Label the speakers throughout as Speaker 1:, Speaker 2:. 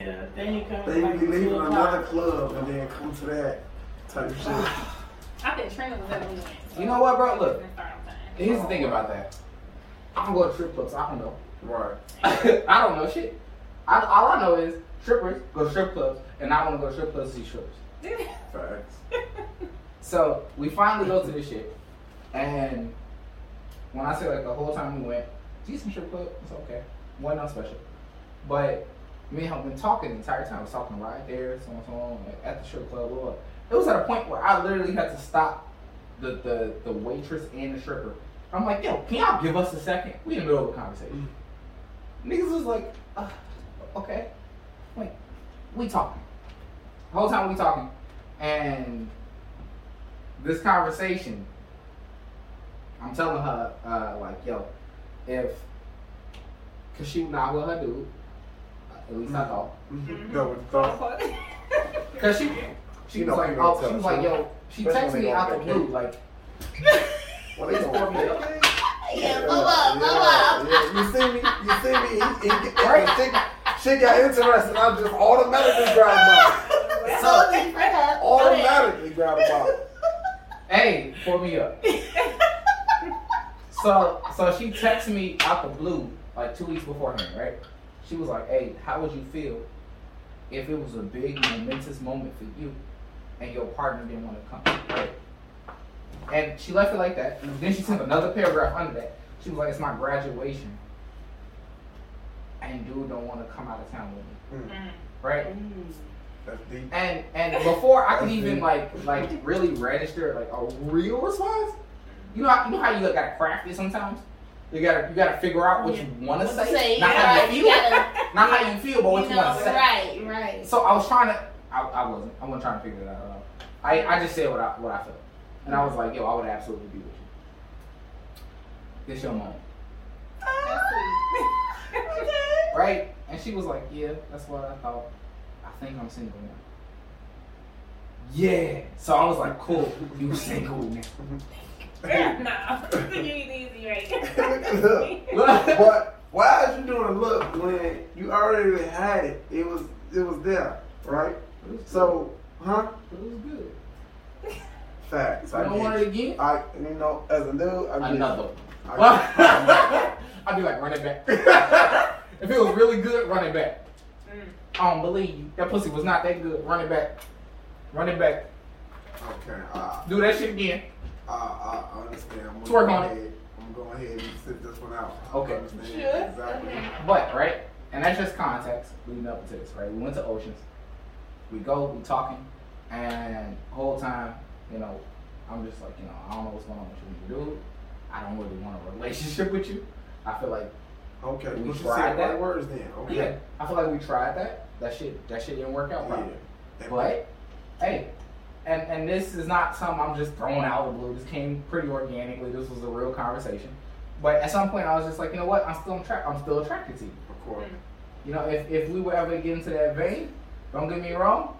Speaker 1: Yeah, then you come
Speaker 2: They
Speaker 1: like,
Speaker 2: be leaving
Speaker 1: two o'clock.
Speaker 2: another club and then come to that type of shit.
Speaker 3: I think Trina was at one.
Speaker 4: You know what, bro? Look,
Speaker 3: Look.
Speaker 4: here's the thing about that. I don't go to strip clubs. I don't know.
Speaker 2: Right.
Speaker 4: I don't know shit. I, all I know is strippers go to strip clubs, and I want to go to strip clubs to see strippers.
Speaker 2: Facts.
Speaker 4: So we finally go to this shit, and when I say like the whole time we went, decent strip club, it's okay, wasn't nothing special, but me and him been talking the entire time, I was talking right there, so on, so on, like, at the strip club, blah, blah. It was at a point where I literally had to stop the the, the waitress and the stripper. I'm like, yo, can y'all give us a second? We in the middle of a conversation. Niggas was like, uh, okay, I'm like we talking. The whole time we talking, and this conversation, I'm telling her, uh, like, yo, if, cause she not with her dude, at least I thought,
Speaker 2: Mhm. That was thought.
Speaker 4: cause she, she
Speaker 2: You
Speaker 4: was
Speaker 2: know
Speaker 4: like,
Speaker 2: people
Speaker 4: oh,
Speaker 2: gonna tell
Speaker 4: she was
Speaker 2: the
Speaker 4: like,
Speaker 2: truth.
Speaker 4: yo, she
Speaker 2: Especially
Speaker 4: texted
Speaker 2: when
Speaker 4: me
Speaker 2: they
Speaker 4: out
Speaker 2: on
Speaker 4: the blue,
Speaker 2: vacation.
Speaker 4: like,
Speaker 2: Well, they gonna
Speaker 4: Yeah.
Speaker 2: pick up. Yeah, yeah, yeah. You see me? You see me? He, he, he,
Speaker 4: Right.
Speaker 2: she, she got interested. I just automatically grabbed a
Speaker 3: So
Speaker 2: bottle. Automatically grabbed a bottle.
Speaker 4: hey, pull me up. so, so she texted me out the blue, like two weeks beforehand, right? She was like, hey, how would you feel if it was a big, momentous moment for you and your partner didn't want to come? Right? And she left it like that. And then she sent another paragraph under that. She was like, it's my graduation. And dude don't want to come out of town with me, right?
Speaker 3: Mm.
Speaker 2: That's deep.
Speaker 4: And and before I could even like like really register like a real response, you know how, you know how you like, gotta craft it sometimes. You gotta you gotta figure out what you want to say,
Speaker 5: Say,
Speaker 4: not how
Speaker 5: right,
Speaker 4: you
Speaker 5: you
Speaker 4: feel,
Speaker 5: gotta,
Speaker 4: not how you feel, but what
Speaker 5: you
Speaker 4: you,
Speaker 5: know,
Speaker 4: want to say.
Speaker 5: right, right.
Speaker 4: So I was trying to, I, I wasn't, I wasn't trying to figure that out. at all. I I just said what I what I felt, and I was like, yo, I would absolutely be with you. This your moment, right? And she was like, yeah, that's what I thought. I think I'm single now. Yeah. So I was like, cool, you single now.
Speaker 3: No, you need easy right
Speaker 2: Look. But why is you doing a look when you already had it? It was it was there, right? So, huh?
Speaker 4: It was good.
Speaker 2: Facts.
Speaker 4: I
Speaker 2: I
Speaker 4: don't
Speaker 2: get
Speaker 4: want
Speaker 2: it.
Speaker 4: it again.
Speaker 2: I you know as a dude, I get it.
Speaker 4: Another.
Speaker 2: I
Speaker 4: I'd be like, run it back. if it was really good, run it back.
Speaker 3: Mm.
Speaker 4: I don't believe you. That pussy was not that good. Run it back. Run it back.
Speaker 2: get it. okay. I,
Speaker 4: Do that shit again.
Speaker 2: I, I I understand. I'm gonna
Speaker 4: Twerk
Speaker 2: go
Speaker 4: on it.
Speaker 2: ahead. I'm gonna go ahead and sit this one out. I
Speaker 4: Okay.
Speaker 2: understand
Speaker 5: Sure.
Speaker 2: Exactly.
Speaker 5: Okay.
Speaker 4: But right, and that's just context leading up to this, right? We went to Oceans. We go, we talking, and whole time, you know, I'm just like, you know, I don't know what's going on with you, dude. I don't really want a relationship with you. I feel like
Speaker 2: Okay.
Speaker 4: We
Speaker 2: We should
Speaker 4: tried
Speaker 2: say the
Speaker 4: that.
Speaker 2: right words then. Okay.
Speaker 4: yeah, I feel like we tried that. That shit, that shit didn't work out
Speaker 2: Yeah.
Speaker 4: properly. But hey, and and this is not something I'm just throwing out of the blue. This came pretty organically. This was a real conversation. But at some point, I was just like, you know what? I'm still on track. I'm still attracted to you.
Speaker 2: Of course.
Speaker 4: You know, if if we were ever to get into that vein, don't get me wrong.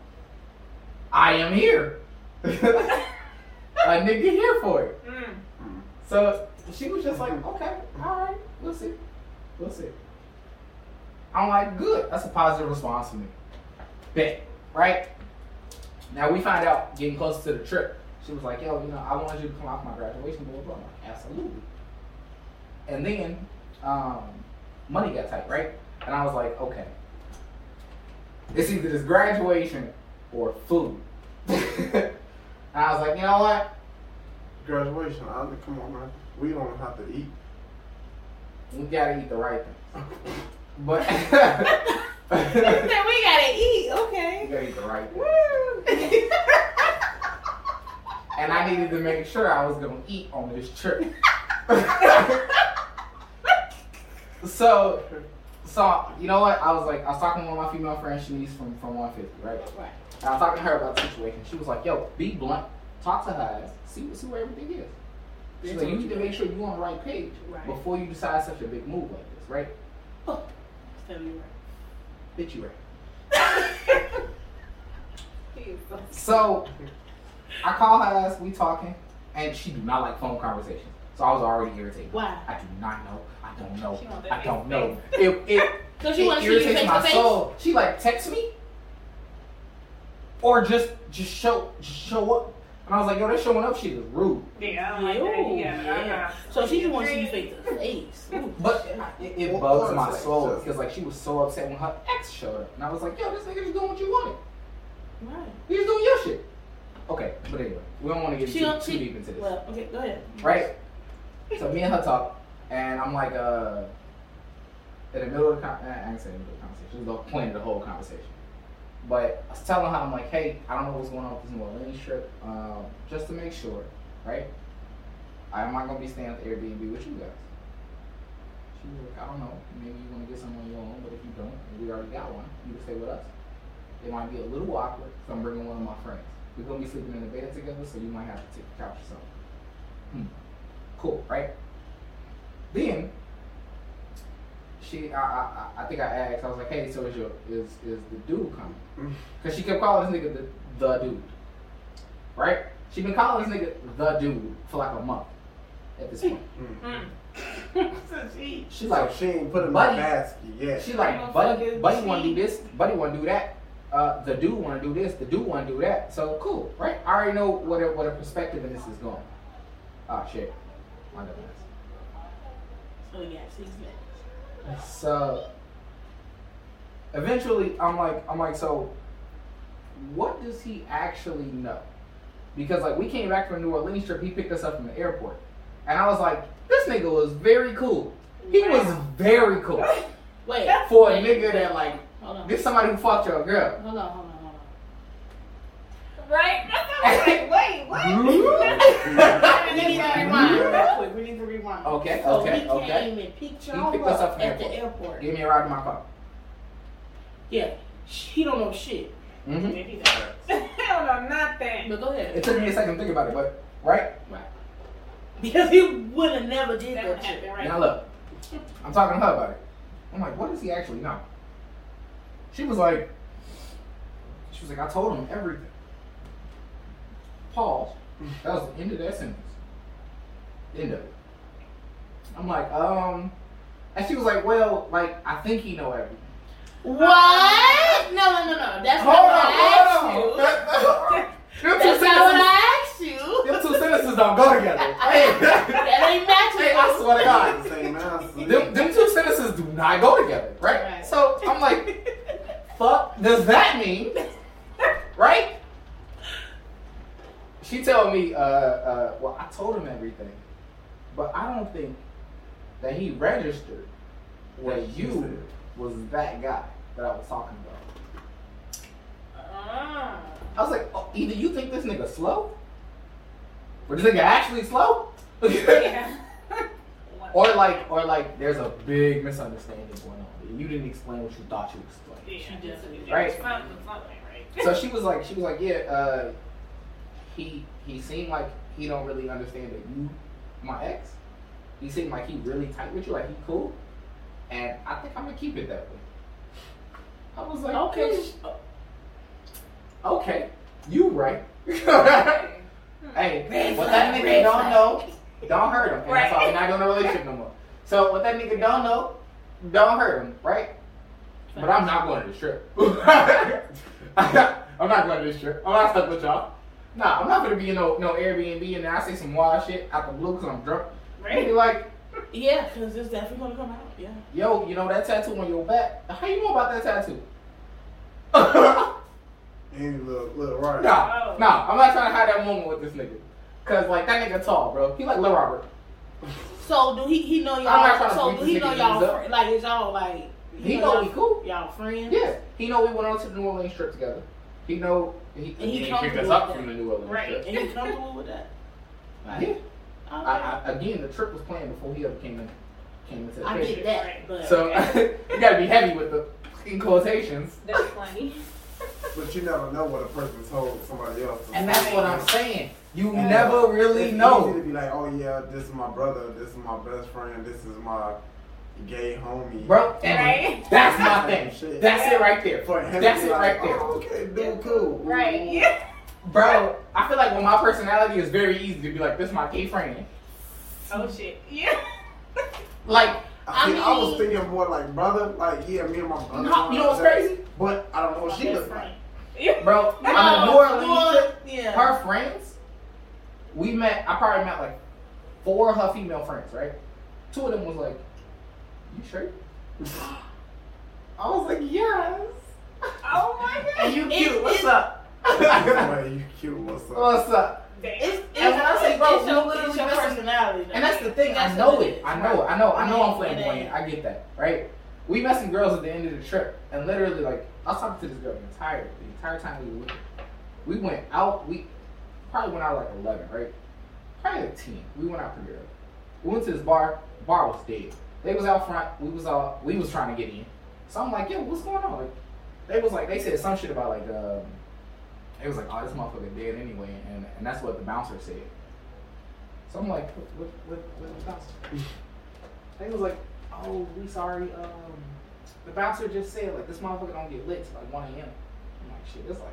Speaker 4: I am here. a nigga here for it.
Speaker 3: Mm.
Speaker 4: So she was just like, okay, all right, we'll see, we'll see. I'm like, good. That's a positive response from me. Bet, right? Now we find out getting closer to the trip. She was like, yo, you know, I wanted you to come out for my graduation, blah blah. blah. I'm like, Absolutely. And then um, money got tight, right? And I was like, okay, it's either this graduation or food. and I was like, you know what?
Speaker 2: Graduation. I come on, man. We don't have to eat.
Speaker 4: We gotta eat the right thing. But
Speaker 5: we gotta eat, okay.
Speaker 4: you gotta eat the right thing.
Speaker 5: Woo.
Speaker 4: And I needed to make sure I was gonna eat on this trip. so so you know what? I was like I was talking to one of my female friends, Shanice from from 150, right?
Speaker 5: Right.
Speaker 4: And I was talking to her about the situation. She was like, yo, be blunt, talk to her ass, see see where everything is. She's like, you need to make sure you're on the right page
Speaker 5: Right.
Speaker 4: before you decide such a big move like this, right? Bitch you right. So I call her ass, we talking, and she do not like phone conversations. So I was already irritated.
Speaker 5: Why?
Speaker 4: I do not know. I don't know.
Speaker 3: She want that
Speaker 4: I don't
Speaker 3: face.
Speaker 4: know. It, it
Speaker 3: So she
Speaker 4: It
Speaker 3: wants to see you
Speaker 4: irritates
Speaker 3: face to
Speaker 4: my
Speaker 3: face.
Speaker 4: soul. She like text me, or just just show just show up. And I was like, yo, they showing up shit is rude.
Speaker 3: Yeah, I
Speaker 1: Ew,
Speaker 3: don't like that. Yeah,
Speaker 1: yeah.
Speaker 3: uh-uh.
Speaker 1: So she just wants you face to face. Ooh.
Speaker 4: But it, it
Speaker 2: Well,
Speaker 4: bugs my
Speaker 2: honestly,
Speaker 4: soul
Speaker 2: just-
Speaker 4: because like she was so upset when her ex showed up, and I was like, yo, this nigga just doing what you wanted.
Speaker 1: Right.
Speaker 4: He just doing your shit. Okay, but anyway, we don't want to get
Speaker 1: She
Speaker 4: too,
Speaker 1: don't-
Speaker 4: too
Speaker 1: she-
Speaker 4: deep into this,
Speaker 1: Well, okay, go ahead.
Speaker 4: right? So me and her talk, and I'm like, uh, in the middle of the con- eh, I ain't saying in the middle of the conversation. It was the point of the whole conversation. But I was telling her, I'm like, hey, I don't know what's going on with this New Orleans trip. Um, just to make sure, right? I'm not gonna be staying at the Airbnb with you guys. She was like, I don't know. Maybe you want to get someone on your own, but if you don't, and we already got one. You can stay with us. It might be a little awkward, so I'm bringing one of my friends. We're gonna be sleeping in the bed together, so you might have to take the couch or something. Hmm. Cool, right? Then she, I, I, I- I think I asked. I was like, hey, so is your is is the dude coming? Because she kept calling this nigga the, the dude, right? She been calling this nigga the dude for like a month at this point.
Speaker 3: Mm. so she.
Speaker 4: She like,
Speaker 2: Mm. so she ain't put him in the
Speaker 4: buddy.
Speaker 2: basket yet.
Speaker 4: She
Speaker 3: I'm
Speaker 4: like,
Speaker 3: gonna
Speaker 4: buddy,
Speaker 3: fucking
Speaker 4: buddy want to do
Speaker 3: cheat.
Speaker 4: this, buddy want to do that. Uh, the dude want to do this, the dude want to do that. So cool, right? I already know what a, what a perspective in this is going. Oh shit, my dumb ass.
Speaker 1: So Oh, yeah, six minutes.
Speaker 4: So eventually, I'm like, I'm like, so what does he actually know? Because like we came back from New Orleans trip, he picked us up from the airport, and I was like, this nigga was very cool. He was very cool
Speaker 1: Wait,
Speaker 4: for a
Speaker 1: wait,
Speaker 4: nigga that like
Speaker 1: hold on,
Speaker 4: this somebody who fucked your girl.
Speaker 1: hold on, hold on, hold on.
Speaker 3: Right? That's like, wait,
Speaker 1: We need to rewind. Real quick, we need to rewind.
Speaker 4: Okay,
Speaker 1: So
Speaker 4: okay,
Speaker 1: he
Speaker 4: okay.
Speaker 1: came and picked
Speaker 4: He
Speaker 1: y'all
Speaker 4: picked
Speaker 1: up,
Speaker 4: us up from
Speaker 1: at the airport.
Speaker 4: Give me a ride to my car.
Speaker 1: Yeah, he don't know shit.
Speaker 4: hmm
Speaker 3: what? Hell no, nothing.
Speaker 1: But go ahead.
Speaker 4: It took me a second to think about it, but right
Speaker 1: Because he would have never did
Speaker 3: That
Speaker 1: that
Speaker 3: don't
Speaker 1: shit.
Speaker 3: happen, right?
Speaker 4: now, look, I'm talking to her about it. I'm like, what does he actually know? She was like, she was like, I told him everything. Pause. That was the end of that sentence. End of it. I'm like, um, and she was like, well, like I think he know everything.
Speaker 1: What? No, no, no, no. That's not what I asked you.
Speaker 4: Them two
Speaker 1: That's not what
Speaker 4: sentences,
Speaker 1: I asked you.
Speaker 4: them two sentences don't go together. Hey,
Speaker 1: That ain't matching.
Speaker 4: Hey, I swear to God.
Speaker 2: Same answer.
Speaker 4: Them, them two sentences do not go together, right?
Speaker 1: Right.
Speaker 4: So I'm like, fuck, does that mean, right? She told me, uh, uh, well, I told him everything, but I don't think that he registered where
Speaker 2: That's what she
Speaker 4: you was that guy that I was talking about.
Speaker 3: Ah.
Speaker 4: I was like, oh, either you think this nigga slow, or this nigga actually slow,
Speaker 3: Yeah.
Speaker 4: Or like, or like, there's a big misunderstanding going on. You didn't explain what you thought you explained.
Speaker 3: Yeah, that's what it is.
Speaker 4: Right.
Speaker 3: Something, something, right?
Speaker 4: So she was like, she was like, yeah, uh, he he seemed like he don't really understand that you, my ex, he seemed like he really tight with you, like he cool, and I think I'm gonna keep it that way. I was like,
Speaker 1: Okay.
Speaker 4: okay, okay, you right.
Speaker 3: Okay.
Speaker 4: Hey,
Speaker 1: Red
Speaker 4: what that
Speaker 1: flag,
Speaker 4: nigga
Speaker 1: red
Speaker 4: don't
Speaker 1: flag.
Speaker 4: know, don't hurt him. And that's why
Speaker 3: Right.
Speaker 4: we're not doing a relationship no more. So what that nigga don't know, don't hurt him, right? But I'm not going to this trip. I'm not going to this trip. I'm not stuck with y'all. Nah, I'm not gonna be in no no Airbnb and then I say some wild shit out the blue because I'm drunk. And
Speaker 3: Right?
Speaker 4: be like,
Speaker 1: Yeah, because it's definitely gonna come out. Yeah.
Speaker 4: yo, you know that tattoo on your back? How you know about that tattoo?
Speaker 2: Any little, little right.
Speaker 1: Oh.
Speaker 4: Nah, nah, I'm not trying to hide that moment with this nigga. Cause like that nigga tall, bro. He like Lil Robert.
Speaker 1: So do he? He know
Speaker 4: not trying
Speaker 1: y'all.
Speaker 4: to
Speaker 1: So do
Speaker 4: beat this
Speaker 1: he know
Speaker 4: nigga
Speaker 1: y'all?
Speaker 4: up.
Speaker 1: Fr- like is y'all like?
Speaker 4: He
Speaker 1: you
Speaker 4: know
Speaker 1: y'all-
Speaker 4: we cool.
Speaker 1: Y'all friends?
Speaker 4: Yeah, he know we went on to the New Orleans trip together. He know he,
Speaker 1: And he
Speaker 4: he picked us
Speaker 1: comfortable
Speaker 4: up
Speaker 1: with
Speaker 4: from
Speaker 1: that.
Speaker 4: the New Orleans
Speaker 3: Right.
Speaker 4: trip.
Speaker 1: And you comfortable with that?
Speaker 4: Yeah.
Speaker 1: All
Speaker 4: I,
Speaker 1: right.
Speaker 4: I, again, the trip was planned before he ever came in, came into the
Speaker 1: I
Speaker 4: picture.
Speaker 1: get that, but
Speaker 4: So you gotta be heavy with the in quotations.
Speaker 3: That's funny.
Speaker 2: But you never know what a person told somebody else.
Speaker 4: And that's what I'm saying. You
Speaker 2: Yeah.
Speaker 4: never really
Speaker 2: It's easy
Speaker 4: know.
Speaker 2: to be like, oh yeah, this is my brother, this is my best friend, this is my gay homie.
Speaker 4: Bro, and
Speaker 3: Right?
Speaker 4: that's my thing.
Speaker 2: Shit.
Speaker 4: That's it right there.
Speaker 2: For him to
Speaker 4: That's
Speaker 2: be
Speaker 4: it
Speaker 2: like,
Speaker 4: right there.
Speaker 2: "Oh, okay, dude, cool.
Speaker 3: Right. Yeah.
Speaker 4: Bro, I feel like when my personality is very easy to be like, this is my gay friend.
Speaker 3: Oh shit. Yeah.
Speaker 4: Like,
Speaker 2: I,
Speaker 1: I
Speaker 2: mean, I was
Speaker 1: mean-
Speaker 2: thinking more like brother, like yeah, me and my brother.
Speaker 4: No, you know what's crazy?
Speaker 2: But I don't know what Oh, she
Speaker 3: That's
Speaker 2: looked like.
Speaker 3: right.
Speaker 4: Bro,
Speaker 1: No,
Speaker 4: on the New Orleans trip,
Speaker 1: yeah.
Speaker 4: her friends, we met, I probably met like four of her female friends, right? Two of them was like, You sure? I was like, Yes.
Speaker 3: Oh my god.
Speaker 4: And you
Speaker 1: It's-
Speaker 4: cute, what's
Speaker 1: it's-
Speaker 4: up?
Speaker 2: Boy, you cute. What's up?
Speaker 4: what's up?
Speaker 3: Damn.
Speaker 1: It's, it's,
Speaker 4: And when I say, bro,
Speaker 1: it's
Speaker 4: we
Speaker 1: your,
Speaker 4: literally
Speaker 1: it's your
Speaker 4: messing-
Speaker 1: personality. though.
Speaker 4: And that's the thing, I
Speaker 1: That's
Speaker 4: know
Speaker 1: what
Speaker 4: it.
Speaker 1: is,
Speaker 4: I
Speaker 1: right?
Speaker 4: know, I know, I know I'm
Speaker 1: It ain't- it
Speaker 4: flamboyant,
Speaker 1: ain't.
Speaker 4: I get that, right? We met some girls at the end of the trip, and literally, like, I was talking to this girl the entire the entire time we were with her. We went out, we probably went out like eleven, right? Probably like ten. We went out pretty early. We went to this bar, bar was dead. They was out front, we was all we was trying to get in. So I'm like, yo, what's going on? Like, they was like they said some shit about like um it was like, oh this motherfucker dead anyway and, and that's what the bouncer said. So I'm like, what what what, what the bouncer? they was like, oh we sorry, um the bouncer just said like this motherfucker don't get lit till like one AM. I'm like shit, it's like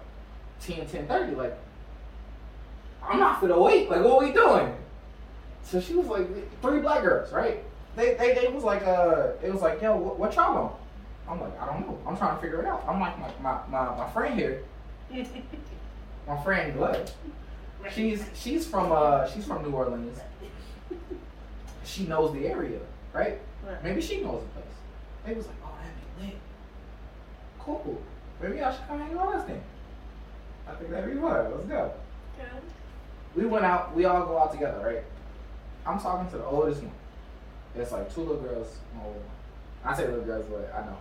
Speaker 4: 10, 10 like I'm not for the wait, like what we doing? So she was like three black girls, right? They they, they was like uh it was like, yo, what, what y'all on? I'm like, I don't know. I'm trying to figure it out. I'm like, my, my, my, my friend here, my friend Glenn, she's she's from uh she's from New Orleans. She knows the area, right?
Speaker 1: Right.
Speaker 4: Maybe she knows the place. They was like, oh, that'd be lit. Cool. Maybe I should come hang out with us then. I think that'd be fun. Let's go. We went out. We all go out together, right? I'm talking to the oldest one. It's like two little girls, and an older one. I say little girls, but I know.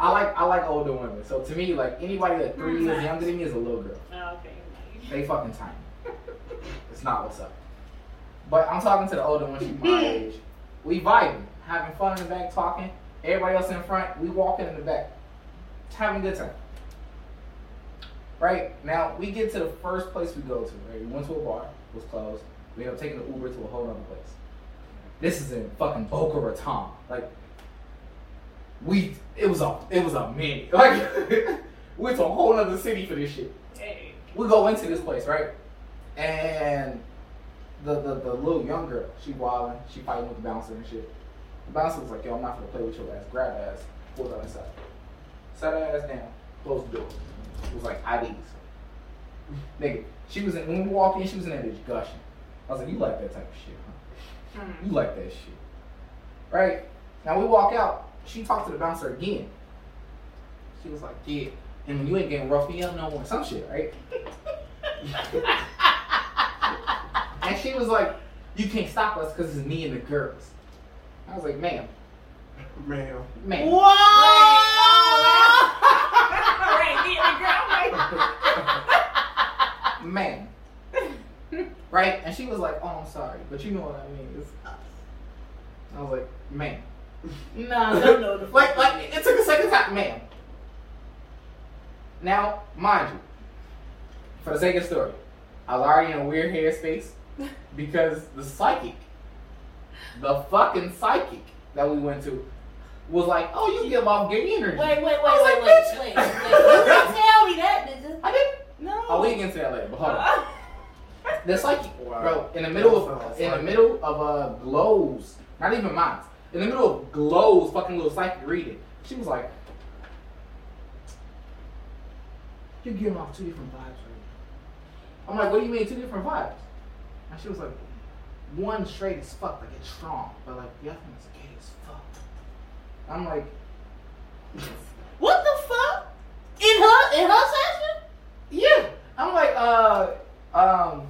Speaker 4: I like I like older women. So to me, like anybody that three years younger than me is a little girl.
Speaker 3: Oh, okay.
Speaker 4: They fucking tiny. it's not what's up. But I'm talking to the older one. She's my age. We vibing, having fun in the back, talking. Everybody else in front. We walking in the back, having a good time. Right now, we get to the first place we go to. Right, we went to a bar, was closed. We ended up taking an Uber to a whole other place. This is in fucking Boca Raton. Like, we it was a it was a minute. Like, we went to a whole other city for this shit
Speaker 3: Hey.
Speaker 4: we go into this place, right? And the the, the little young girl, she wilding, she fighting with the bouncer and shit. The bouncer was like, yo, I'm not gonna play with your ass. Grab her ass, pulled her inside. Sat her ass down, closed the door. It was like IDs. Nigga, she was in when we walked in, she was in that bitch gushing. I was like, you like that type of shit, huh?
Speaker 3: Hmm.
Speaker 4: You like that shit. Right? Now we walk out, she talked to the bouncer again. She was like, yeah. And you ain't getting rough me up no more. Some shit, right? And she was like, "You can't stop us because it's me and the girls." I was like, "Ma'am,
Speaker 2: Ma'am.
Speaker 4: ma'am."
Speaker 1: Whoa!
Speaker 3: Alright, me and the girl. I'm like,
Speaker 4: man. right? And she was like, Oh, I'm sorry, but you know what I mean. It's us. I was like, Man.
Speaker 1: Nah, I don't know the
Speaker 4: Like, like it took a second time, ma'am. Now, mind you, for the sake of story, I was already in a weird headspace because the psychic, the fucking psychic that we went to, was like, "Oh, you give off gay energy."
Speaker 1: Wait, wait, wait, wait,
Speaker 4: was like,
Speaker 1: wait, wait, wait, You didn't tell me that, did you?
Speaker 4: I didn't.
Speaker 1: No.
Speaker 4: Oh, we can get to that later. But hold on.
Speaker 3: uh,
Speaker 4: That's like,
Speaker 2: Wow.
Speaker 4: bro, in the middle
Speaker 2: That
Speaker 4: of
Speaker 2: sounds
Speaker 4: in the
Speaker 2: like-
Speaker 4: middle of uh, glows, not even mine. In the middle of glows, fucking little psychic reading. She was like, "You're giving off two different vibes right now." I'm like, "What do you mean two different vibes?" And she was like, "One straight as fuck, like it's strong, but like the other one is gay as fuck." I'm like,
Speaker 1: What the fuck? In her, in her session?
Speaker 4: "Yeah." I'm like, "Uh, um."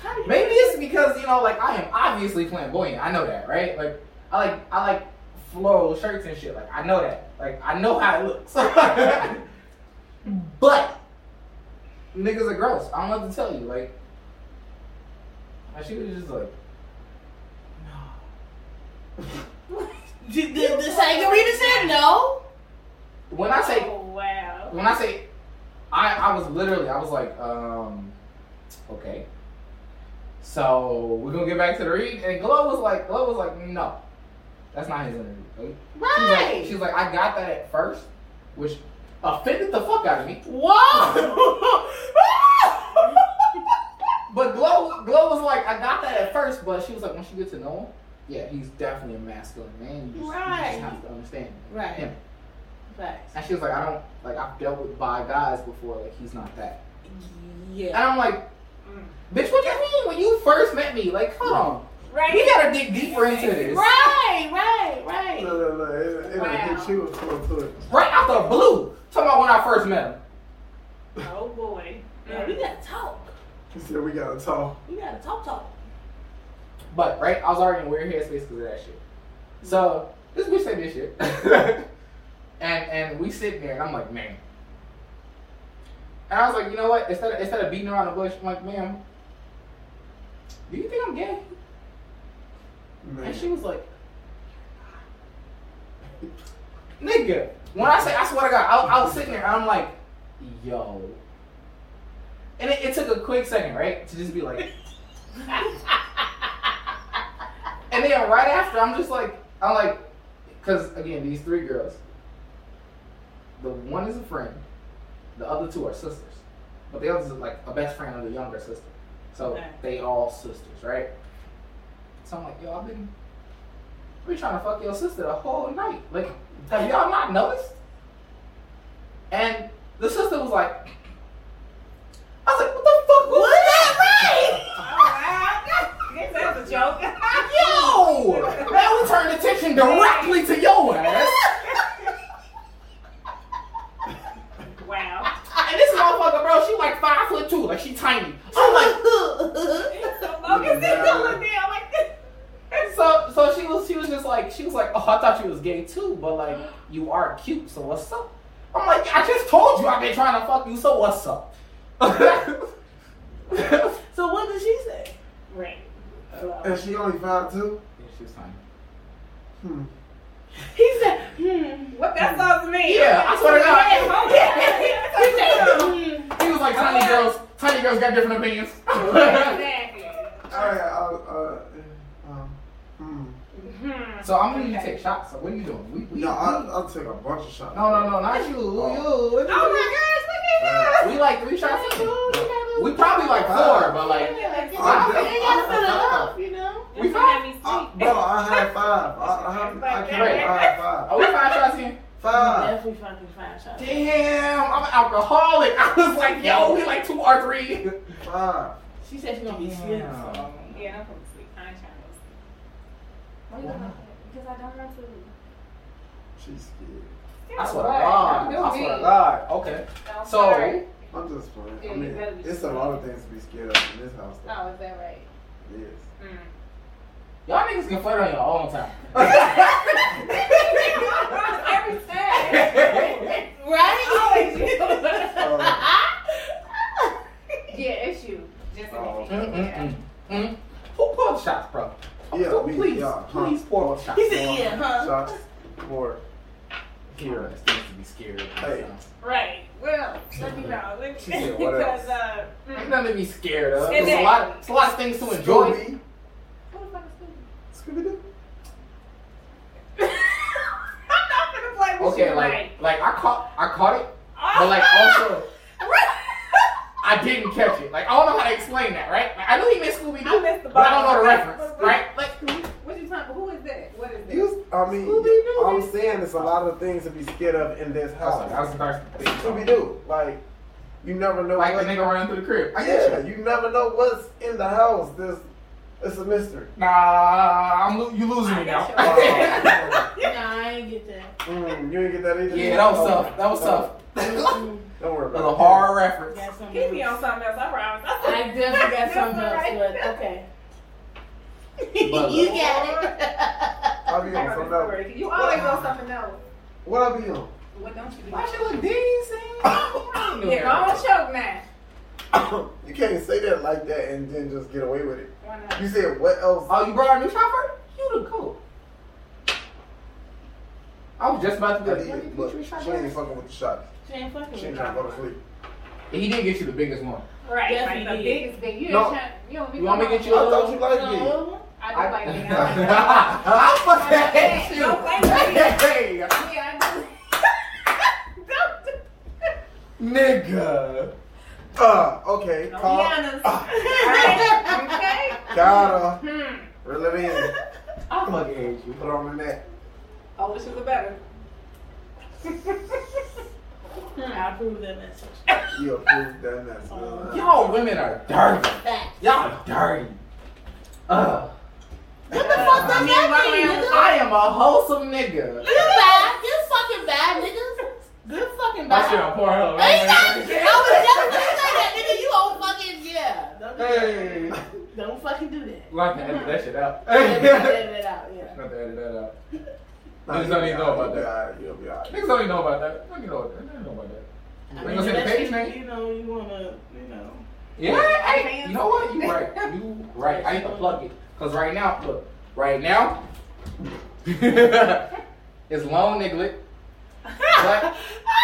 Speaker 1: How do you-
Speaker 4: Maybe it's because you know, like I am obviously flamboyant. I know that, right? Like I like I like floral shirts and shit. Like I know that. Like I know how it looks. but niggas are gross. I don't know what to tell you. Like, and she was just like, no.
Speaker 1: The, the, the Sangarita said no.
Speaker 4: When I say
Speaker 3: Oh, wow.
Speaker 4: when I say, I I was literally I was like, um, okay. So we're gonna get back to the read, and Glow was like, Glow was like, no, that's not his interview. Like, She was like, she was like, I got that at first, which offended the fuck out of me.
Speaker 1: Whoa!
Speaker 4: But Glow, Glow was like, I got that at first, but she was like, once you get to know him, yeah, he's definitely a masculine man. You just, you
Speaker 5: Right.
Speaker 4: just have to understand.
Speaker 5: Right.
Speaker 4: Yeah.
Speaker 5: Facts.
Speaker 4: And she was like, I don't like I've dealt with bi guys before. Like he's not that. And
Speaker 5: Yeah.
Speaker 4: I'm like, bitch, what do you mean when you first met me? Like, hold on,
Speaker 3: Right.
Speaker 4: we gotta dig deeper into this.
Speaker 5: Right, right, right.
Speaker 2: No, no, no. It, it,
Speaker 3: Wow.
Speaker 2: it, she was close to it.
Speaker 4: Right out the blue. Talking about when I first met him.
Speaker 3: Oh boy.
Speaker 5: Yeah, we gotta talk.
Speaker 2: She said we gotta talk.
Speaker 5: We gotta talk, talk.
Speaker 4: But right, I was already in weird headspace because of that shit. So this bitch said this shit, and and we sitting there, and I'm like, man. And I was like, you know what? Instead of, instead of beating around the bush, I'm like, ma'am, do you think I'm gay?
Speaker 2: Man.
Speaker 4: And she was like, nigga. When I say, I swear to God, I, I was sitting there, and I'm like, yo. And it, it took a quick second, right, to just be like, And then right after, I'm just like, I'm like, because again, these three girls, the one is a friend, the other two are sisters, but the others are like a best friend of the younger sister. So
Speaker 3: Okay.
Speaker 4: they all sisters, right? So I'm like, yo, I've been, we trying to fuck your sister the whole night. Like, have y'all not noticed? And the sister was like, I was like, what the fuck was that?
Speaker 3: Alright. Oh, This is a joke.
Speaker 4: Yo! Now we turn attention directly to your ass.
Speaker 3: Wow.
Speaker 4: And this motherfucker, bro, she like five foot two, like she tiny. I'm like,
Speaker 3: It's so bogus. It's so look down like this.
Speaker 4: so so she was she was just like she was like, oh, I thought you was gay too, but like you are cute, so what's up? I'm like, I just told you I've been trying to fuck you, so what's up? yeah,
Speaker 5: So what did she say?
Speaker 3: Right.
Speaker 2: And she only five two.
Speaker 4: she was tiny.
Speaker 2: Hmm.
Speaker 5: He said, hmm.
Speaker 3: What that supposed to mean?
Speaker 4: Yeah, I swear to God.
Speaker 5: He said,
Speaker 3: Yeah.
Speaker 5: hmm.
Speaker 4: He was like, tiny girls, tiny girls got different opinions.
Speaker 3: Exactly.
Speaker 2: All right. Uh, uh, um, hmm.
Speaker 3: Hmm.
Speaker 4: so I'm gonna need to take shots. So what are you doing? We, we,
Speaker 2: No, I, I'll take a bunch of shots.
Speaker 4: No, no, no, not you. You. What you
Speaker 3: Oh my gosh, look at
Speaker 4: We like three shots. in. We probably like four, but like
Speaker 5: I mean, they gotta fill it up, you know?
Speaker 3: you.
Speaker 4: We
Speaker 3: This
Speaker 4: fine.
Speaker 3: got
Speaker 4: Oh,
Speaker 3: me
Speaker 2: I,
Speaker 3: sweet.
Speaker 2: bro, I had five. I, I, have, I can't
Speaker 4: Right.
Speaker 2: I had five.
Speaker 4: are we five shots in?
Speaker 2: Five.
Speaker 5: Definitely fucking five shots.
Speaker 4: Damn, I'm an alcoholic. I was like, yo, we like two or three.
Speaker 2: Five.
Speaker 5: She said she's gonna be slim. so.
Speaker 3: Yeah, I'm from sleep. I ain't trying to go to sleep.
Speaker 4: Why you laughing?
Speaker 3: Because I don't want to.
Speaker 2: She's scared.
Speaker 4: I swear to God. I swear to God. Okay. So-
Speaker 3: sorry.
Speaker 2: I'm just playing.
Speaker 3: Yeah,
Speaker 2: I
Speaker 3: you
Speaker 2: mean,
Speaker 3: better be
Speaker 2: it's a
Speaker 3: scared.
Speaker 2: lot of things to be scared of in this house. though.
Speaker 5: Oh, is that right?
Speaker 2: Yes.
Speaker 3: Mm.
Speaker 4: Y'all niggas can flirt on your own time.
Speaker 3: Every time.
Speaker 5: Right?
Speaker 3: Always you.
Speaker 2: Uh,
Speaker 3: Yeah, it's you. Just
Speaker 2: Oh.
Speaker 3: anything.
Speaker 4: Mm-mm-mm. Who poured shots, bro?
Speaker 2: yeah,
Speaker 4: Who-
Speaker 2: we,
Speaker 4: please,
Speaker 2: yeah, huh.
Speaker 4: please pour shots.
Speaker 5: He said, yeah, huh?
Speaker 2: Um, Shots for here.
Speaker 4: This needs to be scary.
Speaker 2: Hey.
Speaker 3: Right. Well, let me know. Let me
Speaker 2: She said, what else?
Speaker 3: Because, uh,
Speaker 4: Ain't
Speaker 3: mm.
Speaker 4: nothing to be scared of.
Speaker 3: Sit
Speaker 4: It's a
Speaker 3: down.
Speaker 4: lot. It's a lot of things to enjoy.
Speaker 2: Scooby.
Speaker 3: Who the fuck is Scooby?
Speaker 2: Scooby-Doo.
Speaker 3: I'm not gonna play with
Speaker 4: Okay,
Speaker 3: you.
Speaker 4: like, like I caught, I caught it,
Speaker 3: oh,
Speaker 4: but like also, I didn't catch it. Like I don't know how to explain that, right? Like, I know he missed Scooby
Speaker 3: I
Speaker 4: Doo,
Speaker 3: missed the ball.
Speaker 4: but I don't know the reference, right? Like,
Speaker 3: What you talking? Who is that? What is that?
Speaker 2: You, I mean,
Speaker 4: Scooby-Doo.
Speaker 2: I'm saying there's a lot of things to be scared of in this house. Scooby Doo. Like, you never know.
Speaker 4: Like the
Speaker 2: what-
Speaker 4: nigga running through the crib. I get
Speaker 2: yeah, you.
Speaker 4: you.
Speaker 2: never know what's in the house. This, it's a mystery.
Speaker 4: Nah, I'm lo- you losing me now.
Speaker 2: Uh,
Speaker 4: yeah,
Speaker 3: Oh,
Speaker 5: Nah, I ain't get that.
Speaker 2: mm, you didn't get that either.
Speaker 4: that was
Speaker 2: Oh,
Speaker 4: tough. That was
Speaker 2: no,
Speaker 4: tough. That
Speaker 5: Mm,
Speaker 2: Don't worry about
Speaker 4: was a
Speaker 2: it.
Speaker 4: hard reference.
Speaker 5: got something
Speaker 3: Keep me
Speaker 5: else.
Speaker 3: on something else. I promise.
Speaker 5: I definitely got
Speaker 3: That's
Speaker 5: something else,
Speaker 3: all right.
Speaker 5: but okay.
Speaker 4: But-
Speaker 5: you got it.
Speaker 2: I'll be on
Speaker 3: I got
Speaker 2: something
Speaker 3: this
Speaker 2: else.
Speaker 3: story. You always on something else.
Speaker 2: What I be on?
Speaker 3: What don't you do?
Speaker 4: Why she look decent?
Speaker 3: Yeah, go on choke now.
Speaker 2: you can't say that like that and then just get away with it.
Speaker 3: Why not?
Speaker 2: You said what else?
Speaker 4: Oh, you brought our new shopper? You the cool. I was just about to
Speaker 2: I
Speaker 4: do
Speaker 2: did, but she ain't
Speaker 4: it.
Speaker 2: fucking with the shot.
Speaker 5: She ain't fucking with
Speaker 2: She ain't
Speaker 5: me.
Speaker 2: trying to go to sleep.
Speaker 4: He did get you the biggest one.
Speaker 3: Right.
Speaker 5: Yes,
Speaker 3: like
Speaker 5: you
Speaker 3: the
Speaker 5: did.
Speaker 3: biggest thing. You,
Speaker 4: No.
Speaker 3: ain't trying, you don't be
Speaker 4: You want me to
Speaker 3: going
Speaker 2: I
Speaker 4: get you
Speaker 2: thought
Speaker 4: a little?
Speaker 2: you
Speaker 4: You
Speaker 2: liked
Speaker 5: No,
Speaker 2: me.
Speaker 5: Wilma?
Speaker 3: I do like being out.
Speaker 4: I fucking hate you.
Speaker 3: Don't play with
Speaker 4: Hey,
Speaker 3: Yeah, I do. Don't do
Speaker 4: nigga.
Speaker 2: Uh, okay.
Speaker 3: Don't be
Speaker 2: Call.
Speaker 3: honest.
Speaker 2: Ah,
Speaker 3: Right? Okay?
Speaker 2: gotta
Speaker 3: Hmm.
Speaker 2: reel it in. I fucking hate you. Put on the neck.
Speaker 3: I wish it was better.
Speaker 5: I approve that message.
Speaker 2: You approved that mess. man.
Speaker 4: Y'all women are dirty.
Speaker 5: Facts.
Speaker 4: Y'all dirty. Ugh.
Speaker 5: What the fuck
Speaker 3: I
Speaker 5: does
Speaker 3: mean,
Speaker 5: that
Speaker 3: why
Speaker 5: mean?
Speaker 3: am
Speaker 5: nigga?
Speaker 4: I am a wholesome nigga.
Speaker 5: Good bad. Good fucking bad, nigga. Good fucking
Speaker 4: My shit
Speaker 5: bad.
Speaker 4: on Pornhub.
Speaker 5: Exactly.
Speaker 4: Right?
Speaker 5: I was just gonna say that, nigga. You old fucking yeah. Don't do that.
Speaker 2: Hey.
Speaker 5: Don't fucking do that.
Speaker 4: We'll have to edit that shit out.
Speaker 5: Edit
Speaker 2: Hey.
Speaker 5: it out, yeah.
Speaker 4: We'll have to edit that out.
Speaker 2: Nah,
Speaker 4: Niggas
Speaker 2: you
Speaker 4: don't even
Speaker 2: be
Speaker 4: know
Speaker 2: alright,
Speaker 4: about that.
Speaker 2: You be alright.
Speaker 4: Niggas don't even know about that. Niggas know that. Niggas know about that.
Speaker 5: I
Speaker 4: We gonna say the
Speaker 5: unless
Speaker 4: page
Speaker 5: you-
Speaker 4: name?
Speaker 5: You know, you wanna, you know.
Speaker 4: Yeah, hey, you know what? You right. You right. I need to plug it. Cause right now, look, right now, it's Lone Niglet. But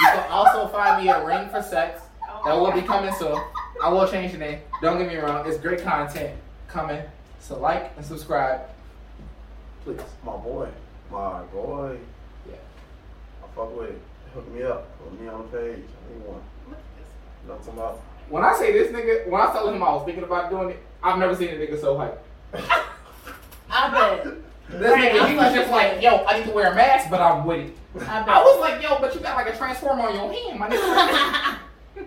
Speaker 4: you can also find me at Ring for Sex. That will be coming soon. I will change the name. Don't get me wrong. It's great content coming. So like and subscribe, please.
Speaker 2: My boy. My boy.
Speaker 4: Yeah.
Speaker 2: I fuck with it. Hook me up. Put me on the page. I need one. Knock them up.
Speaker 4: When I say this nigga, when I told him I was thinking about doing it, I've never seen a nigga so hyped.
Speaker 5: I bet.
Speaker 4: This nigga, he was just like, yo, I need to wear a mask, but I'm with it.
Speaker 5: I bet.
Speaker 4: I was like, yo, but you got like a transformer on your hand, my nigga.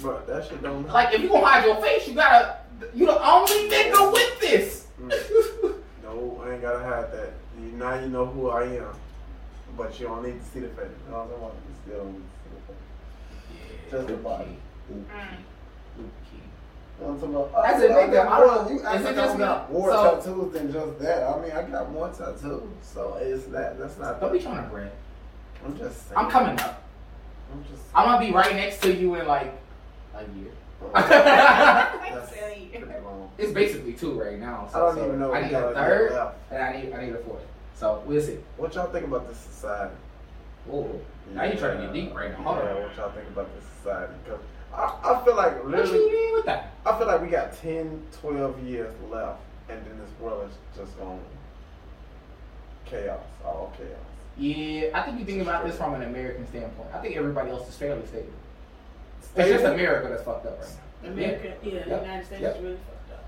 Speaker 2: Bro, that shit don't
Speaker 4: like, if you gonna hide your face, you gotta. You the only nigga with this.
Speaker 2: Mm. No, I ain't gotta hide that. You, now you know who I am. But you don't need to see the face. You know what I'm saying? You still don't need to see the face. Just the body.
Speaker 3: Oh.
Speaker 4: Hmm.
Speaker 2: You know what I'm talking about?
Speaker 4: As a
Speaker 2: I got
Speaker 4: nigga, I
Speaker 2: more-
Speaker 4: don't-
Speaker 2: you
Speaker 4: is
Speaker 2: act
Speaker 4: it
Speaker 2: like
Speaker 4: just
Speaker 2: I
Speaker 4: me?
Speaker 2: got more
Speaker 4: So-
Speaker 2: tattoos than just that. I mean, I got more tattoos, so it's that. That's not.
Speaker 4: Don't be trying to brand.
Speaker 2: I'm just. Saying.
Speaker 4: I'm coming up.
Speaker 2: I'm just.
Speaker 4: I'm gonna be right next to you in like a year.
Speaker 2: That's pretty long.
Speaker 4: it's basically two right now.
Speaker 2: I
Speaker 4: So,
Speaker 2: don't
Speaker 4: so
Speaker 2: even know.
Speaker 4: I
Speaker 2: what
Speaker 4: need
Speaker 2: y'all
Speaker 4: a
Speaker 2: got
Speaker 4: third,
Speaker 2: left.
Speaker 4: and I need I need a fourth. So we'll see.
Speaker 2: What y'all think about this society?
Speaker 4: Whoa. Now you trying to get deep right now. Hold on.
Speaker 2: Yeah, what y'all think about this society? Because I, I feel like
Speaker 4: What
Speaker 2: literally.
Speaker 4: you mean with that?
Speaker 2: I feel like we got 10, 12 years left, and then this world is just going chaos, all chaos.
Speaker 4: Yeah, I think you think about this from an American standpoint. I think everybody else is fairly stable. It's just America that's fucked up right now.
Speaker 5: America, yeah, the
Speaker 4: Yep.
Speaker 5: United States
Speaker 4: Yep.
Speaker 5: is really fucked up.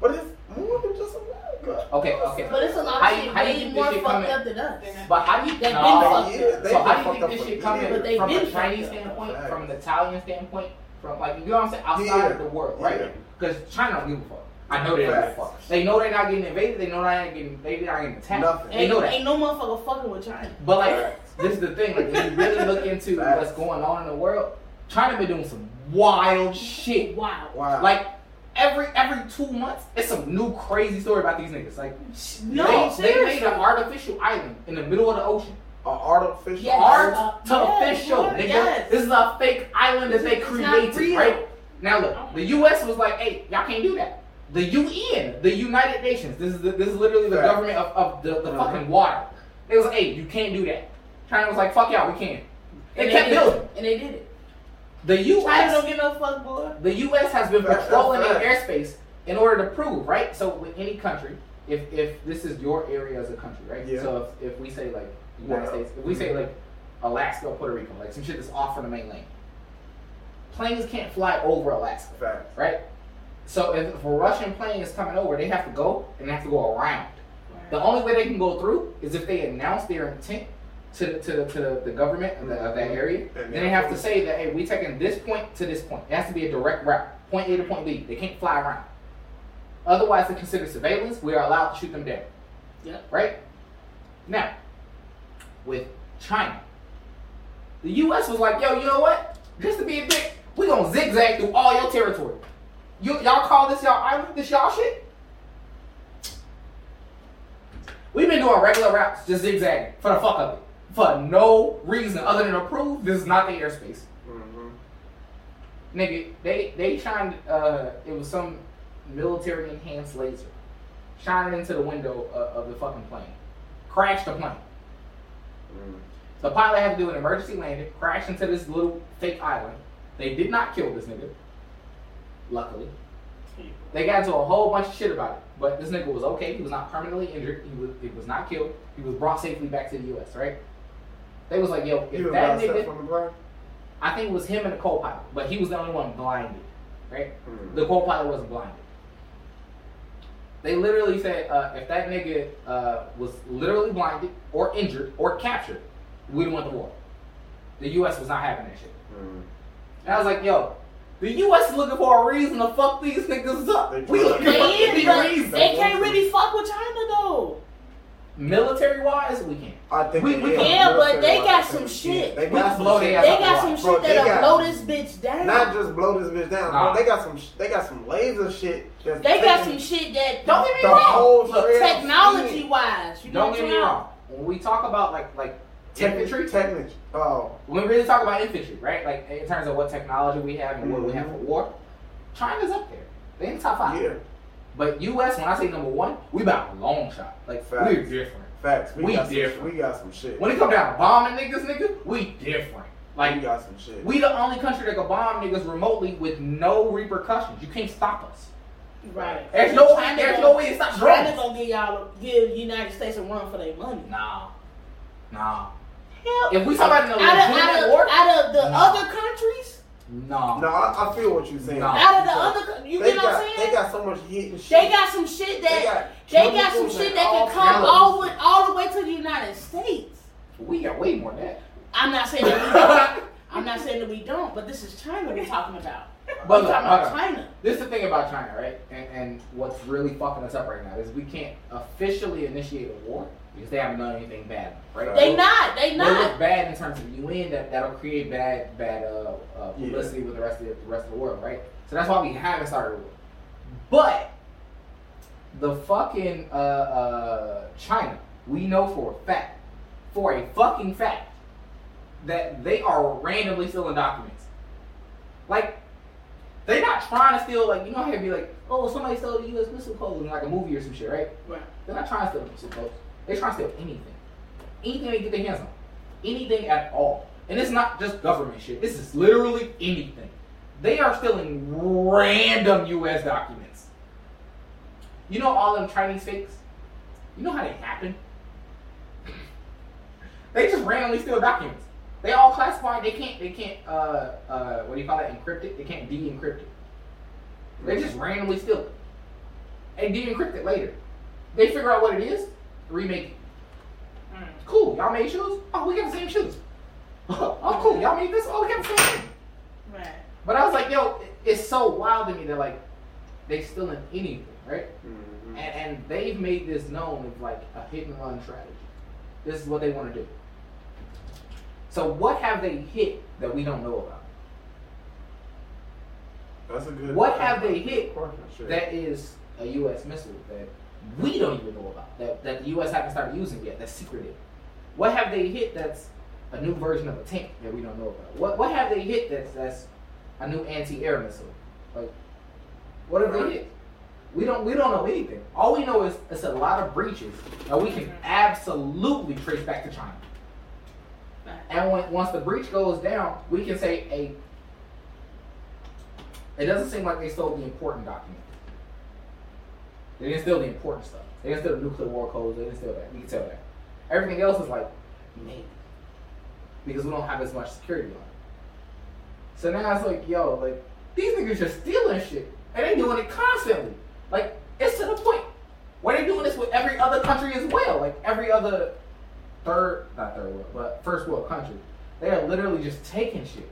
Speaker 2: But it's more than just America.
Speaker 4: Okay, okay.
Speaker 5: But it's a lot
Speaker 4: How
Speaker 5: of
Speaker 4: you-
Speaker 5: shit
Speaker 4: how you
Speaker 5: way
Speaker 4: think this
Speaker 5: more
Speaker 4: shit
Speaker 5: fucked
Speaker 4: coming?
Speaker 5: up than us.
Speaker 4: But how do you
Speaker 5: They've
Speaker 4: think?
Speaker 5: been
Speaker 4: No.
Speaker 5: fucked
Speaker 2: Yeah,
Speaker 5: up.
Speaker 2: they- been
Speaker 4: So how do you
Speaker 2: fucked up
Speaker 4: think this
Speaker 2: for
Speaker 4: shit coming
Speaker 2: years. But
Speaker 5: they
Speaker 4: from
Speaker 5: been
Speaker 4: a
Speaker 5: fucked
Speaker 4: Chinese
Speaker 5: up.
Speaker 4: standpoint,
Speaker 2: Facts.
Speaker 4: from an Italian standpoint, from like you know what I'm saying, outside
Speaker 2: Yeah.
Speaker 4: of the world, right?
Speaker 2: Yeah.
Speaker 4: Because China don't give a fuck. I know they don't give a fuck.
Speaker 2: Facts.
Speaker 4: They know they're not getting invaded. They know they're not getting. They're not getting attacked.
Speaker 2: Nothing.
Speaker 4: They
Speaker 5: ain't,
Speaker 4: know that.
Speaker 5: ain't no motherfucker fucking with China.
Speaker 4: But like, this is the thing. Like, when you really look into
Speaker 2: Facts.
Speaker 4: what's going on in the world, China been doing some wild shit.
Speaker 5: Wow.
Speaker 2: Wow.
Speaker 4: Like every every two months, it's some new crazy story about these niggas. Like
Speaker 5: No,
Speaker 4: they, they made
Speaker 5: seriously.
Speaker 4: an artificial island in the middle of the ocean.
Speaker 2: an artificial.
Speaker 5: Yes.
Speaker 4: Art
Speaker 5: Uh,
Speaker 4: to
Speaker 5: yes,
Speaker 4: official,
Speaker 5: yes.
Speaker 4: nigga. This is a fake island that they
Speaker 5: It's not
Speaker 4: created,
Speaker 5: real. Oh.
Speaker 4: right? Now look, the U.S. was like, "Hey, y'all can't do that." The UN, the United Nations, this is the, this is literally the
Speaker 2: Right.
Speaker 4: government of, of the, the
Speaker 2: Uh-huh.
Speaker 4: fucking water. They was like, "Hey, you can't do that." China was like, "Fuck y'all, we can." They
Speaker 5: And
Speaker 4: kept
Speaker 5: did
Speaker 4: building.
Speaker 5: it. And they did it.
Speaker 4: The
Speaker 5: China don't
Speaker 4: U.S.
Speaker 5: get no fuck, boy.
Speaker 4: The U.S. has been
Speaker 2: That's
Speaker 4: patrolling their
Speaker 2: not fair.
Speaker 4: airspace in order to prove, right? So with any country, if if this is your area as a country, right?
Speaker 2: Yeah.
Speaker 4: So if, if we say like the United
Speaker 2: Wow.
Speaker 4: States, if we say like Alaska or Puerto Rico, like some shit that's off from the mainland, planes can't fly over Alaska,
Speaker 2: Facts.
Speaker 4: right? So if, if a Russian plane is coming over, they have to go and they have to go around. The only way they can go through is if they announce their intent to the, to the, to the, the government of, the, of that area.
Speaker 2: And
Speaker 4: then they have to say that, hey, we taking this point to this point. It has to be a direct route, point A to point B. They can't fly around. Otherwise, they consider surveillance. We are allowed to shoot them down.
Speaker 5: Yep.
Speaker 4: Right? Now, with China, the U.S. was like, yo, you know what? Just to be a dick, we going to zigzag through all your territory. You, y'all call this y'all island? This y'all shit? We've been doing regular routes, just zigzagging for the fuck of it, for no reason other than to prove this is not the airspace.
Speaker 2: Mm-hmm.
Speaker 4: Nigga, they they shined. Uh, it was some military enhanced laser, shined into the window of, of the fucking plane, crashed the plane.
Speaker 2: mm-hmm.
Speaker 4: The pilot had to do an emergency landing, crash into this little fake island. They did not kill this nigga. Luckily. They got into a whole bunch of shit about it. But this nigga was okay. He was not permanently injured. He was, he was not killed. He was brought safely back to the US, right? They was like, yo,
Speaker 2: You
Speaker 4: if
Speaker 2: was
Speaker 4: that
Speaker 2: about to step
Speaker 4: nigga
Speaker 2: from the plane?
Speaker 4: I think it was him and the co pilot, but he was the only one blinded. Right?
Speaker 2: Mm.
Speaker 4: The co pilot wasn't blinded. They literally said uh, if that nigga uh, was literally blinded or injured or captured, we would have went to war. The U.S. was not having that shit.
Speaker 2: Mm.
Speaker 4: And I was like, yo, the U.S. is looking for a reason to fuck these niggas
Speaker 2: They
Speaker 4: up. We looking for
Speaker 2: trying.
Speaker 5: They,
Speaker 4: any
Speaker 5: is, but
Speaker 4: reason.
Speaker 5: they can't really fuck with China though.
Speaker 4: Military wise, we can.
Speaker 2: I think
Speaker 4: We-
Speaker 2: they
Speaker 4: we-
Speaker 2: have
Speaker 5: yeah, but
Speaker 2: military
Speaker 5: they got
Speaker 2: license.
Speaker 5: some
Speaker 2: Yeah,
Speaker 5: shit.
Speaker 2: They
Speaker 4: We
Speaker 2: got some
Speaker 4: blow
Speaker 2: shit.
Speaker 4: their
Speaker 5: They
Speaker 4: ass
Speaker 5: got
Speaker 4: up a
Speaker 5: some
Speaker 4: lot.
Speaker 2: Bro,
Speaker 5: shit
Speaker 2: they
Speaker 5: that'll
Speaker 2: got-
Speaker 5: blow this bitch down.
Speaker 2: Not just blow this bitch down.
Speaker 4: Nah.
Speaker 2: Bro, they got some. sh- They got some laser shit. That's
Speaker 5: they got some
Speaker 2: taking
Speaker 5: shit that don't get me
Speaker 2: the
Speaker 5: wrong.
Speaker 2: whole
Speaker 4: Look,
Speaker 2: shred of
Speaker 5: Technology
Speaker 2: shit.
Speaker 5: wise, you know
Speaker 4: Don't
Speaker 5: what
Speaker 4: get
Speaker 5: I'm
Speaker 4: me
Speaker 5: saying?
Speaker 4: wrong. When we talk about like like infantry,
Speaker 2: Techni- Technic. Oh,
Speaker 4: when we really talk about infantry, right? Like in terms of what technology we have and what we have for war, China's up there. They in the top five.
Speaker 2: yeah.
Speaker 4: But U.S. when I say number one, we about a long shot. Like
Speaker 2: Facts.
Speaker 4: we're different.
Speaker 2: Facts. We,
Speaker 4: We
Speaker 2: got some,
Speaker 4: different.
Speaker 2: we got some shit.
Speaker 4: When it come down to bombing niggas, nigga, we different.
Speaker 2: we
Speaker 4: Like
Speaker 2: got some shit.
Speaker 4: we the only country that can bomb niggas remotely with no repercussions. You can't stop us.
Speaker 5: Right.
Speaker 4: There's no way.
Speaker 5: China
Speaker 4: There's
Speaker 5: gonna-
Speaker 4: no way to stop
Speaker 5: China
Speaker 4: drones.
Speaker 5: gonna give y'all give United States a run for their money.
Speaker 4: Nah, nah.
Speaker 5: Hell,
Speaker 4: If we talk about a
Speaker 5: out of, out,
Speaker 4: legitimate
Speaker 5: of,
Speaker 4: war,
Speaker 5: out of the
Speaker 4: No.
Speaker 5: other countries,
Speaker 4: nah.
Speaker 2: no, I, I feel what you're saying.
Speaker 4: Nah.
Speaker 5: out of the
Speaker 2: Because
Speaker 5: other, co- you
Speaker 2: they
Speaker 5: get what
Speaker 2: got,
Speaker 5: I'm saying?
Speaker 2: They got so much hidden shit.
Speaker 5: They got some shit
Speaker 2: They
Speaker 5: that
Speaker 2: got
Speaker 5: they got some
Speaker 2: chemicals
Speaker 5: shit
Speaker 2: and
Speaker 5: that
Speaker 2: all
Speaker 5: can come
Speaker 2: kinds.
Speaker 5: all with, all the way to the United States.
Speaker 4: We got way more than that.
Speaker 5: I'm not saying that we don't. I'm not saying that we don't, but this is China we're talking about.
Speaker 4: But
Speaker 5: we're
Speaker 4: look,
Speaker 5: talking about
Speaker 4: hold on.
Speaker 5: China.
Speaker 4: this is the thing about China, right? And, and what's really fucking us up right now is we can't officially initiate a war because they haven't done anything bad, right?
Speaker 5: They not. They
Speaker 4: uh, They look
Speaker 5: not.
Speaker 4: bad in terms of UN. That that'll create bad bad uh, uh, publicity with the rest of the, the rest of the world, right? So that's why we haven't started a war. But the fucking uh, uh, China, we know for a fact, for a fucking fact, that they are randomly stealing documents. Like they're not trying to steal. Like you know how it'd be like, oh, somebody stole the U.S. missile code in like a movie or some shit, right?
Speaker 5: Right.
Speaker 4: They're not trying to steal missile codes. They're trying to steal anything, anything they get their hands on, anything at all. And it's not just government shit. This is literally anything. They are stealing random U.S. documents. You know all them Chinese fakes? You know how they happen? they just randomly steal documents. They all classified. They can't. They can't. Uh, uh, what do you call that? Encrypted. They can't de-encrypt it. They just randomly steal it and de-encrypt it later. They figure out what it is, remake it.
Speaker 3: Hmm,
Speaker 4: Cool. Y'all made shoes. Oh, we got the same shoes. oh, cool. Y'all made this. Oh, we got the same. Thing.
Speaker 5: Right.
Speaker 4: But I was like, yo, it- it's so wild to me that like they stealing anything, right?
Speaker 2: Mhm.
Speaker 4: And, and they've made this known as like a hit and run strategy. This is what they want to do. So what have they hit that we don't know about?
Speaker 2: That's a good.
Speaker 4: What have they hit
Speaker 2: Shit.
Speaker 4: that is a U.S. missile that we don't even know about that that the U.S. haven't started using yet? That's secretive. What have they hit that's a new version of a tank that we don't know about? What what have they hit that's that's a new anti-air missile? Like what have they hit? We don't we don't know anything. All we know is it's a lot of breaches that we can absolutely trace back to China. And when, once the breach goes down, we can say a. It doesn't seem like they stole the important document. They didn't steal the important stuff. They didn't steal the nuclear war codes. They didn't steal that. We can tell that. Everything else is like maybe because we don't have as much security on it. So now it's like, yo, like these niggas are stealing shit and they doing it constantly. Like it's to the point where they doing this with every other country as well. Like every other third, not third world, but first world country. They are literally just taking shit.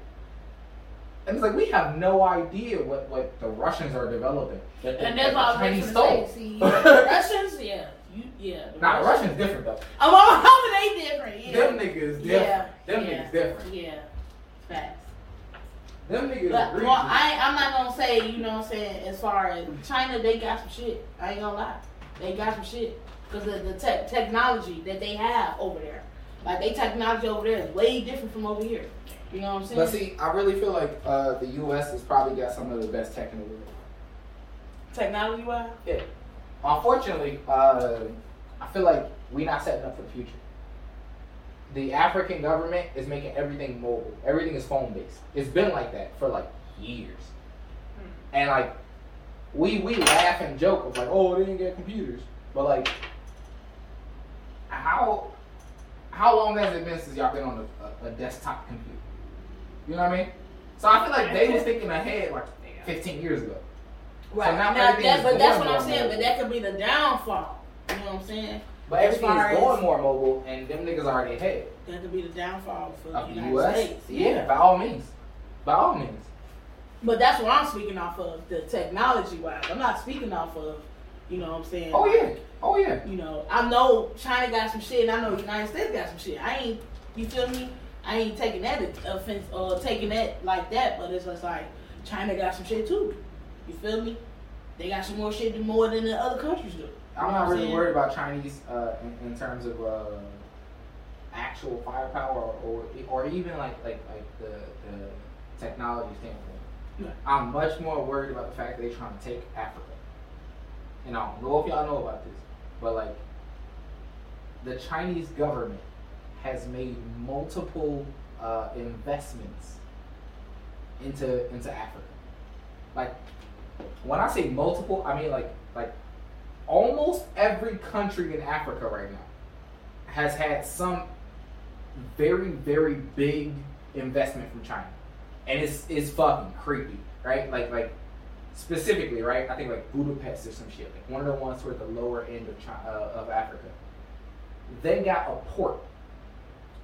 Speaker 4: And it's like we have no idea what, what the Russians are developing. that they-
Speaker 5: And that's
Speaker 4: that
Speaker 5: why I
Speaker 4: the
Speaker 5: was
Speaker 4: Chinese
Speaker 5: gonna
Speaker 4: stole.
Speaker 5: say, see, the Russians, yeah, you, yeah. the
Speaker 4: Nah, the Russians different though.
Speaker 5: Oh, well, how are they different? Yeah.
Speaker 4: Them niggas different.
Speaker 5: Yeah,
Speaker 4: Them
Speaker 5: yeah.
Speaker 4: niggas different.
Speaker 5: Yeah. Facts.
Speaker 4: Them niggas.
Speaker 5: But
Speaker 4: egregious.
Speaker 5: well, I, I'm not gonna say, you know what I'm saying, as far as China, they got some shit. I ain't gonna lie. They got some shit. Because of the tech technology that they have over there. Like, they technology over there is way different from over here. You know what I'm saying?
Speaker 4: But see, I really feel like uh, the U.S. has probably got some of the best tech in the world.
Speaker 5: technology wise?
Speaker 4: Unfortunately, uh, I feel like we're not setting up for the future. The African government is making everything mobile. Everything is phone based. It's been like that for like years. And like, we we laugh and joke of like, oh, they didn't get computers, but like, how how long has it been since y'all been on a, a, a desktop computer? You know what I mean? So I feel like they was thinking ahead like 15 years ago.
Speaker 5: Right.
Speaker 4: not
Speaker 5: now,
Speaker 4: everything
Speaker 5: that,
Speaker 4: is
Speaker 5: but that's
Speaker 4: going
Speaker 5: what I'm
Speaker 4: on
Speaker 5: saying.
Speaker 4: mobile.
Speaker 5: But that could be the downfall. You know what I'm saying?
Speaker 4: But everything
Speaker 5: far
Speaker 4: is
Speaker 5: as-
Speaker 4: going more mobile, and them niggas already ahead
Speaker 5: That could be the downfall for
Speaker 4: of
Speaker 5: the
Speaker 4: the
Speaker 5: United
Speaker 4: U.S.
Speaker 5: States.
Speaker 4: Yeah. by all means, by all means.
Speaker 5: But that's what I'm speaking off of the technology wise. I'm not speaking off of, you know what I'm saying?
Speaker 4: Oh yeah, oh yeah.
Speaker 5: You know, I know China got some shit, and I know the United States got some shit. I ain't, you feel me? I ain't taking that offense or taking that like that, but it's just like China got some shit too. You feel me? They got some more shit than more than the other countries do.
Speaker 4: I'm not really
Speaker 5: Yeah.
Speaker 4: worried about Chinese uh, in, in terms of uh, actual firepower or, or even like like like the, the technology standpoint.
Speaker 5: Yeah.
Speaker 4: I'm much more worried about the fact that they're trying to take Africa. And I don't know if y'all know about this, but like the Chinese government has made multiple uh, investments into into Africa. Like when I say multiple, I mean like like almost every country in Africa right now has had some very very big investment from China, and it's it's fucking creepy, right? Like like specifically, right? I think like Budapest or some shit, like one of the ones toward the lower end of China, uh, of Africa. They got a port.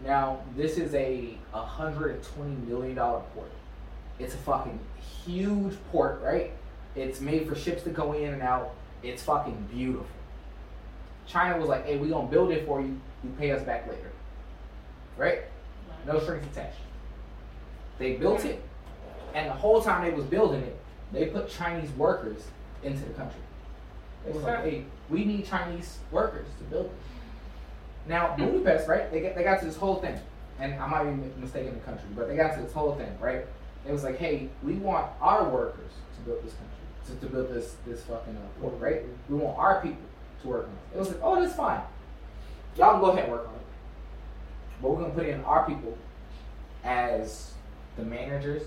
Speaker 4: Now this is a 120 million dollar port. It's a fucking huge port, right? It's made for ships to go in and out. It's fucking beautiful. China was like, hey, we gonna build it for you. You pay us back later. Right? No strings attached. They built it, and the whole time they was building it, they put Chinese workers into the country. They was like, hey, we need Chinese workers to build this. Now, Budapest, right? They got, they got to this whole thing, and I might be mistaken the country, but they got to this whole thing, right? It was like, hey, we want our workers to build this country, to, to build this this fucking uh, port, right? We want our people to work on it. It was like, oh, that's fine. Y'all can go ahead and work on it. But we're gonna put in our people as the managers,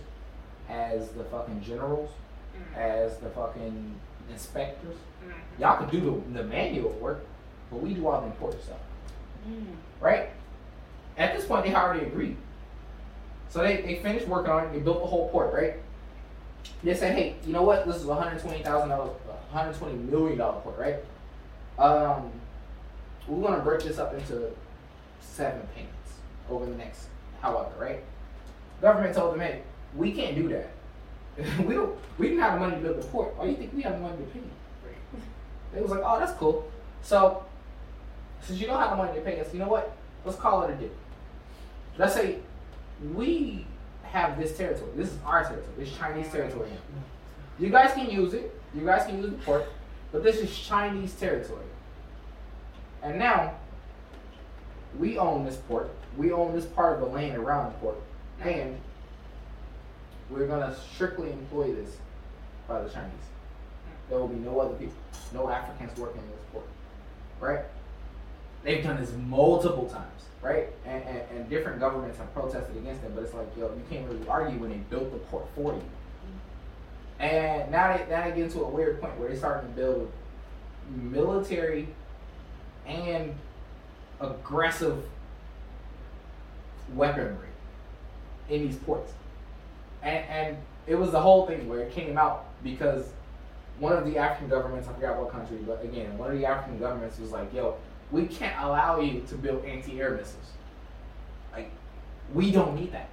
Speaker 4: as the fucking generals, as the fucking inspectors.
Speaker 3: Hmm,
Speaker 4: Y'all can do the, the manual work, but we do all the important stuff
Speaker 5: Mm.
Speaker 4: right? At this point, they already agreed. So they, they finished working on it. They built the whole port, right? They said, hey, you know what? This is $120,000, $120 million port, right? Um, we're going to break this up into seven payments over the next however, right? Government told them, hey, we can't do that. we don't. We didn't have the money to build the port. Why do you think we have the money to pay? you?" They was like, oh, that's cool. So since you don't have the money to pay us, you know what? Let's call it a deal. Let's say we have this territory. This is our territory. This is Chinese territory. You guys can use it. You guys can use the port, but this is Chinese territory. And now we own this port. We own this part of the land around the port, and we're gonna strictly employ this by the Chinese. There will be no other people, no Africans working in this port, right? they've done this multiple times, right? And, and, and different governments have protested against them, but it's like, yo, you can't really argue when they built the port for you. And now they now they get into a weird point where they're starting to build military and aggressive weaponry in these ports. And and it was the whole thing where it came out because one of the African governments, I forgot what country, but again, one of the African governments was like, yo, we can't allow you to build anti-air missiles. Like, we don't need that.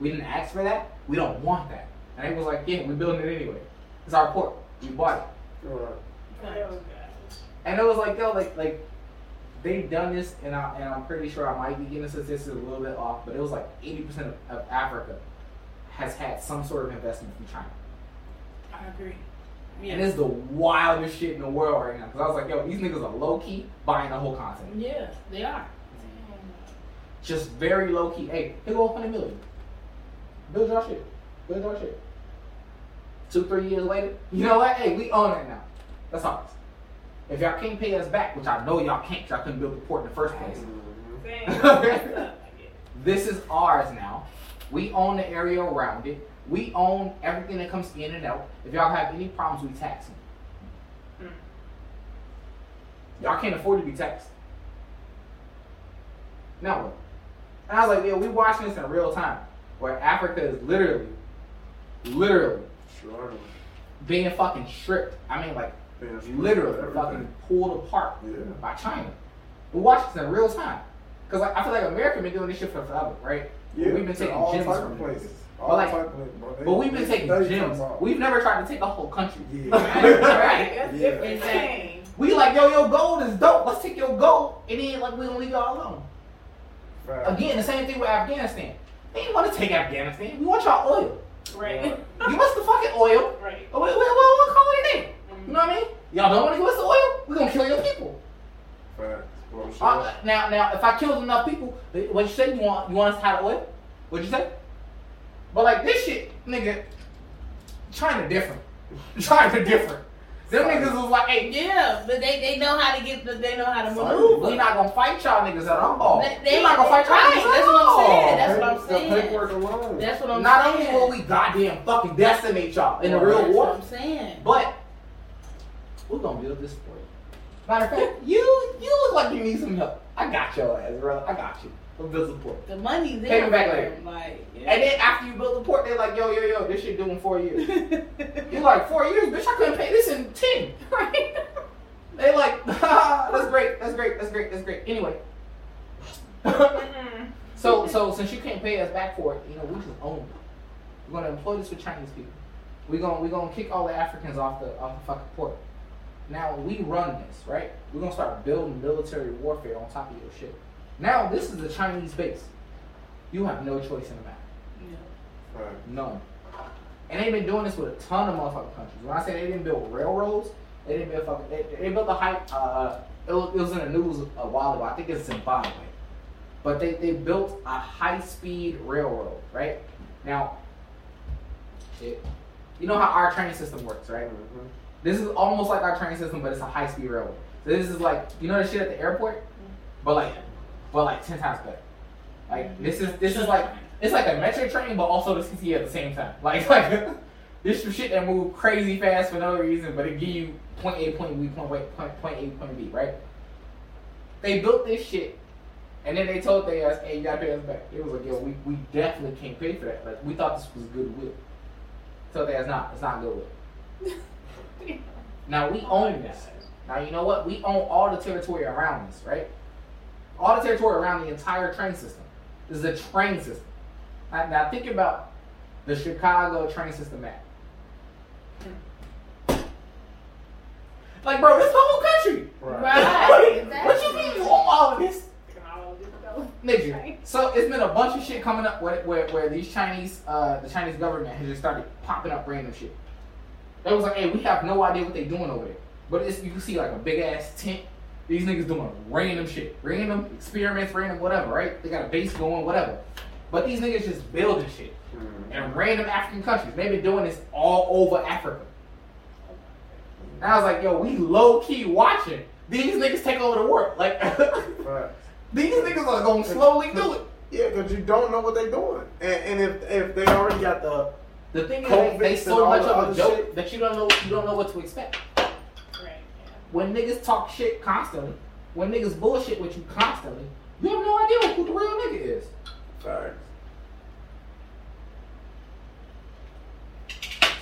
Speaker 4: We didn't ask for that. We don't want that. And they was like, yeah, we're building it anyway. It's our port. We bought it.
Speaker 2: Right.
Speaker 4: And it was like, yo, like, like they've done this, and I and I'm pretty sure I might be getting statistics a little bit off, but it was like 80% of, of Africa has had some sort of investment from China.
Speaker 5: I agree.
Speaker 4: And it's the wildest shit in the world right now. Cause I was like, yo, these niggas are low key buying the whole continent.
Speaker 5: Yeah, they are.
Speaker 4: Just very low key. Hey, here go 100 million. Build your shit. Build your shit. Two, three years later, you know what? Hey, we own it now. That's ours. If y'all can't pay us back, which I know y'all can't, y'all couldn't build the port in the first place.
Speaker 2: Mhm.
Speaker 3: Same. What's up?
Speaker 4: This is ours now. We own the area around it. We own everything that comes in and out. If y'all have any problems, we tax them.
Speaker 2: Hmm.
Speaker 4: Y'all can't afford to be taxed. Now what? And I was like, yeah, we watching this in real time, where Africa is literally, literally
Speaker 2: Sure.
Speaker 4: being fucking stripped. I mean, like
Speaker 2: Man,
Speaker 4: literally fucking
Speaker 2: everything.
Speaker 4: pulled apart
Speaker 2: Yeah.
Speaker 4: by China. We watched this in real time. Cause like I feel like America been doing this shit for forever, right?
Speaker 2: Yeah,
Speaker 4: we've been taking
Speaker 2: all
Speaker 4: gems
Speaker 2: type
Speaker 4: from
Speaker 2: of
Speaker 4: them.
Speaker 2: places.
Speaker 4: But
Speaker 2: All
Speaker 4: like-
Speaker 2: type of places, bro. They-
Speaker 4: But we've
Speaker 2: they-
Speaker 4: been taking
Speaker 2: they
Speaker 4: gems.
Speaker 2: talking about-
Speaker 4: We've never tried to take a whole country.
Speaker 2: Yeah.
Speaker 4: Right?
Speaker 3: That's
Speaker 2: Yeah.
Speaker 3: different.
Speaker 5: Insane.
Speaker 4: We like, yo, your gold is dope. Let's take your gold, and then like we gonna leave y'all alone.
Speaker 2: Facts.
Speaker 4: Again, the same thing with Afghanistan. They didn't want to take Afghanistan. We want y'all oil.
Speaker 3: Right.
Speaker 4: Give us the fucking oil. Oh,
Speaker 3: Right. Mm-hmm.
Speaker 4: Or we, we, we, we'll call it a day. You know what I mean? Y'all don't want to give us the oil? We're gonna kill your people.
Speaker 2: Facts. Well, shit.
Speaker 4: Uh, now, now, if I killed enough people, what you say? You want, you want us to hide the oil? What you say? But like this shit, nigga, China different. China different. Them niggas was like, hey,
Speaker 5: Yeah, but they, they know how to get the, they know how to maneuver.
Speaker 4: we not gonna fight y'all niggas at all.
Speaker 5: They-
Speaker 4: we
Speaker 5: they-
Speaker 4: not gonna fight y'all
Speaker 5: right,
Speaker 4: niggas
Speaker 5: that's
Speaker 4: at
Speaker 5: what I'm
Speaker 4: all.
Speaker 5: saying, that's what I'm
Speaker 2: The
Speaker 5: saying.
Speaker 2: paperwork alone.
Speaker 5: That's what I'm
Speaker 4: Not
Speaker 5: saying.
Speaker 4: only will we goddamn fucking decimate y'all in the real
Speaker 5: That's what
Speaker 4: war,
Speaker 5: I'm saying.
Speaker 4: but we're gonna build this for you. Matter of fact, you you look like you need some help. I got your ass, bro. I got you. We'll build support.
Speaker 5: the money's there.
Speaker 4: Pay them back later.
Speaker 5: Like,
Speaker 4: And then after you build the port, they're like, yo, yo, yo, this shit doing four years. You're like, four years, bitch, I couldn't pay this in ten.
Speaker 3: Right.
Speaker 4: They like, that's great, that's great, that's great, that's great. Anyway.
Speaker 3: Mm-mm.
Speaker 4: so so since you can't pay us back for it, you know, we just own it. We're gonna employ this with Chinese people. We're gonna we're gonna kick all the Africans off the off the fucking port. Now we run this, right? We're gonna start building military warfare on top of your shit. Now this is a Chinese base. You have no choice in the matter.
Speaker 2: Facts.
Speaker 4: None. And they've been doing this with a ton of motherfucking countries. When I say they didn't build railroads, they didn't build fucking. They, they built the hype. Uh, it was, it was in the news a while ago. I think it's Zimbabwe, but they they built a high speed railroad. Right now, shit. You know how our train system works, right?
Speaker 2: Mhm.
Speaker 4: This is almost like our train system, but it's a high speed railroad. So this is like you know the shit at the airport, but like, but like ten times better. Like this is this is like it's like a metro train, but also the CTA at the same time. Like like this some shit that move crazy fast for no reason, but it give you point A, point B, point wait, point point A, point B, right? They built this shit, and then they told they us, "Hey, you gotta pay us back." It was like, "Yo, we, we definitely can't pay for that." Like we thought this was goodwill. So they, it's not. It's not goodwill. Now we own this. Now you know what? We own all the territory around this, right? All the territory around the entire train system. This is a train system. Now, now think about the Chicago train system map. Like, bro, this the whole country.
Speaker 5: Right.
Speaker 4: What you mean you own all of this?
Speaker 3: Y'all just go.
Speaker 4: Nigga. So it's been a bunch of shit coming up where, where, where these Chinese, uh, the Chinese government has just started popping up random shit. They was like, hey, we have no idea what they doing over there. But it's, you can see like a big ass tent. These niggas doing random shit, random experiments, random whatever, right? They got a base going, whatever. But these niggas just building shit
Speaker 2: Mhm.
Speaker 4: in random African countries. They've been doing this all over Africa. And I was like, yo, we low key watching these niggas take over the world. Like,
Speaker 2: Facts.
Speaker 4: these niggas are gonna slowly do it.
Speaker 2: Yeah, because you don't know what they're doing, and, and if if they already got the
Speaker 4: The thing is, they, they
Speaker 2: Convicts
Speaker 4: so
Speaker 2: and
Speaker 4: much
Speaker 2: all the
Speaker 4: of a
Speaker 2: other
Speaker 4: joke
Speaker 2: shit.
Speaker 4: that you don't know you don't know what to expect.
Speaker 3: Right.
Speaker 4: When niggas talk shit constantly, when niggas bullshit with you constantly, you have no idea who the real nigga is.
Speaker 2: facts.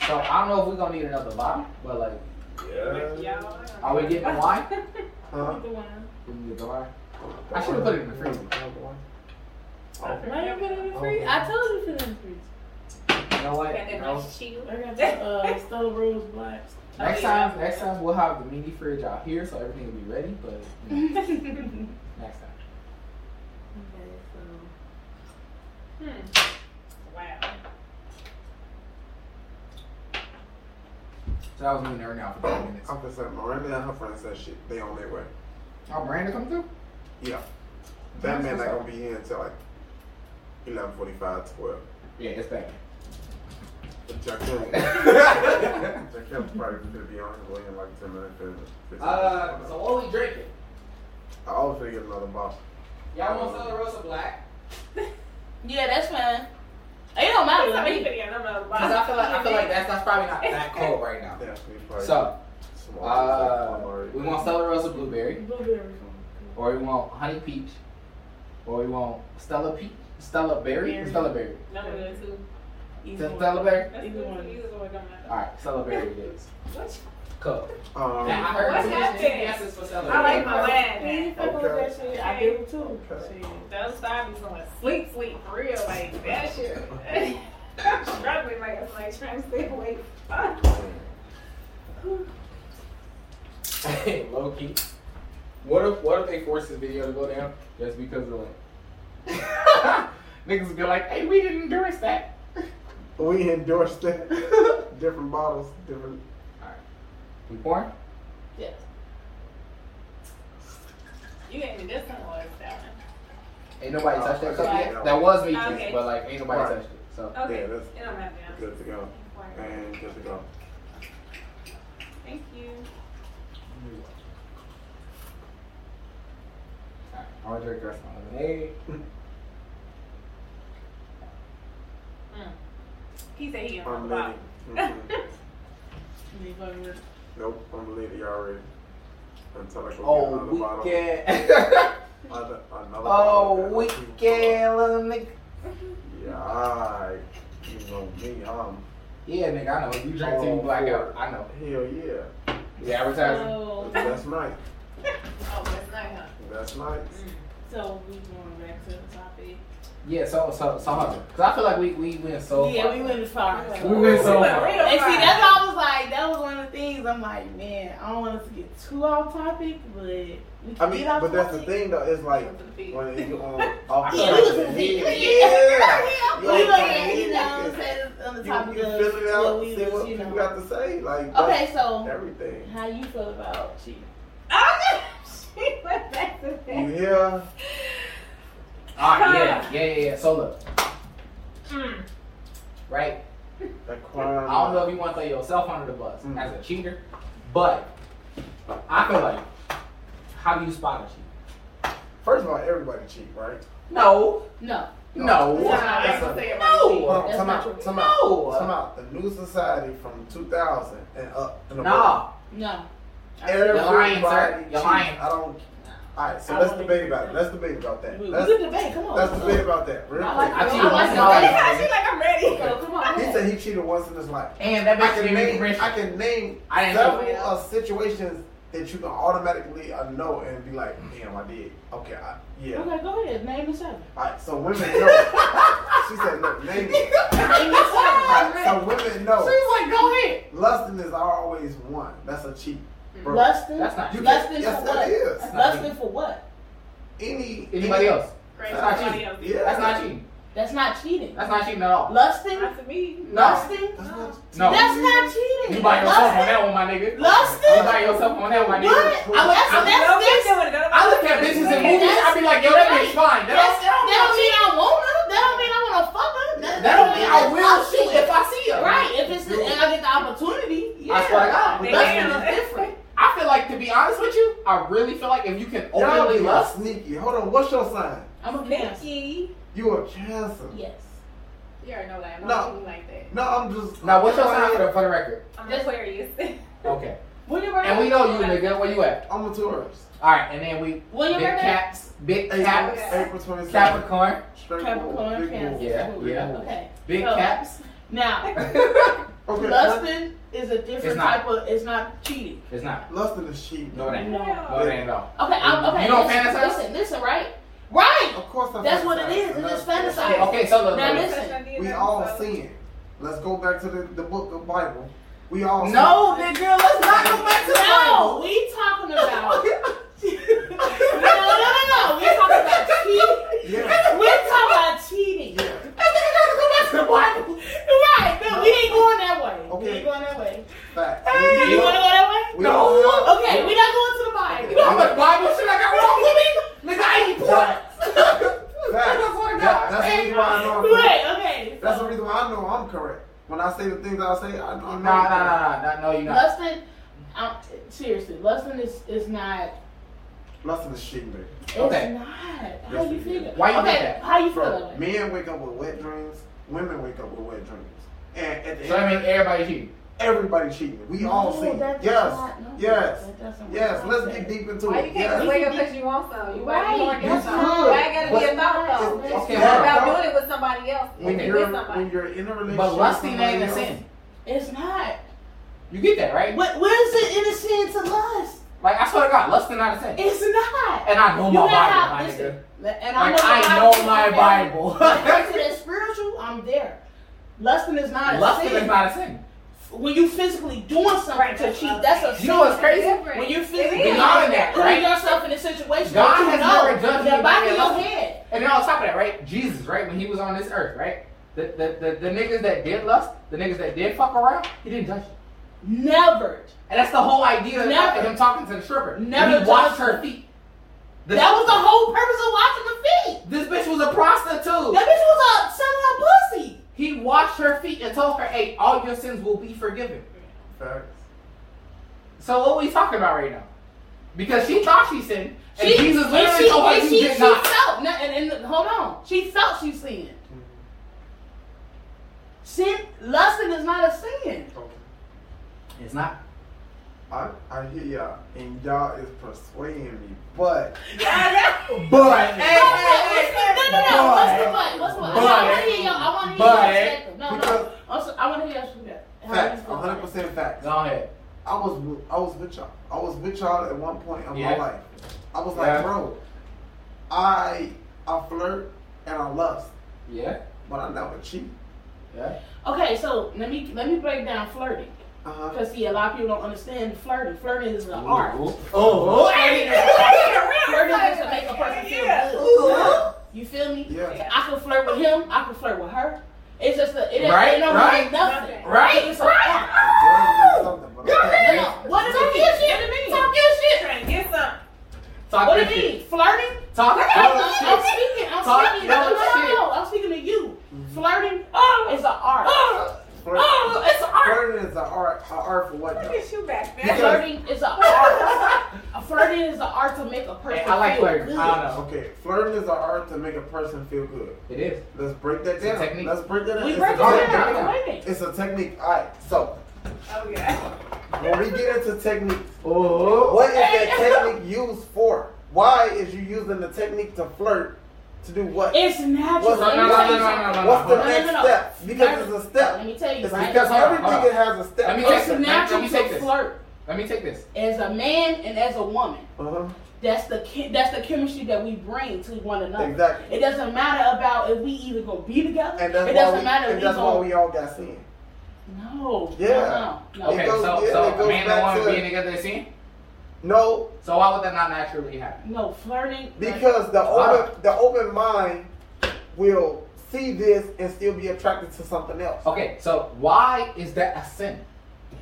Speaker 4: So I don't know if we're gonna need another bottle, but like,
Speaker 2: Yeah.
Speaker 3: Yeah.
Speaker 4: Uh, are we getting wine?
Speaker 2: Huh?
Speaker 3: The one.
Speaker 4: Can we get the wine? I should've put it in the freezer.
Speaker 2: Oh.
Speaker 5: Why you put it in the freezer? I told you to put it in the freezer.
Speaker 4: You know
Speaker 3: Got
Speaker 4: what?
Speaker 3: that
Speaker 4: No.
Speaker 3: nice shield.
Speaker 5: I got the uh, Stella Rose Black.
Speaker 4: Next
Speaker 3: Oh,
Speaker 4: time, next time we'll have the mini fridge out here, so everything will be ready. But you know, next time,
Speaker 3: Hmm. Wow.
Speaker 4: so that was me nerding out for ten minutes.
Speaker 2: I'm just saying, Miranda and her friends said shit. They on their way. Oh,
Speaker 4: Our brand come through.
Speaker 2: Yeah. That man
Speaker 4: Nice,
Speaker 2: not
Speaker 4: what's up?
Speaker 2: gonna be here until like 11:45, 12.
Speaker 4: Yeah, it's back.
Speaker 2: Jaquel, Jaquel's probably gonna be on his way in like 10 minutes. 15 minutes.
Speaker 4: Uh, so what we drinking?
Speaker 2: I always gonna get another bottle.
Speaker 4: Y'all want Stella Rosa Black?
Speaker 5: Yeah, that's fine. It don't matter
Speaker 3: That's
Speaker 5: to
Speaker 3: how you
Speaker 5: me.
Speaker 3: put it on the mother-
Speaker 4: Cause I feel like I feel like that's, that's probably not that cold right now.
Speaker 2: Yeah, we probably
Speaker 4: So,
Speaker 2: small, like,
Speaker 4: uh,
Speaker 2: already.
Speaker 4: we want Stella Rosa blueberry,
Speaker 5: Blueberry.
Speaker 4: or we want honey peach, or we want Stella peach, Stella berry, or Stella berry.
Speaker 3: Number two.
Speaker 5: Either
Speaker 4: To
Speaker 5: one.
Speaker 4: celebrate?
Speaker 3: That's
Speaker 5: Either one.
Speaker 3: good. Either one don't matter.
Speaker 4: Alright, celebrate it is.
Speaker 3: What?
Speaker 4: Cool.
Speaker 2: Um,
Speaker 3: What's happening?
Speaker 4: Yes, for celebrate.
Speaker 3: I like my
Speaker 5: Either
Speaker 3: wag.
Speaker 5: fuck with
Speaker 2: Okay.
Speaker 5: that shit, I give it too.
Speaker 2: Okay.
Speaker 5: Shit.
Speaker 3: Those side be going sleep, sleep for real. Like that shit. I'm struggling. Like I'm like trying to stay awake. Fuck.
Speaker 4: Hey, low key. What if what if they force this video to go down just because of like niggas would be like, hey, we didn't endorse that.
Speaker 2: we endorsed that.
Speaker 4: we
Speaker 2: Different bottles, different.
Speaker 4: porn?
Speaker 5: Yeah.
Speaker 3: You gave me this one was that
Speaker 4: Ain't nobody touched that cup yet.
Speaker 2: Okay.
Speaker 4: That was me, Keith,
Speaker 3: Oh, Okay.
Speaker 4: but like ain't nobody
Speaker 2: Right.
Speaker 4: touched it. So
Speaker 3: one. Okay.
Speaker 2: Yeah,
Speaker 3: it
Speaker 2: that's-
Speaker 3: don't matter now.
Speaker 2: Good to go. And good to go.
Speaker 3: Thank you.
Speaker 4: alright, I'll drink the rest of my lemonade.
Speaker 3: He said he didn't
Speaker 2: I'm
Speaker 3: want
Speaker 2: leaving. Mhm.
Speaker 5: You fucking with-
Speaker 2: Nope, I'm leaving y'all already. Until I go get
Speaker 4: Oh
Speaker 2: another bottle.
Speaker 4: weekend.
Speaker 2: Other, another
Speaker 4: oh
Speaker 2: bottle.
Speaker 4: weekend, little nigga.
Speaker 2: Yeah, I, you know me, um,
Speaker 4: Yeah, nigga, I know. You drink till
Speaker 2: Oh,
Speaker 4: you black out. I know.
Speaker 2: hell yeah.
Speaker 4: The advertising.
Speaker 5: So,
Speaker 2: That's nice.
Speaker 3: Oh, that's not him.
Speaker 2: That's nice.
Speaker 5: so we going back to the topic.
Speaker 4: Yeah, so so so hard. Cause I feel like we we went so
Speaker 5: yeah,
Speaker 4: far.
Speaker 5: we went far.
Speaker 3: We
Speaker 4: We went so
Speaker 3: went
Speaker 4: far.
Speaker 3: real
Speaker 5: And see,
Speaker 3: far.
Speaker 5: that's why I was like, that was one of the things. I'm like, man, I don't want us to get too off topic, but we can
Speaker 2: I mean,
Speaker 5: get off
Speaker 2: but that's the
Speaker 5: topic.
Speaker 2: thing though. It's like when you on off the
Speaker 5: Yeah,
Speaker 2: top
Speaker 5: we was
Speaker 2: of the
Speaker 5: in
Speaker 2: head.
Speaker 5: yeah.
Speaker 2: You
Speaker 5: We
Speaker 2: know
Speaker 5: look
Speaker 2: what I'm
Speaker 5: at,
Speaker 2: saying?
Speaker 5: you know what I'm saying, on the
Speaker 2: You,
Speaker 5: topic
Speaker 2: you
Speaker 5: of
Speaker 2: feel it out,
Speaker 5: what we
Speaker 2: see what
Speaker 5: was, you
Speaker 2: people
Speaker 5: know.
Speaker 2: got to say, like
Speaker 5: Okay, so
Speaker 2: that's everything.
Speaker 5: How you feel about cheating?
Speaker 3: Oh, she went back to
Speaker 2: You
Speaker 3: that.
Speaker 2: hear?
Speaker 4: Alright, Ah, yeah, yeah, yeah, yeah. So look,
Speaker 3: Mm.
Speaker 4: right?
Speaker 2: That crime.
Speaker 4: I don't know if you want to throw yourself under the bus
Speaker 2: Mhm.
Speaker 4: as a cheater, but I feel like how do you spot a cheater?
Speaker 2: First of all, everybody cheat, right?
Speaker 4: No,
Speaker 5: No.
Speaker 4: no,
Speaker 5: Nah, I ain't
Speaker 4: no,
Speaker 5: gonna
Speaker 3: say it
Speaker 2: Well,
Speaker 5: That's
Speaker 2: come
Speaker 5: not
Speaker 2: out,
Speaker 5: true.
Speaker 2: come out, come
Speaker 4: no.
Speaker 2: out. The new society from 2000 and up. And above.
Speaker 4: Nah,
Speaker 5: No.
Speaker 2: Everybody
Speaker 4: You're lying, sir.
Speaker 2: cheats.
Speaker 4: You're lying.
Speaker 2: I don't. All right, so
Speaker 5: I
Speaker 2: let's
Speaker 5: don't
Speaker 2: debate
Speaker 5: think-
Speaker 2: about it. Let's debate about that.
Speaker 5: We
Speaker 2: Let's
Speaker 5: could debate. Come on.
Speaker 2: let's debate about that. Real
Speaker 5: I
Speaker 2: quick.
Speaker 5: like
Speaker 4: I
Speaker 5: I
Speaker 4: cheated once
Speaker 5: like
Speaker 4: in
Speaker 5: the
Speaker 4: my
Speaker 5: way-
Speaker 4: life.
Speaker 3: She's like, I'm ready.
Speaker 5: So, come on.
Speaker 2: He said he cheated once in his life.
Speaker 4: and
Speaker 2: I
Speaker 4: that bitch
Speaker 2: can
Speaker 4: didn't even
Speaker 2: name,
Speaker 4: bring
Speaker 2: I
Speaker 4: shit.
Speaker 2: can name
Speaker 4: I didn't
Speaker 2: several
Speaker 4: cheat.
Speaker 2: uh, situations that you can automatically uh, know and be like, damn, I did. Okay, I, yeah.
Speaker 5: Okay, go ahead. Name the seven.
Speaker 2: All right, so women know. she said, look, name it.
Speaker 5: Name the
Speaker 2: All
Speaker 5: seven.
Speaker 2: right, so women know.
Speaker 5: was like, go ahead.
Speaker 2: Lusting is always one. That's a cheat. Bro,
Speaker 5: Lusting?
Speaker 4: That's not
Speaker 2: You
Speaker 4: you.
Speaker 2: can-
Speaker 5: Lusting
Speaker 2: yes,
Speaker 5: for
Speaker 2: that
Speaker 5: what?
Speaker 2: is.
Speaker 4: That's not
Speaker 5: Lusting for what?
Speaker 2: Any
Speaker 4: Anybody
Speaker 2: any-
Speaker 4: else?
Speaker 3: Great,
Speaker 2: That's not
Speaker 3: somebody
Speaker 4: cheating.
Speaker 3: else.
Speaker 2: Yeah.
Speaker 4: That's not cheating.
Speaker 5: That's not cheating.
Speaker 4: That's not cheating at all.
Speaker 5: Lusting?
Speaker 3: Not to me.
Speaker 4: No,
Speaker 5: Lusting?
Speaker 2: That's not,
Speaker 4: No.
Speaker 5: That's not cheating.
Speaker 4: you by yourself on
Speaker 5: Lusting?
Speaker 4: that one, my nigga. You
Speaker 5: Lusting?
Speaker 4: by yourself on that, my nigga.
Speaker 5: What? I- that's-
Speaker 4: I'm-
Speaker 5: that's-
Speaker 3: Nobody
Speaker 5: that's-
Speaker 3: doing it. Nobody
Speaker 4: I look at bitches in
Speaker 3: doing it.
Speaker 4: movies. I be like, yo, that bitch fine. That
Speaker 5: That's-
Speaker 4: don't,
Speaker 5: That don't mean I want her. That don't mean I want to fuck her. That,
Speaker 4: that don't mean I will
Speaker 5: fuck
Speaker 4: shoot
Speaker 5: her.
Speaker 4: if I see her.
Speaker 5: Right, if it's the, and I get the opportunity, yeah.
Speaker 4: I swear to God.
Speaker 3: They
Speaker 5: Lusting
Speaker 3: can.
Speaker 5: is different.
Speaker 4: I feel like, to be honest with you, I really feel like if you can
Speaker 2: Y'all
Speaker 4: openly
Speaker 2: be
Speaker 4: lust,
Speaker 2: sneaky. Hold on, what's your sign?
Speaker 5: I'm a cancer.
Speaker 3: Nikki.
Speaker 2: You a cancer.
Speaker 5: Yes.
Speaker 3: You already know that.
Speaker 2: No.
Speaker 3: I'm not cheating like that.
Speaker 2: No, I'm just.
Speaker 4: now what's your sign for the, for the record?
Speaker 3: I'm
Speaker 5: Just-
Speaker 3: Aquarius.
Speaker 4: Okay.
Speaker 5: William
Speaker 4: And we know you, nigga. Where you at?
Speaker 2: I'm a Taurus.
Speaker 4: All right, and then we big
Speaker 5: William Burbank.
Speaker 4: caps, big
Speaker 2: April,
Speaker 4: caps,
Speaker 2: April 27th.
Speaker 4: Capricorn,
Speaker 2: Straight
Speaker 5: Capricorn,
Speaker 2: move, big move,
Speaker 5: Cancer.
Speaker 4: Yeah,
Speaker 2: big
Speaker 4: yeah.
Speaker 2: move.
Speaker 5: Okay.
Speaker 4: big
Speaker 5: So-
Speaker 4: caps.
Speaker 5: Now,
Speaker 2: Okay,
Speaker 5: lusting is a different
Speaker 4: It's not.
Speaker 5: type of. It's not cheating.
Speaker 4: It's not.
Speaker 2: Lusting is cheating.
Speaker 4: No, it ain't.
Speaker 3: No.
Speaker 4: No, it ain't at all.
Speaker 5: Okay. I'm, okay.
Speaker 4: You don't
Speaker 5: listen,
Speaker 4: fantasize?
Speaker 5: Listen. Listen. Right. Right.
Speaker 2: Of course I
Speaker 5: That's what
Speaker 2: fantasize.
Speaker 5: it is. It's just fantasize.
Speaker 4: Okay, so look.
Speaker 5: Now
Speaker 4: look.
Speaker 5: listen.
Speaker 2: We all sin. Let's go back to the, the book of Bible. We all
Speaker 4: No, nigga, let's not go back to the
Speaker 5: No,
Speaker 4: Bible.
Speaker 5: we talking about. no, no, no, no. We talking about cheating.
Speaker 2: sin. Yeah.
Speaker 5: We talking about cheating.
Speaker 2: yeah.
Speaker 4: That nigga gotta go back to the Bible.
Speaker 5: Right. No, we ain't going that way. We
Speaker 2: Okay.
Speaker 5: ain't going that way.
Speaker 2: Fact.
Speaker 5: You want to go that way?
Speaker 2: We-
Speaker 4: No.
Speaker 5: Okay. We not going to the Bible.
Speaker 4: You know how much Bible shit I got wrong with me? Nigga, I ain't poor.
Speaker 2: Fact.
Speaker 4: I swear
Speaker 2: That-
Speaker 4: to God.
Speaker 2: that's the reason why I know I'm correct.
Speaker 5: Right. Okay.
Speaker 2: That's the reason why I know I'm correct. When I say the things I say, I know
Speaker 4: Nah,
Speaker 2: I'm
Speaker 4: nah, nah, nah, nah, no, you not.
Speaker 5: Lusting, um, seriously, lusting is, is not.
Speaker 2: Lusting is cheating, baby.
Speaker 5: It's
Speaker 4: Okay.
Speaker 5: not. How
Speaker 2: Yes,
Speaker 5: you
Speaker 2: it
Speaker 5: feel?
Speaker 2: is.
Speaker 4: Why you
Speaker 5: okay,
Speaker 4: did that?
Speaker 5: How you feel?
Speaker 2: Bro,
Speaker 5: about it?
Speaker 2: men wake up with wet dreams. Women wake up with wet dreams. And at the
Speaker 4: So that
Speaker 2: end,
Speaker 4: means everybody cheating.
Speaker 2: everybody cheating. We all see. it.
Speaker 5: that's
Speaker 2: Yes.
Speaker 5: not- no,
Speaker 2: yes,
Speaker 5: that doesn't
Speaker 2: Yes,
Speaker 5: work
Speaker 2: let's
Speaker 5: like that.
Speaker 2: get deep into
Speaker 3: Why you
Speaker 2: it.
Speaker 3: can't
Speaker 2: Yes.
Speaker 3: just wake up because you want some? You right.
Speaker 5: Right,
Speaker 3: want to
Speaker 5: that's
Speaker 3: get some.
Speaker 5: good.
Speaker 3: Why it gotta be
Speaker 2: But-
Speaker 3: about though?
Speaker 2: It's-
Speaker 5: It's
Speaker 2: okay,
Speaker 3: It's about
Speaker 2: but-
Speaker 3: doing it with somebody else.
Speaker 2: when
Speaker 3: With
Speaker 2: you're
Speaker 3: somebody.
Speaker 2: when you're in a relationship,
Speaker 4: But lusting
Speaker 2: with
Speaker 4: ain't a
Speaker 2: somebody
Speaker 4: sin.
Speaker 5: It's not.
Speaker 4: You get that, right?
Speaker 5: What? Where's the innocent to lust?
Speaker 4: Like I swear to God, lusting not a sin.
Speaker 5: It's not.
Speaker 4: And I know
Speaker 5: You
Speaker 4: my
Speaker 5: gotta
Speaker 4: Bible,
Speaker 5: have-
Speaker 4: my
Speaker 5: listen,
Speaker 4: nigga.
Speaker 5: Le- And I
Speaker 4: Like
Speaker 5: know,
Speaker 4: I
Speaker 5: the
Speaker 4: know my
Speaker 5: I'm there.
Speaker 4: Bible.
Speaker 5: When it comes to that spiritual, I'm there. Lusting is not a
Speaker 4: Lusting
Speaker 5: sin.
Speaker 4: is not a sin.
Speaker 5: when you physically doing something
Speaker 3: Right,
Speaker 5: to
Speaker 3: that's
Speaker 5: cheat,
Speaker 3: not-
Speaker 5: that's a
Speaker 4: You
Speaker 5: sin.
Speaker 4: know what's crazy?
Speaker 3: Different.
Speaker 5: When you
Speaker 3: It
Speaker 5: physically
Speaker 3: is.
Speaker 4: Beyond that,
Speaker 5: putting
Speaker 4: right?
Speaker 5: yourself in a situation,
Speaker 4: God
Speaker 5: that you
Speaker 4: has
Speaker 5: know,
Speaker 4: never judged
Speaker 5: the
Speaker 4: me
Speaker 5: back of
Speaker 4: by
Speaker 5: your head.
Speaker 4: And then on top of that, right? Jesus, right? When he was on this earth, right? The the, the, the niggas that did lust, the niggas that did fuck around, he didn't judge them.
Speaker 5: Never.
Speaker 4: And that's the whole idea
Speaker 5: Never.
Speaker 4: of him talking to the stripper.
Speaker 5: Never
Speaker 4: he washed
Speaker 5: judged
Speaker 4: her feet. The-
Speaker 5: That was the whole purpose of watching the feet.
Speaker 4: This bitch was a prostitute.
Speaker 5: That bitch was a selling her pussy.
Speaker 4: He washed her feet and told her, hey, all your sins will be forgiven.
Speaker 2: else. Facts.
Speaker 4: So what we talking about right now? Because she thought she sinned, and
Speaker 5: She,
Speaker 4: Jesus
Speaker 5: and
Speaker 4: literally
Speaker 5: she,
Speaker 4: told her
Speaker 5: and
Speaker 4: you
Speaker 5: she,
Speaker 4: did
Speaker 5: she
Speaker 4: not.
Speaker 5: felt. no, And, and hold on, she felt she sinned.
Speaker 2: Mm-hmm.
Speaker 5: Sin, lusting is not a sin.
Speaker 2: Okay.
Speaker 4: It's not.
Speaker 2: I, I hear y'all, and y'all is persuading me, but but
Speaker 4: But
Speaker 5: No, no, no, no. What's the but? What's the but? I want
Speaker 4: But-
Speaker 5: to hear your. I want to hear
Speaker 4: but-
Speaker 5: your perspective. No,
Speaker 2: because
Speaker 5: no. Also, I want to hear your perspective. How you
Speaker 2: facts,
Speaker 5: feel about
Speaker 2: hundred percent facts.
Speaker 4: go ahead.
Speaker 2: I was with- I was with y'all. I was with y'all at one point in
Speaker 4: Yeah.
Speaker 2: my life. I was
Speaker 4: Yeah.
Speaker 2: like, bro, I I flirt and I lust,
Speaker 4: Yeah,
Speaker 2: but I never cheat.
Speaker 4: yeah.
Speaker 5: it? Okay, so let me let me break down flirting
Speaker 2: Uh
Speaker 4: Uh-huh.
Speaker 2: huh.
Speaker 5: because see, a lot of people don't understand flirting. Flirting is an art.
Speaker 4: Ooh. Oh,
Speaker 5: Flirting is to make a person feel
Speaker 3: Yeah.
Speaker 5: good. You feel me?
Speaker 2: Yeah.
Speaker 5: I can flirt with him. I can flirt with her. It's just a it ain't,
Speaker 4: Right,
Speaker 5: it don't
Speaker 4: right,
Speaker 5: mean nothing.
Speaker 4: right,
Speaker 5: It's an art.
Speaker 2: I did something, but I can't
Speaker 5: No,
Speaker 2: do
Speaker 5: no.
Speaker 2: it.
Speaker 5: What does it mean? What it mean? Talk your shit.
Speaker 3: Trying to get some.
Speaker 4: Talk
Speaker 5: What
Speaker 4: your
Speaker 5: it mean?
Speaker 4: shit.
Speaker 5: Flirting?
Speaker 4: Talk
Speaker 5: I'm,
Speaker 4: your
Speaker 5: I'm
Speaker 4: shit.
Speaker 5: speaking. I'm
Speaker 4: Talk Mm-hmm.
Speaker 5: speaking.
Speaker 4: your
Speaker 5: No, no,
Speaker 4: shit.
Speaker 5: no, I'm speaking to you.
Speaker 2: Mhm.
Speaker 5: Flirting
Speaker 3: Oh,
Speaker 5: is an art.
Speaker 3: oh,
Speaker 2: Flirt,
Speaker 3: oh, it's art.
Speaker 2: flirting is an art, an art for what?
Speaker 3: Look
Speaker 2: though?
Speaker 3: at you back
Speaker 2: Yeah.
Speaker 3: there.
Speaker 5: Flirting is an art. A flirting is an art to make a person
Speaker 4: Hey, I like
Speaker 5: feel
Speaker 4: flirting.
Speaker 5: good.
Speaker 4: I don't know.
Speaker 2: Okay, flirting is an art to make a person feel good.
Speaker 4: It is.
Speaker 2: Let's break that
Speaker 4: It's a
Speaker 2: down.
Speaker 4: technique.
Speaker 2: Let's break that down.
Speaker 5: We
Speaker 2: It's
Speaker 5: break
Speaker 2: a
Speaker 5: it
Speaker 4: art.
Speaker 2: technique.
Speaker 5: down. Wait a minute.
Speaker 2: It's a technique. All right, so
Speaker 3: Oh yeah.
Speaker 2: when we get into techniques,
Speaker 4: Oh.
Speaker 2: what is that technique used for? Why is you using the technique to flirt to do what?
Speaker 5: It's natural.
Speaker 2: What's
Speaker 4: No,
Speaker 5: Let
Speaker 4: no,
Speaker 5: me
Speaker 4: no,
Speaker 5: tell
Speaker 4: no,
Speaker 5: you
Speaker 4: no,
Speaker 5: something.
Speaker 4: no,
Speaker 2: What's
Speaker 4: no,
Speaker 2: the
Speaker 4: no.
Speaker 5: no,
Speaker 2: next
Speaker 5: no, no.
Speaker 2: step? Because it's a
Speaker 5: Let
Speaker 2: step.
Speaker 5: me tell you,
Speaker 2: It's
Speaker 5: right?
Speaker 2: because
Speaker 4: Hold on, hold
Speaker 2: everything
Speaker 4: on.
Speaker 2: it has a step.
Speaker 4: Let me take
Speaker 5: It's
Speaker 4: this. Let
Speaker 5: natural
Speaker 4: me take
Speaker 5: to
Speaker 4: this.
Speaker 5: flirt
Speaker 4: Let me take this.
Speaker 5: as a man and as a woman.
Speaker 2: Uh-huh.
Speaker 5: That's the chem- that's the chemistry that we bring to one another.
Speaker 2: Exactly.
Speaker 5: It doesn't matter about if we even gonna be together.
Speaker 2: And that's
Speaker 5: it
Speaker 2: why
Speaker 5: doesn't
Speaker 2: we,
Speaker 5: matter if
Speaker 2: and
Speaker 5: we
Speaker 2: that's why
Speaker 5: gonna.
Speaker 2: we all got sin.
Speaker 5: No.
Speaker 2: Yeah.
Speaker 5: No. no, no.
Speaker 4: Okay,
Speaker 2: goes-
Speaker 4: so
Speaker 2: yeah, it
Speaker 4: so a
Speaker 2: goes
Speaker 4: man and
Speaker 2: back
Speaker 4: a woman
Speaker 2: to-
Speaker 4: being together is sin.
Speaker 2: No,
Speaker 4: So why would that not naturally happen?
Speaker 5: No flirting.
Speaker 2: because the
Speaker 4: Why?
Speaker 2: open the open mind will see this and still be attracted to something else.
Speaker 4: Okay, so why is that a sin?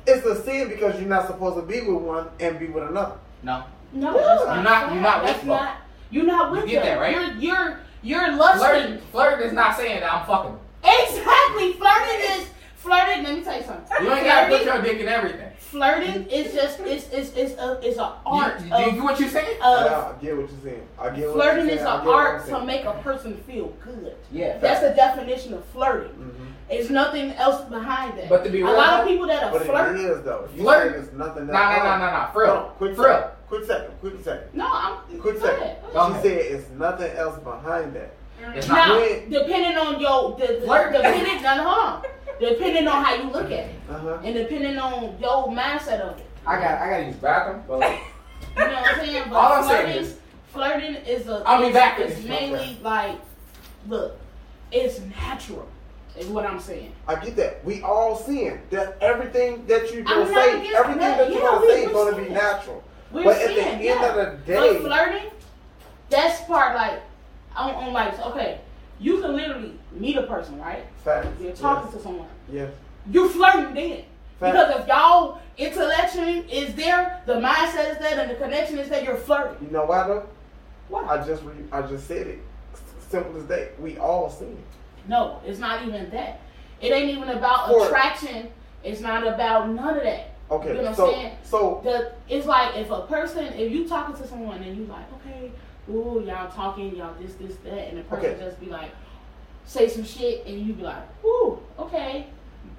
Speaker 2: It's a sin because you're not supposed to be with one and be with another.
Speaker 4: No.
Speaker 5: no, that's
Speaker 4: You're
Speaker 5: not.
Speaker 4: not- you're not
Speaker 5: that's
Speaker 4: with
Speaker 5: not. You're not with
Speaker 4: You get
Speaker 5: them.
Speaker 4: that, right?
Speaker 5: You're you're you're lusting.
Speaker 4: Flirting, flirting is not saying that I'm fucking.
Speaker 5: Exactly. Flirting is flirting. Let me tell you something.
Speaker 4: You ain't gotta put your dick in everything.
Speaker 5: Flirting is just it's it's it's a it's an
Speaker 4: You,
Speaker 5: art
Speaker 4: you,
Speaker 5: of,
Speaker 4: you, what you saying?
Speaker 5: of
Speaker 2: I get what you're saying. I get what
Speaker 5: Uh, flirting
Speaker 2: you're
Speaker 5: is
Speaker 2: saying.
Speaker 5: an
Speaker 2: I get what you're
Speaker 5: art to
Speaker 2: saying.
Speaker 5: make a person feel good.
Speaker 4: Yeah.
Speaker 5: That's the definition of flirting.
Speaker 2: Mhm.
Speaker 5: There's nothing else behind that.
Speaker 4: But to be
Speaker 5: a
Speaker 4: real,
Speaker 5: lot of people that are
Speaker 2: But
Speaker 5: flirting.
Speaker 2: it is though. You
Speaker 4: Flirt?
Speaker 2: think it's nothing
Speaker 4: No,
Speaker 2: that
Speaker 4: no, no, no, no. For
Speaker 2: Hold
Speaker 4: real.
Speaker 2: on, Oh, quick
Speaker 4: For real.
Speaker 2: second. Quick second. Quick second.
Speaker 5: No, I'm
Speaker 2: Quick
Speaker 5: go
Speaker 2: second.
Speaker 5: ahead.
Speaker 4: Go
Speaker 2: she
Speaker 4: ahead.
Speaker 2: said it's nothing else behind that.
Speaker 4: It's not.
Speaker 5: Now,
Speaker 2: When-
Speaker 5: depending on your the, the,
Speaker 4: Flirt.
Speaker 5: depending no, no, hold on. Depending on how you look at it,
Speaker 2: Uh huh.
Speaker 5: and depending on your mindset of it.
Speaker 4: I got, I gotta use bathroom. But like,
Speaker 5: You know what I'm saying? But
Speaker 4: All I'm saying
Speaker 5: flirting,
Speaker 4: is-
Speaker 5: flirting is a.
Speaker 4: I'll be
Speaker 5: is-
Speaker 4: back in
Speaker 5: It's
Speaker 4: this
Speaker 5: mainly like, look, it's natural. Is what I'm saying.
Speaker 2: I get that. We all sin. That everything that you gonna
Speaker 5: I'm not
Speaker 2: say,
Speaker 5: against
Speaker 2: everything
Speaker 5: that.
Speaker 2: that you're
Speaker 5: Yeah,
Speaker 2: gonna
Speaker 5: we-
Speaker 2: say, is
Speaker 5: we
Speaker 2: gonna
Speaker 5: sin.
Speaker 2: be natural.
Speaker 5: We're
Speaker 2: but
Speaker 5: seeing,
Speaker 2: at the
Speaker 5: yeah.
Speaker 2: end of the
Speaker 5: But
Speaker 2: day,
Speaker 5: flirting, that's part like, on, on like, okay, you can literally meet a person, right?
Speaker 2: facts.
Speaker 5: You're talking to someone.
Speaker 2: Yes.
Speaker 5: You flirting then.
Speaker 2: Fact.
Speaker 5: Because if y'all intellection is there, the mindset is there, and the connection is there, you're flirting.
Speaker 2: You know why though?
Speaker 5: Why?
Speaker 2: I just re- I just said it. S- Simple as that. We all sin.
Speaker 5: No, it's not even that. It ain't even about
Speaker 2: Or-
Speaker 5: attraction. It's not about none of that.
Speaker 2: Okay.
Speaker 5: You know what I'm
Speaker 2: so
Speaker 5: saying?
Speaker 2: so
Speaker 5: The it's like if a person, if you talking to someone and you like, okay, ooh, y'all talking, y'all this, this, that, and the person
Speaker 2: Okay.
Speaker 5: just be like, say some shit, and you be like, ooh, okay,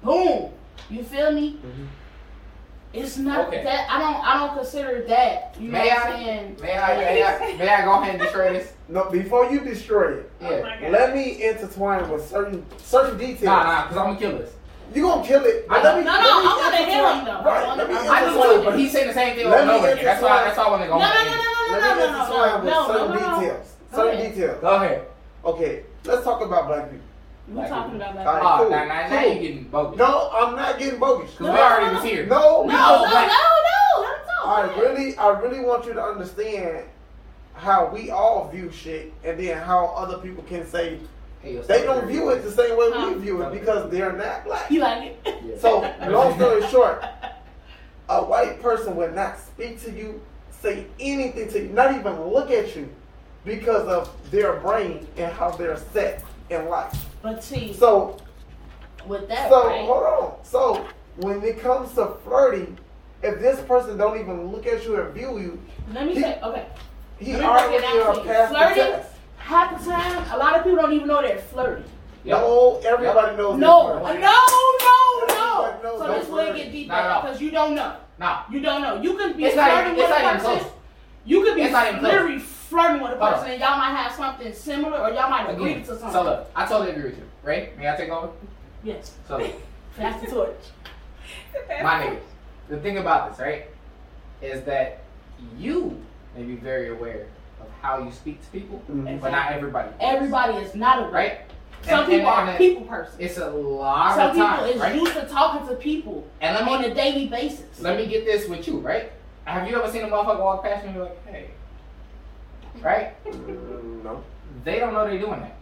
Speaker 5: boom. You feel me?
Speaker 2: Mhm.
Speaker 5: It's not
Speaker 4: Okay.
Speaker 5: that I don't I don't consider that. You know
Speaker 4: May
Speaker 5: what
Speaker 4: I-
Speaker 5: I'm saying?
Speaker 4: May I, may I, may I go ahead and destroy this?
Speaker 2: No, before you destroy it,
Speaker 3: Oh
Speaker 4: Yeah.
Speaker 3: my God.
Speaker 2: let me intertwine with certain certain details.
Speaker 4: Nah, nah, because I'm going to kill this.
Speaker 2: You gonna kill it? but
Speaker 4: I-
Speaker 2: let me,
Speaker 5: No, no,
Speaker 2: let me
Speaker 5: I wanna hear
Speaker 2: intertwine-
Speaker 5: him, though. I
Speaker 2: Right,
Speaker 5: wanna-
Speaker 2: let me
Speaker 4: I just
Speaker 2: intertwine-
Speaker 4: want but he's saying the same thing over
Speaker 2: Let
Speaker 4: and
Speaker 2: me
Speaker 4: over again. That's why,
Speaker 2: intertwine.
Speaker 4: that's why I want to go
Speaker 5: No, no,
Speaker 4: ahead.
Speaker 5: no, no, no,
Speaker 2: Let me
Speaker 5: no, no,
Speaker 2: intertwine
Speaker 5: no, no,
Speaker 2: with
Speaker 5: no,
Speaker 2: certain
Speaker 5: no, no, no.
Speaker 2: details. Certain
Speaker 5: ahead.
Speaker 2: details.
Speaker 4: Go ahead.
Speaker 2: Okay, let's talk about black people.
Speaker 5: We talking about
Speaker 2: All
Speaker 5: that.
Speaker 2: right,
Speaker 4: Oh,
Speaker 2: cool,
Speaker 4: now, now, now
Speaker 2: cool.
Speaker 4: you're getting bogus.
Speaker 2: No, I'm not getting bogus.
Speaker 4: Because
Speaker 2: No,
Speaker 4: we already was here.
Speaker 2: no,
Speaker 5: No,
Speaker 4: we
Speaker 5: no,
Speaker 4: all
Speaker 5: no,
Speaker 4: black.
Speaker 5: no, let him
Speaker 2: I
Speaker 5: talk.
Speaker 2: really, I really want you to understand how we all view shit, and then how other people can say
Speaker 4: Hey, yo,
Speaker 2: they don't view it the same way
Speaker 5: Huh.
Speaker 2: we view it because they're not black.
Speaker 5: You like it?
Speaker 4: Yeah.
Speaker 2: So, long story short, a white person would not speak to you, say anything to you, not even look at you because of their brain and how they're set in life.
Speaker 5: But see,
Speaker 2: So,
Speaker 5: with that,
Speaker 2: so
Speaker 5: right?
Speaker 2: hold on. So, when it comes to flirting, if this person don't even look at you or view you,
Speaker 5: Let me
Speaker 2: he-
Speaker 5: say, okay.
Speaker 2: he
Speaker 5: Let me break it
Speaker 2: already
Speaker 5: down
Speaker 2: are
Speaker 5: for you.
Speaker 2: past the
Speaker 5: Flirting?
Speaker 2: test.
Speaker 5: Half the time, a lot of people don't even know they're flirty.
Speaker 4: Yep.
Speaker 2: No, everybody knows.
Speaker 5: No,
Speaker 2: they're
Speaker 5: no,
Speaker 2: flirting.
Speaker 5: no, no.
Speaker 2: Everybody knows
Speaker 5: So
Speaker 2: don't
Speaker 5: this way it
Speaker 2: flirt.
Speaker 5: get deep
Speaker 4: Not at all.
Speaker 5: because you don't know.
Speaker 4: Nah.
Speaker 5: You don't know. You could be
Speaker 4: It's not
Speaker 5: flirting
Speaker 4: even-
Speaker 5: with
Speaker 4: it's
Speaker 5: a
Speaker 4: not even
Speaker 5: person.
Speaker 4: close.
Speaker 5: You could be
Speaker 4: It's not even close.
Speaker 5: literally flirting with a
Speaker 4: Hold
Speaker 5: person, and y'all might have something similar, or y'all might agree
Speaker 4: Again,
Speaker 5: to
Speaker 4: so
Speaker 5: something.
Speaker 4: look, I totally agree with you. Right? May I take over?
Speaker 5: Yes,
Speaker 4: So look.
Speaker 5: that's the torch.
Speaker 4: my nigga, the thing about this, right, is that you may be very aware of how you speak to people,
Speaker 2: Mhm.
Speaker 4: but not everybody. is,
Speaker 5: Everybody is not a
Speaker 4: right?
Speaker 5: Some
Speaker 4: And-
Speaker 5: people
Speaker 4: and-
Speaker 5: are
Speaker 4: and it-
Speaker 5: people person.
Speaker 4: It's a lot
Speaker 5: Some
Speaker 4: of
Speaker 5: people
Speaker 4: time,
Speaker 5: is
Speaker 4: right?
Speaker 5: used to talking to people
Speaker 4: and let
Speaker 5: on
Speaker 4: me
Speaker 5: a daily basis.
Speaker 4: let me get this with you, right? Have you ever seen a motherfucker walk past you and be like, hey, right?
Speaker 2: Mm, No.
Speaker 4: They don't know they're doing that.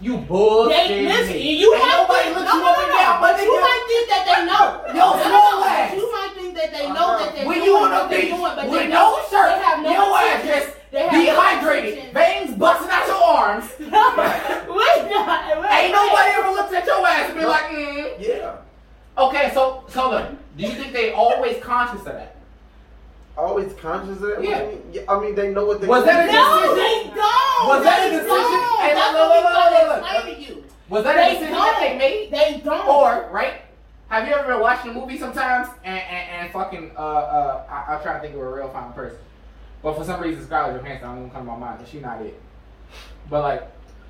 Speaker 4: You bullshit.
Speaker 5: They listen.
Speaker 4: me.
Speaker 5: You
Speaker 4: Ain't
Speaker 5: might
Speaker 4: nobody
Speaker 5: think,
Speaker 4: looks
Speaker 5: no,
Speaker 4: you
Speaker 5: no,
Speaker 4: up
Speaker 5: no,
Speaker 4: and
Speaker 5: no.
Speaker 4: down,
Speaker 5: but
Speaker 4: my
Speaker 5: you
Speaker 4: nigga.
Speaker 5: might think that they know.
Speaker 4: Yo,
Speaker 5: No, no,
Speaker 4: small
Speaker 5: no, but
Speaker 4: ass.
Speaker 5: You might think that they know
Speaker 4: Uh-huh.
Speaker 5: that they're
Speaker 4: When
Speaker 5: doing
Speaker 4: you on
Speaker 5: what
Speaker 4: a
Speaker 5: they're
Speaker 4: beach
Speaker 5: doing, but
Speaker 4: with
Speaker 5: they
Speaker 4: no
Speaker 5: don't.
Speaker 4: shirt,
Speaker 5: they have no
Speaker 4: your ass
Speaker 5: intentions.
Speaker 4: just
Speaker 5: They have no
Speaker 4: Dehydrated,
Speaker 5: intentions.
Speaker 4: veins busting out your arms.
Speaker 5: wait, no, wait,
Speaker 4: Ain't nobody
Speaker 5: wait.
Speaker 4: ever looked at your ass and be like, mm.
Speaker 2: Yeah.
Speaker 4: okay, so so look, do you think they always conscious of that?
Speaker 2: Always conscious of that.
Speaker 4: Yeah.
Speaker 2: I mean, yeah, I mean, they know what they.
Speaker 4: Was that a
Speaker 5: No, they don't.
Speaker 4: Was that
Speaker 5: They
Speaker 4: a decision?
Speaker 5: don't.
Speaker 4: Hey,
Speaker 5: That's
Speaker 4: look, look,
Speaker 5: what we
Speaker 4: look,
Speaker 5: trying to
Speaker 4: look, look.
Speaker 5: explain to you.
Speaker 4: Was that a
Speaker 5: They
Speaker 4: decision that they
Speaker 5: don't.
Speaker 4: made?
Speaker 5: They don't.
Speaker 4: Or right? Have you ever been watching a movie sometimes and and, and fucking uh uh I, I'm trying to think of a real fine person, but for some reason Scarlett Johansson I won't come to my mind, but she not it. But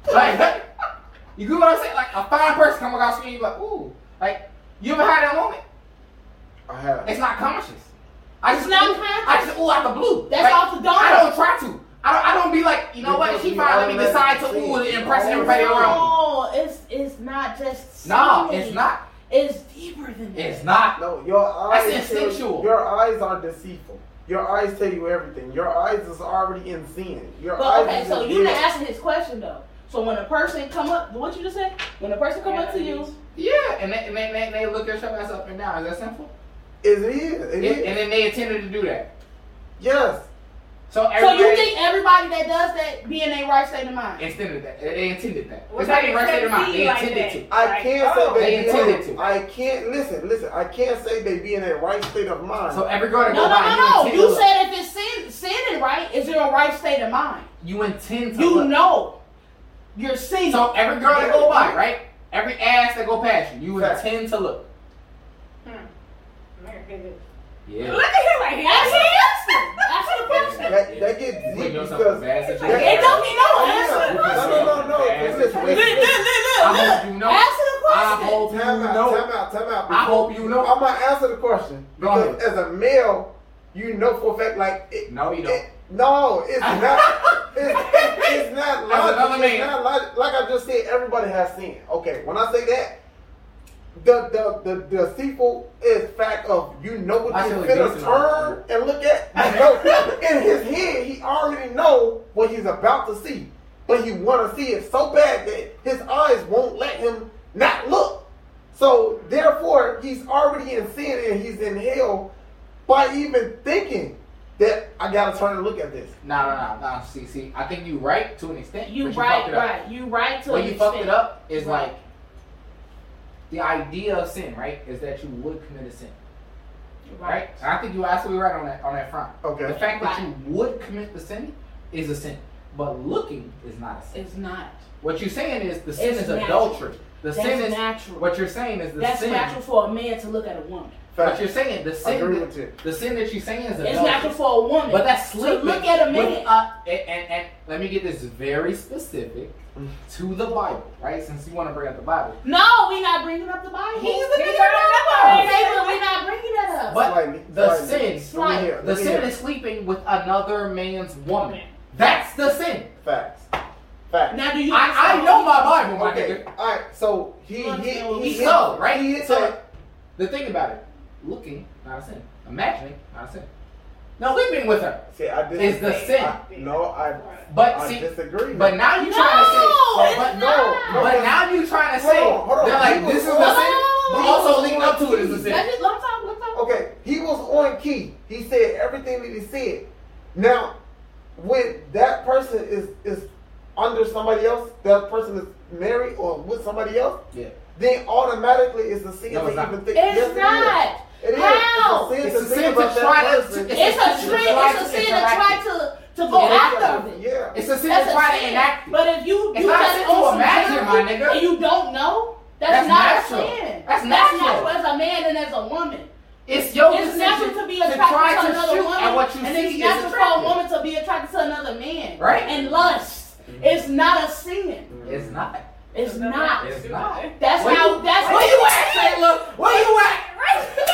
Speaker 4: like, like you get what I'm saying? Like a fine person come across you and you be like, ooh, like you ever had that moment?
Speaker 2: I have.
Speaker 4: It's not conscious. I
Speaker 5: It's
Speaker 4: just
Speaker 5: not
Speaker 4: I just ooh out the blue.
Speaker 5: That's
Speaker 4: Like,
Speaker 5: off the dome.
Speaker 4: I don't try to. I don't. I don't be like, you know what?
Speaker 2: Because
Speaker 4: She
Speaker 2: you
Speaker 4: finally
Speaker 2: automatically
Speaker 4: decide to
Speaker 2: see
Speaker 4: ooh
Speaker 2: it.
Speaker 4: and impress
Speaker 2: You
Speaker 4: everybody around.
Speaker 5: No, it's it's not just.
Speaker 4: me. No,
Speaker 5: seeing.
Speaker 4: it's not.
Speaker 5: It's deeper than that.
Speaker 4: It's not.
Speaker 2: No, your eyes.
Speaker 4: That's
Speaker 2: tell you-
Speaker 4: instinctual.
Speaker 2: Your eyes are deceitful. Your eyes tell you everything. Your eyes is already in sin. Your
Speaker 5: But
Speaker 2: eyes.
Speaker 5: okay,
Speaker 2: is
Speaker 5: so
Speaker 2: in
Speaker 5: you not
Speaker 2: sin.
Speaker 5: answering his question though. So when a person come up, what you just said? When a person come up to you,
Speaker 4: Yeah, and they, and they, they, they look at your ass up and down. Is that simple?
Speaker 2: It is. It is.
Speaker 4: And then they intended to do that.
Speaker 2: Yes.
Speaker 4: So
Speaker 5: so
Speaker 4: everybody
Speaker 5: you think everybody that does that be in a right state of mind?
Speaker 4: intended that. They intended that.
Speaker 3: Well,
Speaker 4: It's not
Speaker 3: they
Speaker 4: even right there in
Speaker 3: said
Speaker 4: mind. They
Speaker 3: see like
Speaker 4: intended
Speaker 3: that.
Speaker 4: to.
Speaker 2: I
Speaker 3: Like,
Speaker 2: can't
Speaker 3: oh.
Speaker 2: say
Speaker 4: They
Speaker 2: they,
Speaker 4: intended
Speaker 2: be in-
Speaker 4: to.
Speaker 2: I can't listen. Listen. I can't say they be in a right state of mind.
Speaker 4: So every girl that
Speaker 5: No,
Speaker 4: go
Speaker 5: no,
Speaker 4: by,
Speaker 5: no, no.
Speaker 4: you, intend
Speaker 5: You
Speaker 4: to look.
Speaker 5: said if it's sin, sin and right, is there a right state of mind?
Speaker 4: you intend to.
Speaker 5: You
Speaker 4: look.
Speaker 5: know, you're sinning.
Speaker 4: So every girl that go by, right? Every ass that go past you, you
Speaker 2: Facts.
Speaker 4: intend to look.
Speaker 3: Look
Speaker 4: Yeah.
Speaker 3: at him
Speaker 5: Ask
Speaker 3: like,
Speaker 5: the question. Ask the question.
Speaker 2: that, that gets deep because. Oh,
Speaker 5: It don't be no
Speaker 2: Yeah.
Speaker 5: answer. the question.
Speaker 2: No, no, no, no.
Speaker 4: Ass is
Speaker 2: Listen,
Speaker 5: Look,
Speaker 2: listen,
Speaker 5: look,
Speaker 2: listen.
Speaker 5: look,
Speaker 4: I hope
Speaker 5: look. Answer the question.
Speaker 4: you know. I hope you
Speaker 2: Time out,
Speaker 4: know.
Speaker 2: time out, time out.
Speaker 4: I hope you know.
Speaker 2: I'm gonna answer the question
Speaker 4: Go
Speaker 2: because
Speaker 4: ahead.
Speaker 2: as a male, you know for a fact like it,
Speaker 4: No, you don't.
Speaker 2: it- no, it's not. it's, it's- it's not
Speaker 4: That's
Speaker 2: logic.
Speaker 4: another
Speaker 2: It's
Speaker 4: man.
Speaker 2: not logic. Like I just said, everybody has sin. Okay, when I say that, the the the, the deceitful is fact of you know
Speaker 4: I
Speaker 2: what
Speaker 4: feel
Speaker 2: you're
Speaker 4: like
Speaker 2: gonna
Speaker 4: Jason
Speaker 2: turn and look at. You know, in his head, he already know what he's about to see, but he want to see it so bad that his eyes won't let him not look. So therefore, he's already in sin and he's in hell by even thinking that I gotta turn and look at this.
Speaker 4: No, no, no, no. See, see, I think you right to an extent.
Speaker 5: You
Speaker 4: but fucked
Speaker 5: right,
Speaker 4: it up.
Speaker 5: right. You right to
Speaker 4: When
Speaker 5: an
Speaker 4: you fucked it
Speaker 5: extent.
Speaker 4: up, is
Speaker 5: Right.
Speaker 4: like the idea of sin, right? Is that you would commit a sin, right? And I think you absolutely right on that on that front. The
Speaker 2: Okay.
Speaker 4: fact that
Speaker 5: Right.
Speaker 4: you would commit the sin is a sin, but looking is not a sin.
Speaker 5: It's not.
Speaker 4: What you're saying is the sin
Speaker 5: It's
Speaker 4: is
Speaker 5: natural.
Speaker 4: adultery. The
Speaker 5: That's
Speaker 4: sin is
Speaker 5: natural.
Speaker 4: what you're saying is the
Speaker 5: That's
Speaker 4: sin.
Speaker 5: natural for a man to look at a woman.
Speaker 4: What
Speaker 2: Fact.
Speaker 4: you're saying, the
Speaker 2: I agree
Speaker 4: sin,
Speaker 2: with you.
Speaker 4: the sin that you're saying is
Speaker 5: It's
Speaker 4: adultery.
Speaker 5: natural for a woman.
Speaker 4: But that's sleeping.
Speaker 5: to look at a
Speaker 4: with
Speaker 5: man.
Speaker 4: a- and, and, and let me get this very specific to the Bible, right? Since you want to bring up the Bible.
Speaker 5: no, we're not bringing up the Bible.
Speaker 4: He's the
Speaker 5: We're
Speaker 4: bigger
Speaker 5: not-
Speaker 4: number.
Speaker 5: Taylor, We're not bringing that up.
Speaker 4: But
Speaker 2: Slightly,
Speaker 4: the
Speaker 2: slightly.
Speaker 4: sin,
Speaker 2: Let me hear,
Speaker 4: the
Speaker 2: let me hear.
Speaker 4: sin is sleeping with another man's woman. That's the sin.
Speaker 2: Facts. Facts.
Speaker 5: now, do you?
Speaker 4: I, I know my Bible, my
Speaker 2: Okay.
Speaker 4: nigga.
Speaker 2: All right. So he
Speaker 5: You
Speaker 2: he
Speaker 5: understand what
Speaker 2: he
Speaker 5: we
Speaker 2: hit-
Speaker 4: So, right?
Speaker 2: He hit
Speaker 4: So-
Speaker 2: that.
Speaker 4: The thing about it, looking, not a sin. Imagining, not a sin. No, sleeping with her
Speaker 2: See, I dis-
Speaker 4: is the sin.
Speaker 2: I, no, I.
Speaker 4: But
Speaker 2: I
Speaker 4: see,
Speaker 2: disagree.
Speaker 4: but now you
Speaker 5: No,
Speaker 4: trying to say,
Speaker 5: it's
Speaker 4: but
Speaker 2: no,
Speaker 5: not.
Speaker 2: no,
Speaker 4: but now you trying to
Speaker 2: Hold
Speaker 4: say
Speaker 2: on, hold on.
Speaker 4: they're like
Speaker 2: He was
Speaker 4: this is
Speaker 2: wrong.
Speaker 4: the sin, but also leading up to it is the sin.
Speaker 5: Let's just let's talk. Let's talk.
Speaker 2: Okay, he was on key. He said everything that he said. Now, when that person is is under somebody else, that person is married or with somebody else,
Speaker 4: Yeah.
Speaker 2: then automatically it's a sin
Speaker 4: No,
Speaker 2: to
Speaker 4: it's not.
Speaker 2: even think.
Speaker 5: It's
Speaker 2: yes,
Speaker 5: not.
Speaker 2: It is. It is.
Speaker 5: How?
Speaker 2: It's
Speaker 4: It's
Speaker 2: a
Speaker 4: a
Speaker 2: sin to
Speaker 4: sin
Speaker 2: think
Speaker 4: to
Speaker 2: about that
Speaker 4: try to-
Speaker 2: person.
Speaker 4: it's-
Speaker 5: It's a
Speaker 4: It's
Speaker 5: trick.
Speaker 4: right
Speaker 5: It's a
Speaker 4: to
Speaker 5: sin to
Speaker 4: interact
Speaker 5: try to to go after it.
Speaker 2: Yeah.
Speaker 4: It's a sin
Speaker 5: That's
Speaker 4: to
Speaker 5: a
Speaker 4: try to
Speaker 5: sin.
Speaker 4: enact it.
Speaker 5: But if you
Speaker 4: It's
Speaker 5: you
Speaker 4: not a
Speaker 5: just
Speaker 4: sin to
Speaker 5: on some
Speaker 4: imagine,
Speaker 5: time
Speaker 4: my nigga.
Speaker 5: and you don't know,
Speaker 4: That's
Speaker 5: that's, not
Speaker 4: natural.
Speaker 5: a sin.
Speaker 4: That's natural.
Speaker 5: as a man and as a woman.
Speaker 4: It's your
Speaker 5: it's
Speaker 4: decision
Speaker 5: natural to be
Speaker 4: try
Speaker 5: attracted to,
Speaker 4: to
Speaker 5: another
Speaker 4: shoot
Speaker 5: woman,
Speaker 4: at what you
Speaker 5: and
Speaker 4: see
Speaker 5: it's
Speaker 4: is
Speaker 5: natural for a
Speaker 4: attractive.
Speaker 5: woman to be attracted to another man,
Speaker 4: Right.
Speaker 5: And lust. It's not a sin.
Speaker 4: It's not.
Speaker 5: It's not.
Speaker 4: It's not.
Speaker 5: That's
Speaker 4: Where
Speaker 5: how.
Speaker 4: you-
Speaker 5: that's
Speaker 4: where you at, Taylor? Where you at?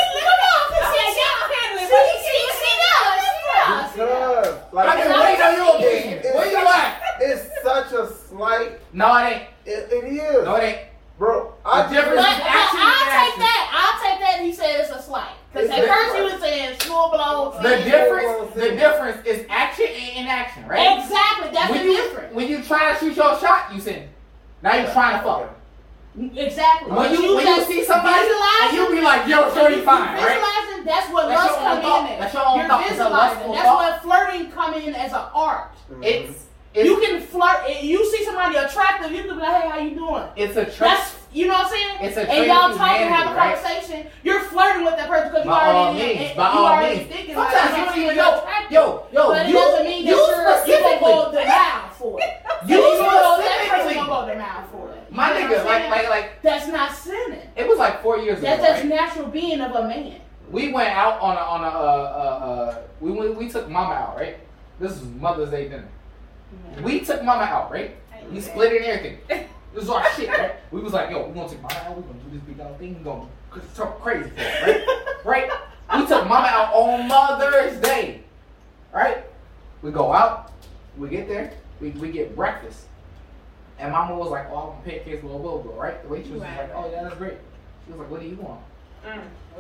Speaker 2: Because, like,
Speaker 4: I
Speaker 5: not
Speaker 4: can wait on your
Speaker 5: a sin.
Speaker 4: opinion. Where you at?
Speaker 2: it's such a slight.
Speaker 4: No, it ain't.
Speaker 2: It, it is,
Speaker 4: No, it ain't.
Speaker 2: bro.
Speaker 4: The
Speaker 2: I
Speaker 5: But
Speaker 4: difference-
Speaker 5: I'll
Speaker 4: It's actually
Speaker 5: take
Speaker 4: nasty.
Speaker 5: that. I'll take that. He said it's a slight. Because
Speaker 2: It's
Speaker 5: at
Speaker 2: a
Speaker 5: first he
Speaker 2: slight.
Speaker 5: was saying small blows.
Speaker 4: The
Speaker 5: and-
Speaker 4: difference. The difference is action and inaction, right?
Speaker 5: Exactly. That's
Speaker 4: when
Speaker 5: the
Speaker 4: you
Speaker 5: difference.
Speaker 4: when you try to shoot your shot, you sin. Now you trying to fuck.
Speaker 2: Okay.
Speaker 5: Exactly.
Speaker 4: When you when you
Speaker 5: just
Speaker 4: see somebody, and
Speaker 5: visualizing,
Speaker 4: you be like, yo, shorty fine, right?
Speaker 5: visualizing that's what
Speaker 4: That's
Speaker 5: lust
Speaker 4: your own
Speaker 5: come
Speaker 4: thought.
Speaker 5: in. at.
Speaker 4: That's your own
Speaker 5: You're
Speaker 4: thought. It's a
Speaker 5: visualizing.
Speaker 4: lustful
Speaker 5: That's
Speaker 4: thought.
Speaker 5: what flirting come in as an art.
Speaker 2: Mhm.
Speaker 4: It's
Speaker 5: You
Speaker 4: it's
Speaker 5: can flirt. If you see somebody attractive, you can be like, hey, how you doing?
Speaker 4: it's a trick.
Speaker 5: That's you know what I'm saying.
Speaker 4: It's a
Speaker 5: and
Speaker 4: trait
Speaker 5: y'all
Speaker 4: of
Speaker 5: talking,
Speaker 4: humanity,
Speaker 5: have a
Speaker 4: right?
Speaker 5: conversation. You're flirting with that person because you
Speaker 4: By all
Speaker 5: already
Speaker 4: means,
Speaker 5: you
Speaker 4: by all
Speaker 5: already
Speaker 4: means.
Speaker 5: thinking about it.
Speaker 4: Sometimes you don't even
Speaker 5: You're
Speaker 4: know.
Speaker 5: attractive.
Speaker 4: Yo, yo,
Speaker 5: but it
Speaker 4: you,
Speaker 5: doesn't mean that
Speaker 4: you
Speaker 5: you're you gonna
Speaker 4: specifically,
Speaker 5: go the mouth for it.
Speaker 4: you
Speaker 5: you know that person
Speaker 4: specifically,
Speaker 5: gonna go the mouth for it.
Speaker 4: my
Speaker 5: You know what
Speaker 4: nigga,
Speaker 5: I'm
Speaker 4: like,
Speaker 5: saying?
Speaker 4: like, like,
Speaker 5: that's not sinning.
Speaker 4: it was like four years
Speaker 5: That's
Speaker 4: ago.
Speaker 5: just
Speaker 4: right?
Speaker 5: natural being of a man.
Speaker 4: We went out on a on a uh, uh, uh we went, we took mama out, right? This is Mother's Day dinner. We took mama out, right? We split it and everything. This is our shit, right? We was like, yo, we gonna take mama out, we gonna do this big old thing, we gonna talk crazy for it, right? right? We took mama out on Mother's Day. Right? We go out, we get there, we, we get breakfast. And mama was like, oh, I'm gonna pancakes, blah, blah, blah, right? The waitress was like, oh, yeah, that's great. She was like, what do you want?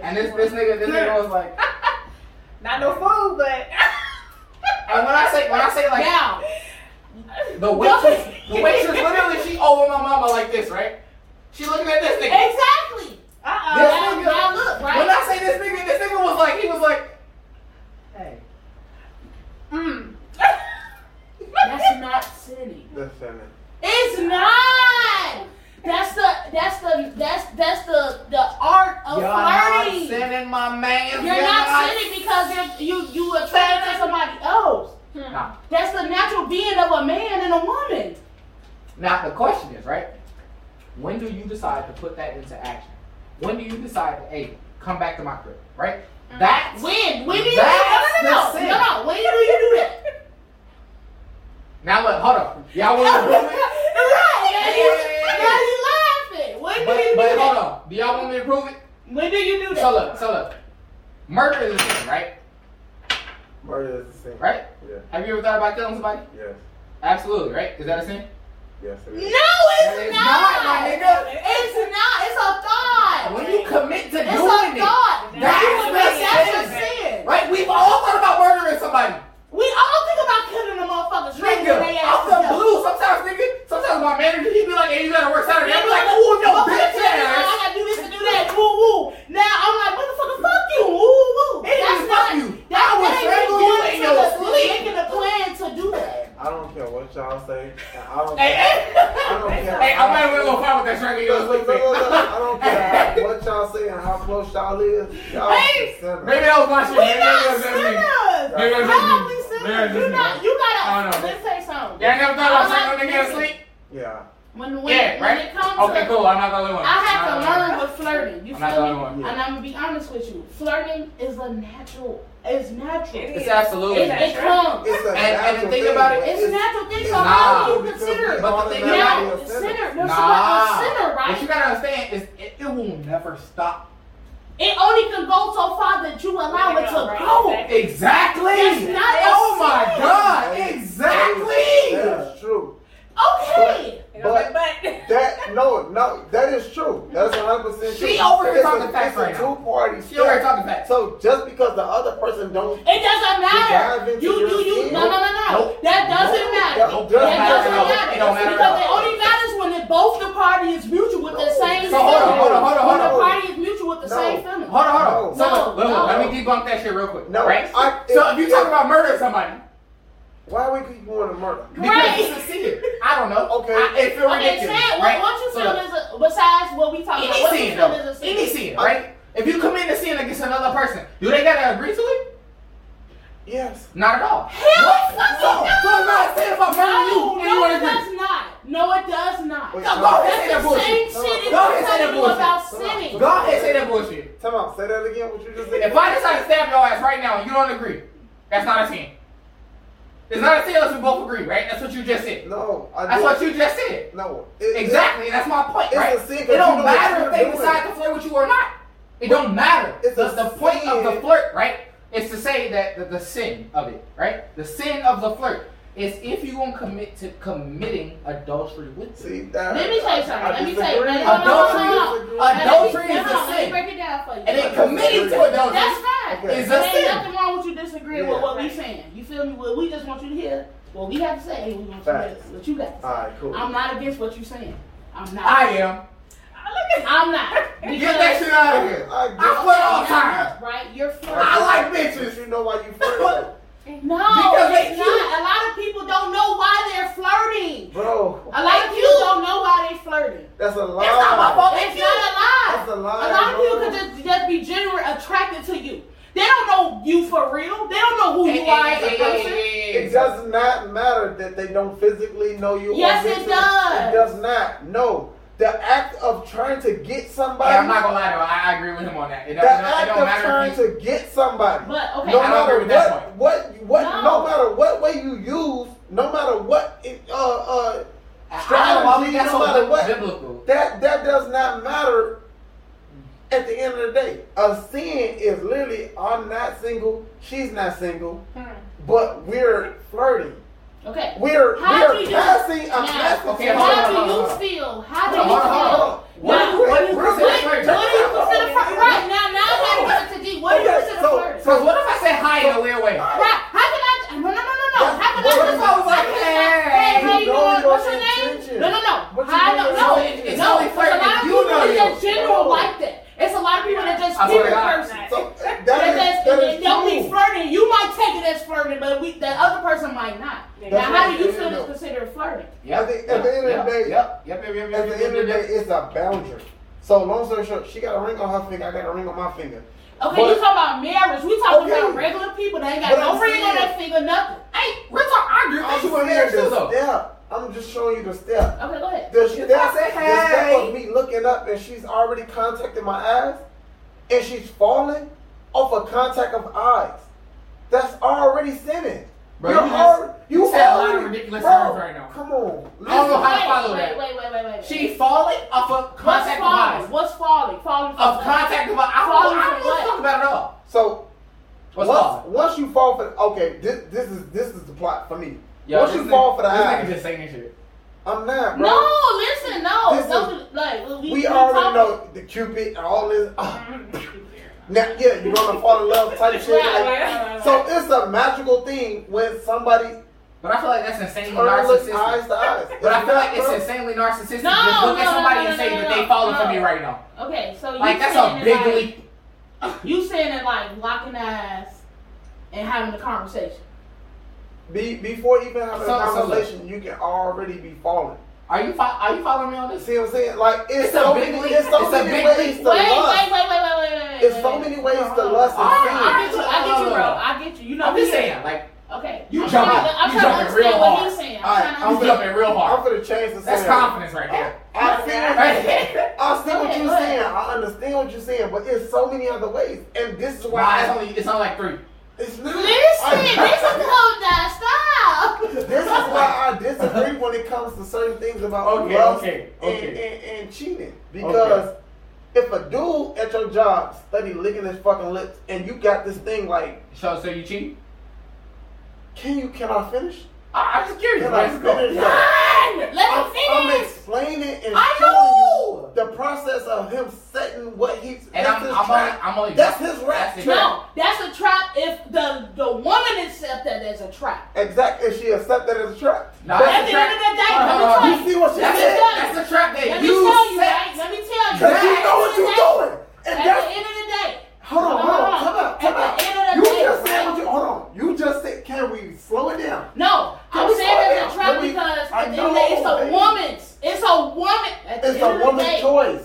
Speaker 4: And this this nigga this nigga was like,
Speaker 3: Not no food, but.
Speaker 4: and when I say when I say like
Speaker 5: now,
Speaker 4: the waitress the waitress literally she over my mama like this right? She looking at this nigga.
Speaker 5: exactly.
Speaker 3: Uh
Speaker 4: This
Speaker 3: oh.
Speaker 5: Now,
Speaker 4: nigga-
Speaker 5: now look,
Speaker 4: When
Speaker 5: right?
Speaker 4: I say this nigga this nigga was like he was like, hey,
Speaker 3: Mm.
Speaker 5: That's not sinning.
Speaker 2: That's feminine.
Speaker 5: It's not. That's the that's the that's that's the the art of
Speaker 4: y'all not
Speaker 5: flirting.
Speaker 4: sending my man.
Speaker 5: You're not sinning because you're, you you attracted to somebody else.
Speaker 4: Nah,
Speaker 5: That's the natural being of a man and a woman.
Speaker 4: now the question is right. When do you decide to put that into action? When do you decide to hey come back to my crib? Right? That's
Speaker 5: Mm. When when do you
Speaker 4: That's
Speaker 5: no no no,
Speaker 4: the sin.
Speaker 5: no no when do you do that?
Speaker 4: now look hold up y'all want to.
Speaker 5: right. Now you, now you laughing. When do you
Speaker 4: But,
Speaker 5: do
Speaker 4: but
Speaker 5: that?
Speaker 4: hold on. Do y'all want me to prove it?
Speaker 5: When do you do that?
Speaker 4: So look, so look. Murder is a sin, right?
Speaker 2: Murder is a sin.
Speaker 4: Right?
Speaker 2: Yeah.
Speaker 4: Have you ever thought about killing somebody?
Speaker 2: Yes.
Speaker 4: Absolutely, right? Is that a sin?
Speaker 2: Yes. It
Speaker 5: No,
Speaker 2: is.
Speaker 5: it's,
Speaker 4: That is
Speaker 5: not.
Speaker 4: not, my nigga.
Speaker 5: It's not. It's a thought.
Speaker 4: When you commit to
Speaker 5: It's
Speaker 4: doing
Speaker 5: a
Speaker 4: it,
Speaker 5: thought.
Speaker 3: That's
Speaker 5: That's,
Speaker 4: the
Speaker 5: that's
Speaker 4: sin.
Speaker 5: a sin.
Speaker 4: right? We've all thought about murdering somebody.
Speaker 5: We all think about killing the motherfuckers. right?
Speaker 4: Nigga,
Speaker 5: They
Speaker 4: I'm
Speaker 5: asses
Speaker 4: the
Speaker 5: up.
Speaker 4: blue. Sometimes, nigga, sometimes my manager, he be like, hey, you gotta work Saturday.
Speaker 5: Nigga,
Speaker 4: I'm like, ooh, yo,
Speaker 5: motherfucker,
Speaker 4: bitch
Speaker 5: I
Speaker 4: ass.
Speaker 5: gotta do this and do that. Woo woo. Now I'm like, what the fuck? Fuck you. Woo woo.
Speaker 4: It
Speaker 5: That's
Speaker 4: ain't
Speaker 5: not.
Speaker 4: fuck you.
Speaker 5: That
Speaker 4: I will
Speaker 5: that ain't
Speaker 4: strangle
Speaker 5: even
Speaker 4: you
Speaker 5: going
Speaker 4: in
Speaker 5: to
Speaker 4: your
Speaker 5: the-
Speaker 4: sleep.
Speaker 5: Making a plan to do that.
Speaker 2: I don't care what y'all say. and I don't.
Speaker 4: Hey, hey.
Speaker 2: I don't care.
Speaker 4: Hey, I might have been gonna fight with that strangle
Speaker 2: Look,
Speaker 4: your
Speaker 2: look, look,
Speaker 4: sleep.
Speaker 2: look, look. I
Speaker 4: thing.
Speaker 2: don't care what y'all say and how close y'all is. Y'all
Speaker 5: Hey,
Speaker 2: is sinners.
Speaker 4: Maybe that was my shit.
Speaker 5: We
Speaker 4: Maybe
Speaker 5: not
Speaker 4: that was
Speaker 5: sinners.
Speaker 4: me. Maybe that was
Speaker 5: How are
Speaker 4: me.
Speaker 5: we sinners?
Speaker 4: Maybe that was
Speaker 5: You
Speaker 4: me.
Speaker 5: not. You
Speaker 4: I don't
Speaker 5: gotta.
Speaker 4: know.
Speaker 5: Let's say something.
Speaker 4: Y'all never thought about strangling a nigga in sleep?
Speaker 2: Yeah.
Speaker 5: When when,
Speaker 4: Yeah,
Speaker 5: when
Speaker 4: right?
Speaker 5: it comes
Speaker 4: Okay,
Speaker 5: to
Speaker 4: cool. I'm not the only one.
Speaker 5: I had
Speaker 4: I'm
Speaker 5: to
Speaker 4: not the only
Speaker 5: learn with flirting. You
Speaker 4: one. I'm not
Speaker 5: feel
Speaker 4: the only
Speaker 5: me?
Speaker 4: one.
Speaker 2: Yeah.
Speaker 5: And I'm gonna be honest with you. Flirting is a natural. It's natural.
Speaker 3: It
Speaker 5: It,
Speaker 3: is.
Speaker 4: It's absolutely.
Speaker 3: It's
Speaker 5: it comes.
Speaker 2: It's a
Speaker 4: And- and
Speaker 2: natural
Speaker 4: the thing about it-
Speaker 2: but
Speaker 5: It's a natural thing. So
Speaker 2: it's
Speaker 5: how do
Speaker 2: natural
Speaker 5: you
Speaker 2: because
Speaker 5: consider
Speaker 2: we
Speaker 5: it?
Speaker 4: But the thing
Speaker 2: automatically
Speaker 4: about
Speaker 5: Now,
Speaker 2: a
Speaker 5: sinner.
Speaker 2: sinner.
Speaker 5: There's
Speaker 4: Nah.
Speaker 5: a sinner,
Speaker 4: What you
Speaker 5: right?
Speaker 4: gotta understand is it, it will never stop.
Speaker 5: It only can go so far that you allow it to
Speaker 3: Right.
Speaker 5: go.
Speaker 4: Oh, Exactly.
Speaker 5: Oh, That's not
Speaker 4: oh
Speaker 5: a
Speaker 4: my
Speaker 5: sin.
Speaker 4: god.
Speaker 2: That
Speaker 4: Exactly.
Speaker 2: is true.
Speaker 5: Okay.
Speaker 2: But-
Speaker 3: but
Speaker 2: That no, no, that is true. That's hundred percent true.
Speaker 4: She over here
Speaker 2: It's a-
Speaker 4: talking facts
Speaker 2: it's a
Speaker 4: right now.
Speaker 2: two-party
Speaker 4: She already
Speaker 2: step.
Speaker 4: talking facts.
Speaker 2: So just because the other person don't
Speaker 5: It doesn't
Speaker 2: dive
Speaker 5: matter.
Speaker 2: into
Speaker 5: You
Speaker 2: your
Speaker 5: you you.
Speaker 2: skin.
Speaker 5: No no no no.
Speaker 4: Nope.
Speaker 5: That doesn't matter.
Speaker 4: Nope.
Speaker 2: That
Speaker 5: That doesn't
Speaker 4: at all.
Speaker 5: matter.
Speaker 4: It don't matter at
Speaker 5: because
Speaker 4: all.
Speaker 5: it only matters when it, both the party is mutual with the
Speaker 2: No.
Speaker 5: same.
Speaker 4: So hold on,
Speaker 5: feeling.
Speaker 4: hold on, hold on,
Speaker 5: When
Speaker 4: hold
Speaker 5: the
Speaker 2: on.
Speaker 5: party is mutual with the
Speaker 2: No.
Speaker 5: same feeling.
Speaker 4: Hold on, hold on.
Speaker 2: No.
Speaker 4: So,
Speaker 5: No,
Speaker 4: look, look, let
Speaker 5: no.
Speaker 4: me debunk that shit real quick.
Speaker 2: No,
Speaker 4: right?
Speaker 2: I-
Speaker 4: so
Speaker 2: it-
Speaker 4: if you talk about murdering somebody,
Speaker 2: why we keep going to murder?
Speaker 4: because
Speaker 5: Right.
Speaker 4: it's sincere. I don't know.
Speaker 2: Okay.
Speaker 4: I, it feels
Speaker 5: Okay,
Speaker 4: ridiculous.
Speaker 5: Chad,
Speaker 4: right?
Speaker 5: what, what you
Speaker 4: So
Speaker 5: feel
Speaker 4: look,
Speaker 5: is a, besides what we talking about? What
Speaker 4: any
Speaker 5: you
Speaker 4: sin,
Speaker 5: feel is
Speaker 4: though.
Speaker 5: a sin?
Speaker 4: Any sin, right? If you commit a sin against another person, do they gotta agree to it?
Speaker 2: Yes.
Speaker 4: Not at all.
Speaker 5: Hell,
Speaker 4: What? So, so I'm not saying if I murder you
Speaker 5: No,
Speaker 4: and you
Speaker 5: no, it
Speaker 4: wanna agree.
Speaker 5: does not. No, it does not.
Speaker 2: Wait,
Speaker 4: No, go ahead and say
Speaker 5: That's
Speaker 4: that
Speaker 5: the
Speaker 4: bullshit.
Speaker 5: same shit. It's
Speaker 4: Go ahead and say that
Speaker 5: telling you
Speaker 4: bullshit.
Speaker 5: about
Speaker 2: Come on.
Speaker 5: sinning.
Speaker 4: Go ahead and say that bullshit.
Speaker 2: Tell me, say that again. What you just said?
Speaker 4: If I decide to stab your ass right now and you don't agree, that's not a sin. It's not a sin unless we both agree, right? That's what you just said.
Speaker 2: no, I
Speaker 4: That's
Speaker 2: do-
Speaker 4: what you just said.
Speaker 2: No, it-
Speaker 4: Exactly, that's my point,
Speaker 2: It's
Speaker 4: right?
Speaker 2: a sin
Speaker 4: It
Speaker 2: 'cause you
Speaker 4: don't
Speaker 2: know
Speaker 4: matter if
Speaker 2: what
Speaker 4: they
Speaker 2: you're
Speaker 4: decide
Speaker 2: doing.
Speaker 4: to flirt with you or not. It don't matter.
Speaker 2: It's
Speaker 4: the,
Speaker 2: a
Speaker 4: the point of the
Speaker 2: sin.
Speaker 4: flirt, right? Is to say that the, the sin of it, right? The sin of the flirt is if you gonna commit to committing adultery with
Speaker 2: See,
Speaker 4: them.
Speaker 2: that,
Speaker 5: Let me tell you something.
Speaker 2: I
Speaker 5: Let me
Speaker 2: disagree.
Speaker 5: tell you- no, no,
Speaker 4: no, no, no,
Speaker 5: no.
Speaker 2: Disagree.
Speaker 4: Adultery is
Speaker 5: Now, hold
Speaker 4: a
Speaker 5: on, Let me
Speaker 4: sin,
Speaker 5: break it down for you.
Speaker 4: and then committing to adultery.
Speaker 5: That's fine.
Speaker 2: Okay.
Speaker 5: It's
Speaker 4: It's a sin.
Speaker 5: ain't nothing wrong with you disagreeing
Speaker 2: Yeah.
Speaker 5: with what we saying. You feel me? Well, we just want you to hear what we have to say. and We want you to hear
Speaker 2: Facts.
Speaker 5: what you got to
Speaker 2: All
Speaker 5: say.
Speaker 2: right, cool.
Speaker 5: I'm not against what you're saying. I'm not.
Speaker 4: Uh, I am.
Speaker 5: I'm not.
Speaker 4: Get that shit out of here.
Speaker 2: I
Speaker 4: I
Speaker 2: guess.
Speaker 4: flirt all the time.
Speaker 5: Right? You're flirting.
Speaker 4: I like bitches.
Speaker 2: Since you know why you flirt,
Speaker 5: No,
Speaker 4: Because they
Speaker 5: it's
Speaker 4: cute.
Speaker 5: not. A lot of people don't know why they're flirting.
Speaker 2: bro.
Speaker 5: A lot of people don't know why they're flirting.
Speaker 2: That's a lie.
Speaker 4: That's not my fault. They
Speaker 5: It's
Speaker 4: cute.
Speaker 5: not a lie.
Speaker 2: That's a lie.
Speaker 5: A lot of people
Speaker 2: bro.
Speaker 5: could just, just be genuine attracted to you. They don't know you for real. They don't know who
Speaker 4: Hey,
Speaker 5: you are
Speaker 4: hey,
Speaker 5: as a
Speaker 4: hey,
Speaker 5: person.
Speaker 4: hey, hey,
Speaker 2: It does not matter that they don't physically know you. or
Speaker 5: Yes, it
Speaker 2: visually.
Speaker 5: does.
Speaker 2: It does not. No, the act of trying to get somebody.
Speaker 4: Hey, I'm not gonna lie though. I I agree with him on that. It
Speaker 2: the
Speaker 4: don't, it
Speaker 2: act
Speaker 4: don't
Speaker 2: of
Speaker 4: matter.
Speaker 2: trying
Speaker 4: If you,
Speaker 2: to get somebody.
Speaker 5: But okay,
Speaker 2: no
Speaker 4: I don't
Speaker 2: matter
Speaker 4: agree with that
Speaker 2: what, what, what, no.
Speaker 5: No.
Speaker 2: matter what way you use, no matter what, it, uh, uh,
Speaker 4: I don't know why we got
Speaker 2: strategy,
Speaker 4: so
Speaker 2: no matter what.
Speaker 4: biblical.
Speaker 2: that that does not matter. At the end of the day, a sin is literally I'm not single, she's not single, but we're flirting.
Speaker 5: okay.
Speaker 2: We're
Speaker 5: How do
Speaker 2: we're
Speaker 5: you-
Speaker 2: passing a
Speaker 5: Now,
Speaker 2: message.
Speaker 4: okay,
Speaker 2: to
Speaker 4: hold on,
Speaker 5: How
Speaker 4: hold on, hold
Speaker 5: do
Speaker 4: on.
Speaker 5: you feel? How do
Speaker 4: Hold on, hold on, hold on.
Speaker 5: you feel?
Speaker 4: What do you- what do you
Speaker 2: We're-
Speaker 4: consider
Speaker 2: we're-
Speaker 4: flirting?
Speaker 5: What do you consider flirting? Right now, now I gotta get to D. What do you
Speaker 2: Okay,
Speaker 5: consider
Speaker 2: so-
Speaker 5: flirting?
Speaker 4: Cause what if I say hi in a weird way?
Speaker 5: Right. How can I? No, no, no, no, no. How can
Speaker 2: What
Speaker 5: I?
Speaker 2: if I was
Speaker 4: like,
Speaker 5: hey, how you
Speaker 2: hey,
Speaker 5: doing?
Speaker 2: you
Speaker 5: What's your
Speaker 2: know your
Speaker 5: name?
Speaker 2: intention.
Speaker 5: No, no, no.
Speaker 2: But you
Speaker 5: How
Speaker 2: know
Speaker 5: do-
Speaker 2: your
Speaker 5: no,
Speaker 4: intention. It's
Speaker 5: no.
Speaker 4: only
Speaker 5: It's a
Speaker 4: flirting
Speaker 5: lot
Speaker 4: if
Speaker 5: of
Speaker 4: you
Speaker 5: people
Speaker 4: know
Speaker 5: that
Speaker 4: you.
Speaker 5: just general
Speaker 2: Oh.
Speaker 5: like that. It's a lot of people that just
Speaker 4: I
Speaker 5: pick a
Speaker 4: swear to God.
Speaker 5: person.
Speaker 2: So that,
Speaker 5: That
Speaker 2: that
Speaker 5: that's,
Speaker 2: is that
Speaker 5: and
Speaker 2: is
Speaker 5: they'll be
Speaker 2: true.
Speaker 5: flirting. You might take it as flirting, but we, the other person might not. Now,
Speaker 2: That's
Speaker 5: how
Speaker 2: what
Speaker 5: do you
Speaker 2: it
Speaker 5: feel
Speaker 2: is,
Speaker 5: is
Speaker 2: though.
Speaker 5: considered flirting?
Speaker 2: At the- at the end of the
Speaker 4: yep,
Speaker 2: day-
Speaker 4: Yep. Yep. Yep. Yep.
Speaker 2: At the
Speaker 4: yep, yep,
Speaker 2: end of the
Speaker 4: yep,
Speaker 2: day, it's a boundary. So long story short, she got a ring on her finger. I got a ring on my finger.
Speaker 5: Okay,
Speaker 2: But-
Speaker 5: you talking about marriage. We talking
Speaker 2: Okay.
Speaker 5: about regular people that ain't got
Speaker 2: But
Speaker 5: no
Speaker 2: I'm
Speaker 5: ring on
Speaker 2: saying-
Speaker 5: their finger, nothing.
Speaker 4: Hey, we're talking. I agree
Speaker 2: I'm
Speaker 4: with you
Speaker 2: showing
Speaker 4: on there too,
Speaker 2: you the
Speaker 4: though.
Speaker 2: step. I'm just showing you the step.
Speaker 5: Okay, go ahead.
Speaker 2: The step,
Speaker 4: I say
Speaker 2: the step
Speaker 4: hey.
Speaker 2: of me looking up and she's already contacting my eyes, and she's falling off a contact of eyes. That's already sinning.
Speaker 4: Bro,
Speaker 2: You're
Speaker 4: you just-
Speaker 2: already, you
Speaker 4: you said a lot of
Speaker 2: already,
Speaker 4: ridiculous
Speaker 2: bro,
Speaker 4: terms right now.
Speaker 2: Come on.
Speaker 4: I don't know how to
Speaker 5: Wait,
Speaker 4: follow
Speaker 5: wait,
Speaker 4: that.
Speaker 5: Wait, wait, wait, wait, wait.
Speaker 4: She falling off of
Speaker 5: What's
Speaker 4: contact
Speaker 5: falling?
Speaker 4: of eyes.
Speaker 5: What's falling? Falling from
Speaker 4: Of contact of eyes. I don't. I don't
Speaker 5: Falling
Speaker 4: want to
Speaker 5: from
Speaker 4: talk about it at all.
Speaker 2: So
Speaker 4: What's
Speaker 2: once,
Speaker 4: falling?
Speaker 2: once you fall for okay, this this is this is the plot for me.
Speaker 4: Yo,
Speaker 2: once
Speaker 4: this
Speaker 2: you
Speaker 4: nigga-
Speaker 2: fall for the
Speaker 4: this
Speaker 2: eyes,
Speaker 4: nigga just saying shit.
Speaker 2: I'm not, bro.
Speaker 5: No, listen, no.
Speaker 2: This
Speaker 5: Don't- like we,
Speaker 2: we,
Speaker 5: we
Speaker 2: already
Speaker 5: talking-
Speaker 2: know the cupid and all this. ah. now, yeah, you're gonna fall in love type shit.
Speaker 5: Right,
Speaker 2: like- so it's a magical thing when somebody
Speaker 4: But I feel like that's insanely
Speaker 2: turns looks
Speaker 4: narcissistic.
Speaker 2: eyes to eyes.
Speaker 4: But I feel like
Speaker 2: It's
Speaker 4: it's
Speaker 2: not,
Speaker 4: insanely narcissistic.
Speaker 5: No,
Speaker 4: Just look
Speaker 5: no,
Speaker 4: at somebody
Speaker 5: no,
Speaker 4: and
Speaker 5: no,
Speaker 4: say
Speaker 5: no,
Speaker 4: that
Speaker 5: no,
Speaker 4: they falling for
Speaker 5: no.
Speaker 4: me right now.
Speaker 5: Okay, so you
Speaker 4: Like that's
Speaker 5: saying
Speaker 4: a
Speaker 5: it
Speaker 4: big
Speaker 5: like,
Speaker 4: leap.
Speaker 5: You saying it like locking eyes and having a conversation.
Speaker 2: be, before even having
Speaker 4: So-
Speaker 2: a
Speaker 4: so look.
Speaker 2: conversation, you can already be falling.
Speaker 4: Are you fo- are you following me on this?
Speaker 2: See what I'm saying? Like it's,
Speaker 4: It's a
Speaker 2: so
Speaker 4: big
Speaker 2: many,
Speaker 4: leap.
Speaker 2: it's so
Speaker 4: It's a
Speaker 2: many
Speaker 4: big
Speaker 2: ways
Speaker 4: leap.
Speaker 2: to
Speaker 5: Wait, wait,
Speaker 2: love.
Speaker 5: wait, wait, wait, wait, wait, wait.
Speaker 2: It's
Speaker 5: wait,
Speaker 2: so
Speaker 5: wait.
Speaker 2: many ways to
Speaker 4: Hold on.
Speaker 2: lust
Speaker 4: All right,
Speaker 5: I
Speaker 4: all
Speaker 2: and
Speaker 5: get you, I get you, bro. I get you. You know,
Speaker 4: I'm
Speaker 5: we-
Speaker 4: just saying, like
Speaker 5: Okay.
Speaker 4: You
Speaker 5: I'm
Speaker 4: jumping.
Speaker 5: trying to, I'm
Speaker 4: You
Speaker 5: trying to
Speaker 4: jumping real
Speaker 5: understand what
Speaker 4: hard.
Speaker 5: he's saying.
Speaker 2: All Alright,
Speaker 5: trying
Speaker 2: I'm
Speaker 5: to
Speaker 4: I'm
Speaker 2: gonna-
Speaker 4: flipping real
Speaker 2: I'm
Speaker 4: hard.
Speaker 2: gonna change the
Speaker 4: That's
Speaker 2: scenario.
Speaker 4: confidence right there.
Speaker 2: I see what
Speaker 4: Right
Speaker 2: you
Speaker 4: there.
Speaker 2: I see what
Speaker 5: Okay,
Speaker 2: you're
Speaker 5: what?
Speaker 2: saying. I understand what you're saying, but it's so many other ways, and this is why
Speaker 4: Wow, it's
Speaker 2: I,
Speaker 4: only it's only like three.
Speaker 2: it's
Speaker 5: Listen,
Speaker 2: literally-
Speaker 5: this is
Speaker 2: I-
Speaker 5: whole that style.
Speaker 2: this is why I disagree when it comes to certain things about
Speaker 4: Okay,
Speaker 2: lust
Speaker 4: okay,
Speaker 2: And,
Speaker 4: okay.
Speaker 2: and, and cheating because if a dude at your job study licking his fucking lips and you got this thing like,
Speaker 4: So so you cheat?
Speaker 2: can you can I finish?
Speaker 4: I, I'm just curious.
Speaker 2: Can
Speaker 4: where
Speaker 2: I
Speaker 4: it's going.
Speaker 2: finish? that?
Speaker 5: Let
Speaker 2: I'm,
Speaker 5: me
Speaker 2: I'm
Speaker 5: finish.
Speaker 2: explaining and
Speaker 5: I know.
Speaker 2: showing you the process of him setting what he's.
Speaker 4: And
Speaker 2: that's
Speaker 4: I'm
Speaker 2: his
Speaker 4: I'm
Speaker 2: track.
Speaker 4: only I'm only
Speaker 2: That's his rap
Speaker 4: That's it.
Speaker 2: track.
Speaker 5: No, that's a trap. If the the woman accepts that as a trap,
Speaker 2: Exactly. And she accepted as a trap.
Speaker 4: No,
Speaker 2: That's
Speaker 5: at
Speaker 4: that's
Speaker 5: the
Speaker 4: a
Speaker 5: end of
Speaker 4: trap.
Speaker 5: the day,
Speaker 4: No,
Speaker 5: let
Speaker 4: no, no,
Speaker 5: me
Speaker 4: no.
Speaker 5: tell
Speaker 2: You
Speaker 5: you.
Speaker 2: see what she
Speaker 4: That's
Speaker 2: did?
Speaker 5: That's
Speaker 4: a, that's a trap that
Speaker 5: Let me
Speaker 4: you
Speaker 5: tell you,
Speaker 4: set.
Speaker 5: right? Let me tell you.
Speaker 2: Because you know what you're doing. And
Speaker 5: At the
Speaker 2: that's.
Speaker 5: end of the day,
Speaker 2: Hold on,
Speaker 5: Ah,
Speaker 2: hold on. Come on,
Speaker 5: At
Speaker 2: come on.
Speaker 5: the end of
Speaker 2: You
Speaker 5: the day,
Speaker 2: just said
Speaker 5: right?
Speaker 2: what you. Hold on. You just said, can we slow it down?
Speaker 5: No,
Speaker 2: Can
Speaker 5: I'm
Speaker 2: we slow
Speaker 5: saying it's
Speaker 2: down?
Speaker 5: a trap
Speaker 2: Can we-
Speaker 5: because
Speaker 2: I
Speaker 5: at the end of
Speaker 2: know,
Speaker 5: the day, it's a
Speaker 2: baby.
Speaker 5: woman's. It's a woman. At the end
Speaker 2: It's a
Speaker 5: of the
Speaker 2: woman's
Speaker 5: day.
Speaker 2: choice.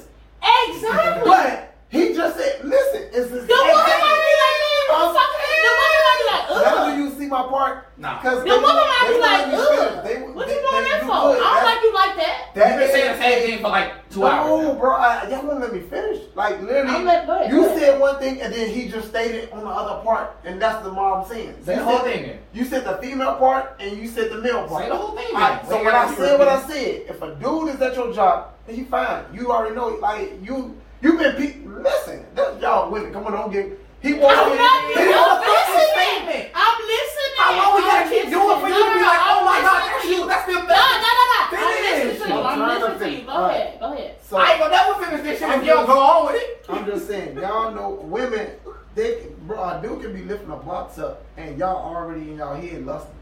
Speaker 5: Exactly.
Speaker 2: But he just said, listen, it's his.
Speaker 5: The woman might be like, man, what the fuck? The woman might be like, uh-uh.
Speaker 2: Now
Speaker 5: ugh.
Speaker 2: do you see my part?
Speaker 4: Nah.
Speaker 2: Because
Speaker 5: The woman might be like, ugh.
Speaker 2: They,
Speaker 5: What
Speaker 2: they,
Speaker 5: you doing
Speaker 2: they
Speaker 5: that
Speaker 2: do
Speaker 5: for? I
Speaker 2: good.
Speaker 5: don't
Speaker 2: That's-
Speaker 5: like you like that.
Speaker 4: You've been
Speaker 2: is-
Speaker 4: saying the same thing for like two hours.
Speaker 2: No,
Speaker 4: now.
Speaker 2: Oh, bro, I, y'all won't let me finish. Like literally,
Speaker 5: I'm like, go ahead,
Speaker 2: you
Speaker 5: go ahead.
Speaker 2: said one thing and then he just stated on the other part, and that's the mom saying.
Speaker 4: Say the
Speaker 2: You
Speaker 4: whole
Speaker 2: said-
Speaker 4: thing then.
Speaker 2: You said the female part and you said the male part.
Speaker 4: Say the whole thing
Speaker 2: Alright,
Speaker 4: then.
Speaker 2: so
Speaker 4: Say
Speaker 2: when I
Speaker 4: everything
Speaker 2: said what I
Speaker 4: repeat.
Speaker 2: said, if a dude is at your job, then he fine. You already know, like you, you been pe- listen. That's y'all women. Come on, don't get. He wants
Speaker 5: I'm not
Speaker 2: to.
Speaker 5: being
Speaker 2: he
Speaker 5: no
Speaker 2: wants to-
Speaker 5: listening. I'm listening.
Speaker 4: How long we gotta keep
Speaker 5: I'm
Speaker 4: doing for you
Speaker 5: listening.
Speaker 4: to be
Speaker 5: No,
Speaker 4: like,
Speaker 5: no,
Speaker 4: oh my
Speaker 5: I'm
Speaker 4: god, that's
Speaker 5: listening.
Speaker 4: you, that's the
Speaker 5: No, no, no, no. I'm
Speaker 4: Finish.
Speaker 5: listening to you.
Speaker 2: I'm
Speaker 5: I'm
Speaker 2: trying to
Speaker 5: listening to you.
Speaker 2: finish.
Speaker 5: Go
Speaker 2: Alright.
Speaker 5: ahead. Go ahead.
Speaker 2: So-
Speaker 4: I ain't gonna never finish this shit if you don't go on with it.
Speaker 2: I'm just saying, y'all know women, they can- bro, a dude can be lifting a box up and y'all already in y'all head lusting.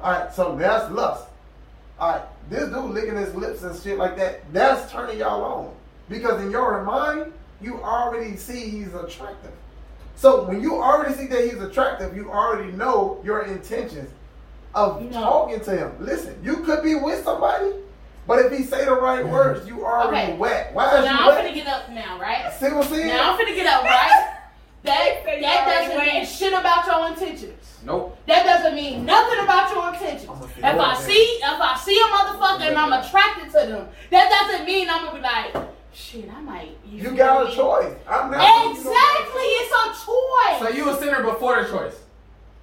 Speaker 2: Alright, so that's lust. Alright, this dude licking his lips and shit like that, that's turning y'all on. Because in your mind, you already see he's attractive. So when you already see that he's attractive, you already know your intentions of
Speaker 5: No.
Speaker 2: talking to him. Listen, you could be with somebody, but if he say the right words, you already
Speaker 5: Mm-hmm. Okay.
Speaker 2: wet. Why
Speaker 5: So
Speaker 2: is
Speaker 5: now
Speaker 2: you
Speaker 5: I'm
Speaker 2: wet?
Speaker 5: finna get up now, right?
Speaker 2: See what I'm saying?
Speaker 5: Now I'm finna get up, right? That
Speaker 3: They
Speaker 5: that
Speaker 3: say you
Speaker 5: doesn't
Speaker 3: already
Speaker 5: mean
Speaker 3: went.
Speaker 5: shit about your intentions.
Speaker 4: Nope.
Speaker 5: That doesn't mean nothing about your intentions.
Speaker 2: I'm gonna
Speaker 5: If
Speaker 2: feel
Speaker 5: I
Speaker 2: that.
Speaker 5: see if I see a motherfucker and I'm attracted to them, that doesn't mean I'm gonna be like, shit, I might.
Speaker 2: You
Speaker 5: feel
Speaker 2: got
Speaker 5: me?
Speaker 2: a choice. I'm not.
Speaker 5: Exactly, it's a choice.
Speaker 4: So you a sinner before the choice.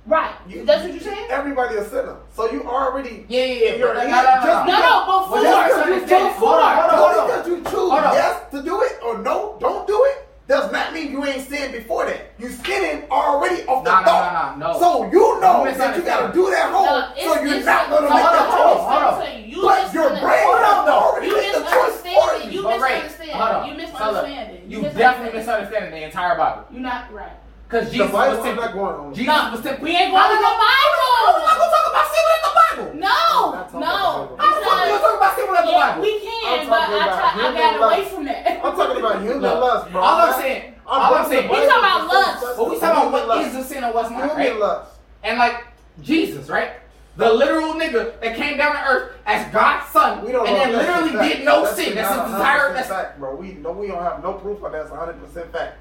Speaker 5: right?
Speaker 2: You-
Speaker 5: That's what you're saying.
Speaker 2: Everybody a sinner, so you already.
Speaker 4: Yeah, yeah,
Speaker 2: You're-
Speaker 4: No, no,
Speaker 2: just-
Speaker 4: no,
Speaker 5: No,
Speaker 4: no.
Speaker 5: no, before.
Speaker 4: Well, that's
Speaker 2: Just 'cause you
Speaker 4: understand.
Speaker 2: choose-
Speaker 4: Hold on, hold on,
Speaker 2: just
Speaker 4: hold on.
Speaker 2: 'cause you choose
Speaker 4: Hold on.
Speaker 2: yes to do it or no, don't do it. Does not mean you ain't sinned before that. You sinning already off the
Speaker 4: Nah, nah,
Speaker 2: thought.
Speaker 4: nah, nah, no.
Speaker 2: So you know
Speaker 4: You
Speaker 2: that you gotta
Speaker 4: misunderstand.
Speaker 2: do that whole.
Speaker 5: No, it's-
Speaker 2: so you're
Speaker 5: it's-
Speaker 2: not gonna
Speaker 4: no,
Speaker 2: make
Speaker 4: hold
Speaker 2: the
Speaker 4: on, hold
Speaker 2: choice.
Speaker 5: You
Speaker 4: on.
Speaker 2: But your
Speaker 5: misunderstand.
Speaker 2: brain already
Speaker 5: You
Speaker 2: made the choice for
Speaker 5: misunderstand it.
Speaker 2: you.
Speaker 5: You
Speaker 4: But right,
Speaker 5: misunderstand
Speaker 4: hold
Speaker 5: it.
Speaker 4: on.
Speaker 5: You
Speaker 4: Hold
Speaker 5: misunderstand it.
Speaker 4: on. You definitely misunderstanding the entire Bible.
Speaker 5: You're not right.
Speaker 4: Because
Speaker 2: The
Speaker 4: Jesus was
Speaker 2: Bible is not
Speaker 4: tempted.
Speaker 2: going on.
Speaker 4: Jesus
Speaker 5: No,
Speaker 4: was tempted.
Speaker 5: We ain't going to the
Speaker 4: I'm not
Speaker 5: Bible.
Speaker 4: gonna talk about sinning in the Bible.
Speaker 2: I'm
Speaker 5: No,
Speaker 2: not talking
Speaker 5: no.
Speaker 2: about the
Speaker 4: How the fuck are you
Speaker 5: because-
Speaker 4: talking about sinning in the
Speaker 5: Yeah,
Speaker 4: Bible?
Speaker 5: we can,
Speaker 2: I'm
Speaker 5: but I,
Speaker 2: talking about
Speaker 5: try, I
Speaker 2: human
Speaker 5: got away
Speaker 2: lust.
Speaker 5: from that.
Speaker 2: I'm talking about human
Speaker 4: Look,
Speaker 2: lust, bro.
Speaker 4: all I'm saying- all I'm saying-
Speaker 5: We talking about lust.
Speaker 4: But we talking about what is a sin and what's not, right?
Speaker 2: Human lust.
Speaker 4: And like Jesus, right? The literal nigga that came down to earth as God's son
Speaker 2: We don't
Speaker 4: and
Speaker 2: know
Speaker 4: then
Speaker 2: if that's
Speaker 4: literally
Speaker 2: a fact.
Speaker 4: did no
Speaker 2: That's
Speaker 4: sin.
Speaker 2: not
Speaker 4: That's his
Speaker 2: 100%
Speaker 4: desire. That's
Speaker 2: fact, bro. We no, we don't have no proof of that's hundred percent fact.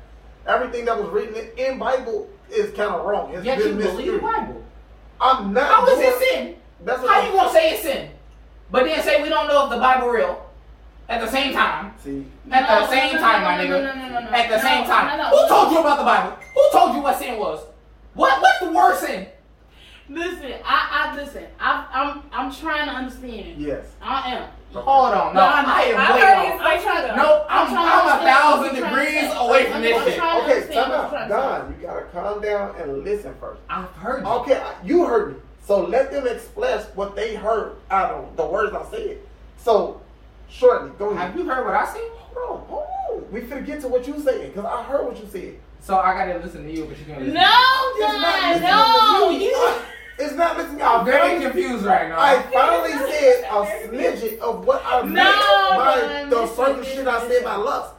Speaker 2: Everything that was written in Bible is kind of wrong. It's
Speaker 4: yet you
Speaker 2: been
Speaker 4: believe the
Speaker 2: misconstrued.
Speaker 4: Bible.
Speaker 2: I'm not.
Speaker 4: How is
Speaker 2: doing-
Speaker 4: it sin?
Speaker 2: That's what
Speaker 4: How
Speaker 2: I'm-
Speaker 4: you gonna say it's sin? But then say we don't know if the Bible real at the same time.
Speaker 2: See,
Speaker 4: At
Speaker 5: No,
Speaker 4: the same
Speaker 5: no,
Speaker 4: time,
Speaker 5: no,
Speaker 4: my
Speaker 5: no,
Speaker 4: nigga.
Speaker 5: no, no, no, no.
Speaker 4: At the
Speaker 5: No,
Speaker 4: same time.
Speaker 5: no, no.
Speaker 4: Who told you about the Bible? Who told you what sin was? What what's the word sin?
Speaker 5: Listen, I, I listen. I, I'm, I'm trying to understand.
Speaker 2: yes.
Speaker 5: I am.
Speaker 4: Hold on, no,
Speaker 5: No, I'm-
Speaker 4: I
Speaker 3: I
Speaker 4: am way
Speaker 3: heard
Speaker 4: off.
Speaker 3: it's like trying
Speaker 4: No, I'm,
Speaker 5: trying to
Speaker 4: I'm a
Speaker 5: understand
Speaker 4: thousand
Speaker 5: what you're trying to
Speaker 4: degrees
Speaker 5: say.
Speaker 4: away from
Speaker 5: I'm
Speaker 4: this shit.
Speaker 5: trying to
Speaker 2: Okay,
Speaker 5: understand
Speaker 2: time
Speaker 5: what you're
Speaker 2: out,
Speaker 5: trying to
Speaker 2: Don. You gotta calm down and listen first.
Speaker 4: I've heard you.
Speaker 2: Okay, I- you heard me. So let them express what they heard out of the words I said. So, shortly, go ahead.
Speaker 4: Have you heard what I said?
Speaker 2: Hold on, hold on. We finna get to what you saying because I heard what you said.
Speaker 4: So I gotta listen to you, but you can't
Speaker 5: say.
Speaker 4: listen.
Speaker 5: No, Don, no.
Speaker 2: listening to
Speaker 5: You,
Speaker 2: It's not listening. I
Speaker 4: I'm very
Speaker 2: finally,
Speaker 4: confused right now.
Speaker 2: I finally said a smidget of what I meant
Speaker 5: No,
Speaker 2: by
Speaker 5: man,
Speaker 2: the
Speaker 5: listen,
Speaker 2: certain shit I said by lust.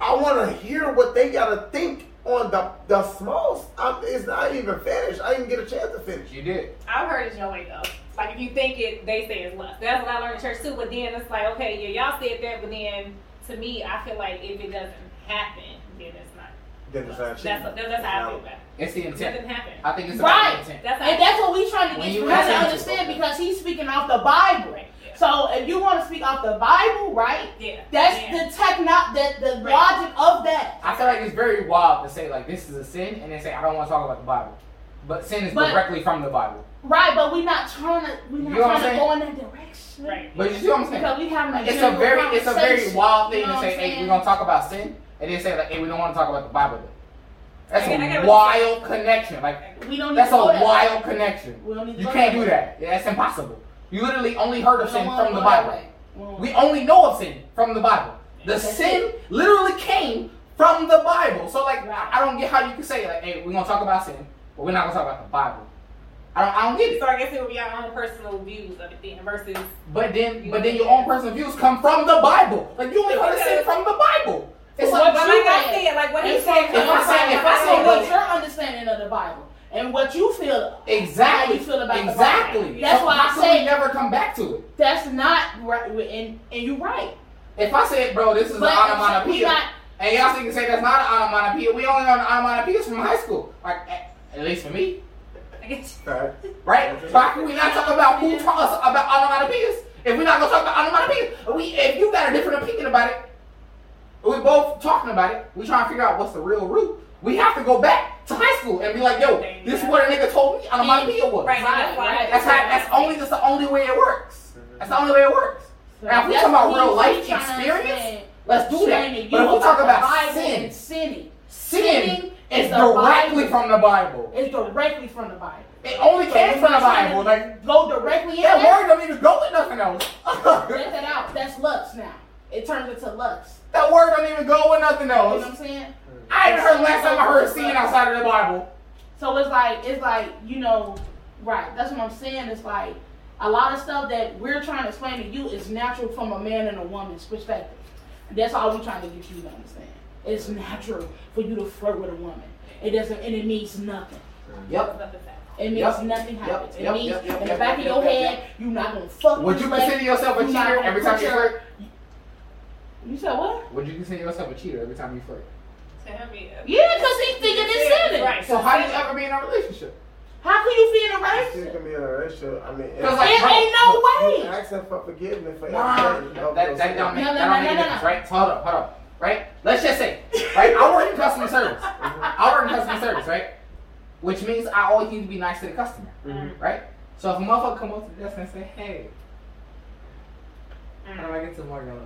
Speaker 2: I want to hear what they gotta think on the the smalls. I'm, it's not even finished. I didn't get a chance to finish.
Speaker 4: you did.
Speaker 3: I've heard it's your way though. Like if you think it, they say it's lust. That's what I learned in church too. But then it's like, okay, yeah, y'all said that, but then to me, I feel like if it doesn't happen, then it's not
Speaker 2: Then it's not
Speaker 3: That's, that's, that's how I feel about it.
Speaker 4: It's the
Speaker 3: It
Speaker 4: intent.
Speaker 3: didn't happen.
Speaker 4: I think it's about
Speaker 5: Right.
Speaker 4: the intent.
Speaker 3: That's how
Speaker 5: And that's what we trying to
Speaker 4: When
Speaker 5: get
Speaker 4: you
Speaker 5: you guys to
Speaker 4: listen to-
Speaker 5: understand because he's speaking off the Bible.
Speaker 3: Yeah.
Speaker 5: So if you want to speak off the Bible, right?
Speaker 3: Yeah.
Speaker 5: That's
Speaker 3: yeah.
Speaker 5: the techno the, the
Speaker 3: Right.
Speaker 5: logic of that.
Speaker 4: I feel like it's very wild to say like this is a sin and then say I don't want to talk about the Bible, but sin is
Speaker 5: But-
Speaker 4: directly from the Bible.
Speaker 5: Right, but we're not trying to we're not
Speaker 4: You know what
Speaker 5: trying to
Speaker 4: I'm
Speaker 5: go in that direction.
Speaker 3: Right.
Speaker 4: But you see what I'm saying?
Speaker 5: Because we having a
Speaker 4: It's a
Speaker 5: general
Speaker 4: very it's a very
Speaker 5: conversation,
Speaker 4: wild thing
Speaker 5: you know
Speaker 4: to
Speaker 5: what
Speaker 4: say.
Speaker 5: I'm
Speaker 4: Hey,
Speaker 5: saying?
Speaker 4: we're gonna talk about sin, and then say like, hey, we don't want to talk about the Bible. Though. That's
Speaker 3: I get- I get
Speaker 4: a
Speaker 3: what you're
Speaker 4: wild
Speaker 3: saying.
Speaker 4: connection. Like
Speaker 5: We don't need
Speaker 4: that's
Speaker 5: to
Speaker 4: a
Speaker 5: go that way.
Speaker 4: wild connection.
Speaker 5: We don't need to
Speaker 4: You
Speaker 5: go
Speaker 4: can't
Speaker 5: that
Speaker 4: do
Speaker 5: way.
Speaker 4: that. Yeah, that's impossible. You literally only heard of
Speaker 5: We don't
Speaker 4: sin
Speaker 5: wanna
Speaker 4: from the
Speaker 5: go that
Speaker 4: Bible.
Speaker 5: way. don't
Speaker 4: We only know of sin from the Bible. The
Speaker 5: That's
Speaker 4: sin literally came from the Bible. So like,
Speaker 5: Right.
Speaker 4: I don't get how you can say like, hey, we're gonna talk about sin, but we're not gonna talk about the Bible. I don't, I don't get it.
Speaker 3: So I guess it would be our own personal views of it then versus
Speaker 4: But then, but then your own personal views come from the Bible. Like you only heard of sin from the Bible. It's
Speaker 5: What
Speaker 4: like
Speaker 3: But
Speaker 5: you
Speaker 3: like I
Speaker 5: read.
Speaker 3: said, like what he
Speaker 5: It's
Speaker 3: said,
Speaker 5: okay.
Speaker 4: if I say- if I say
Speaker 5: So what
Speaker 4: that-
Speaker 5: your understanding of the Bible and what you feel
Speaker 4: exactly
Speaker 5: How you feel about the
Speaker 4: exactly.
Speaker 5: Bible. That's
Speaker 4: so
Speaker 5: why I
Speaker 4: how come we
Speaker 5: say-
Speaker 4: never come back to it.
Speaker 5: that's not right and and you're right.
Speaker 4: If I said, bro, this is
Speaker 5: But
Speaker 4: an
Speaker 5: we
Speaker 4: onomatopoeia,
Speaker 5: not
Speaker 4: and y'all can say that's not an onomatopoeia. We only learn onomatopoeias from high school. Like at, at least for me.
Speaker 3: I get
Speaker 2: Right.
Speaker 4: Right? Why can we not talk about who taught us about onomatopoeias? If we're not gonna talk about onomatopoeias, we if you got a different opinion about it, we're both talking about it, we trying to figure out what's the real root. We have to go back to high school and be like, yo, this is what a nigga told me onomatopoeia
Speaker 3: you.
Speaker 4: was.
Speaker 3: Right, that's why.
Speaker 5: Right,
Speaker 4: That's how that's only that's the only way it works. That's the only way it works. Now, if we talking about real life experience, let's do that. But if we talk about sin,
Speaker 5: sinning
Speaker 4: sin is
Speaker 5: is the Bible.
Speaker 4: directly from the Bible.
Speaker 5: is directly from the Bible.
Speaker 4: It only came
Speaker 5: So
Speaker 4: from
Speaker 5: we're
Speaker 4: the
Speaker 5: trying
Speaker 4: Bible.
Speaker 5: to
Speaker 4: Like
Speaker 5: Go directly in
Speaker 4: Yeah,
Speaker 5: there.
Speaker 4: word don't even go with nothing else.
Speaker 5: Let that out. That's lust now. It turns into lust.
Speaker 4: that word don't even go with nothing
Speaker 5: You know what I'm
Speaker 4: else.
Speaker 5: saying?
Speaker 4: I even heard last time I heard sin outside of the Bible.
Speaker 5: So it's like it's like you know, right? That's what I'm saying. It's like a lot of stuff that we're trying to explain to you is natural from a man and a woman's perspective. That's all we're trying to get you to understand. It's natural for you to flirt with a woman. It doesn't, and it means nothing.
Speaker 4: Yep.
Speaker 3: nothing sad.
Speaker 5: It means
Speaker 4: Yep.
Speaker 5: nothing happens.
Speaker 4: Yep.
Speaker 5: It means
Speaker 4: Yep. Yep.
Speaker 5: in the
Speaker 4: Yep.
Speaker 5: back of
Speaker 4: Yep.
Speaker 5: your
Speaker 4: Yep.
Speaker 5: head, you're not gonna fuck.
Speaker 4: Would
Speaker 5: this
Speaker 4: you
Speaker 5: lady.
Speaker 4: consider yourself a
Speaker 5: You're not
Speaker 4: cheater
Speaker 5: gonna
Speaker 4: every time
Speaker 5: put
Speaker 4: you
Speaker 5: your-
Speaker 4: flirt?
Speaker 5: You said what?
Speaker 4: Would you consider yourself a cheater every time you flirt?
Speaker 3: To him, yeah.
Speaker 5: Yeah, because he's thinking it's sinning.
Speaker 3: Right.
Speaker 4: So how do you ever be in a relationship?
Speaker 5: How could you be in a
Speaker 2: She's
Speaker 5: relationship?
Speaker 2: gonna be in a relationship. I mean,
Speaker 4: Cause
Speaker 5: It
Speaker 4: like, bro,
Speaker 5: ain't no way.
Speaker 2: You asking for forgiveness for
Speaker 4: Nah,
Speaker 2: everything. No,
Speaker 4: that, that
Speaker 2: no,
Speaker 4: don't make,
Speaker 5: No, no,
Speaker 4: that
Speaker 5: no,
Speaker 4: don't make
Speaker 5: no,
Speaker 4: a
Speaker 5: no,
Speaker 4: difference,
Speaker 5: no.
Speaker 4: right? So hold up, hold up. Right? Let's just say, right? I work in customer service. I work in customer service, right? Which means I always need to be nice to the customer,
Speaker 3: mm,
Speaker 2: Mhm.
Speaker 4: right? So if a motherfucker come up to the desk and say, hey,
Speaker 3: mm.
Speaker 4: how do I get some more donuts?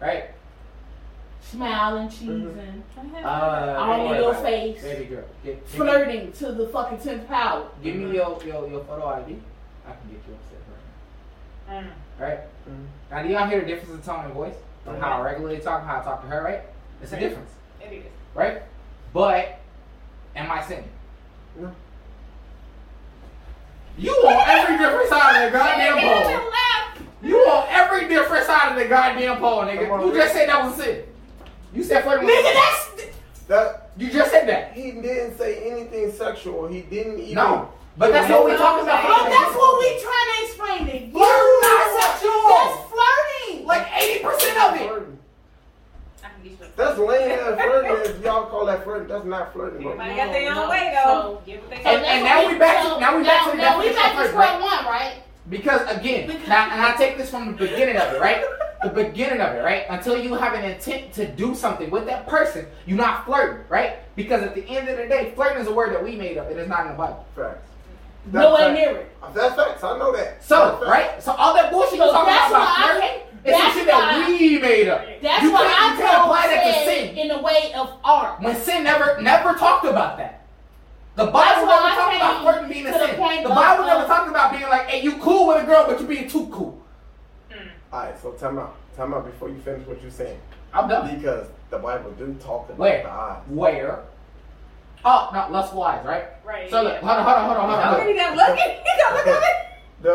Speaker 4: Right?
Speaker 5: Smiling, cheesing,
Speaker 4: Uh, don't
Speaker 5: all
Speaker 4: worry
Speaker 5: in your
Speaker 4: about it.
Speaker 5: face,
Speaker 4: Baby girl, get, give, me,
Speaker 5: flirting to the fucking tenth power.
Speaker 4: give me your, your, your photo ID. I can get you upset, right?
Speaker 3: Mm.
Speaker 4: Right?
Speaker 2: Mhm.
Speaker 4: Now, do y'all hear the difference in tone and voice? From how I regularly talk, how I talk to her, right? It's a
Speaker 3: Right.
Speaker 4: difference.
Speaker 3: It is.
Speaker 4: right? But am I sinning?
Speaker 2: No.
Speaker 4: You on every different side of the goddamn pole. You on every different side of the goddamn pole,
Speaker 2: Come
Speaker 4: nigga.
Speaker 2: on,
Speaker 4: You just said that was a sin. You said flirting. was-
Speaker 5: Nigga, that's
Speaker 2: That
Speaker 4: You just said that.
Speaker 2: he didn't say anything sexual. He didn't even.
Speaker 4: No, but that's what we talking about.
Speaker 5: bro. That's what we trying to explain to you.
Speaker 4: Flirting not sexual.
Speaker 5: That's flirting.
Speaker 4: Like eighty percent of it.
Speaker 2: Flirting.
Speaker 3: I can get you.
Speaker 2: That's lame ass flirting. If y'all call that flirting, that's not flirting. Bro.
Speaker 3: Everybody got their
Speaker 5: No,
Speaker 3: own
Speaker 5: no.
Speaker 3: way though.
Speaker 5: So-
Speaker 3: Give what they
Speaker 5: So that's
Speaker 4: And-
Speaker 5: what
Speaker 3: got.
Speaker 4: now we back to- now we back to the
Speaker 5: now we
Speaker 4: definition
Speaker 5: back
Speaker 4: of
Speaker 5: to
Speaker 4: flirting,
Speaker 5: square one, right?
Speaker 4: Because again,
Speaker 5: Because-
Speaker 4: now, and I take this from the beginning of it, right? The beginning of it, right? Until you have an intent to do something with that person, you're not flirting, right? Because at the end of the day, flirting is a word that we made up. It is not in the Bible.
Speaker 2: Facts.
Speaker 5: Nowhere
Speaker 2: fact-
Speaker 5: near it.
Speaker 2: That's facts. I know that.
Speaker 4: So,
Speaker 2: That's facts.
Speaker 4: right? So all that bullshit
Speaker 5: So
Speaker 4: you're talking
Speaker 5: that's
Speaker 4: about
Speaker 5: why I-
Speaker 4: flirting is some
Speaker 5: that's
Speaker 4: shit that
Speaker 5: why-
Speaker 4: we made up.
Speaker 5: That's
Speaker 4: You
Speaker 5: what
Speaker 4: can't-
Speaker 5: I
Speaker 4: you can't apply that to
Speaker 5: told
Speaker 4: sin.
Speaker 5: said in the way of art.
Speaker 4: When sin never never talked about that. The Bible
Speaker 5: why
Speaker 4: never
Speaker 5: I
Speaker 4: talked about
Speaker 5: came
Speaker 4: flirting being a
Speaker 5: to the
Speaker 4: sin.
Speaker 5: point
Speaker 4: The Bible
Speaker 5: of-
Speaker 4: never talked about being like, hey, you cool with a girl, but you being too cool.
Speaker 2: All right. So time out. Time out before you finish what you're saying,
Speaker 4: I'm done.
Speaker 2: because the Bible do talk about
Speaker 4: Where?
Speaker 2: the eyes.
Speaker 4: Where? Oh, not lust wise, right?
Speaker 3: Right.
Speaker 4: So look, hold on, hold on, hold on, hold on.
Speaker 3: Don't
Speaker 4: Hold
Speaker 3: really got looking. You got look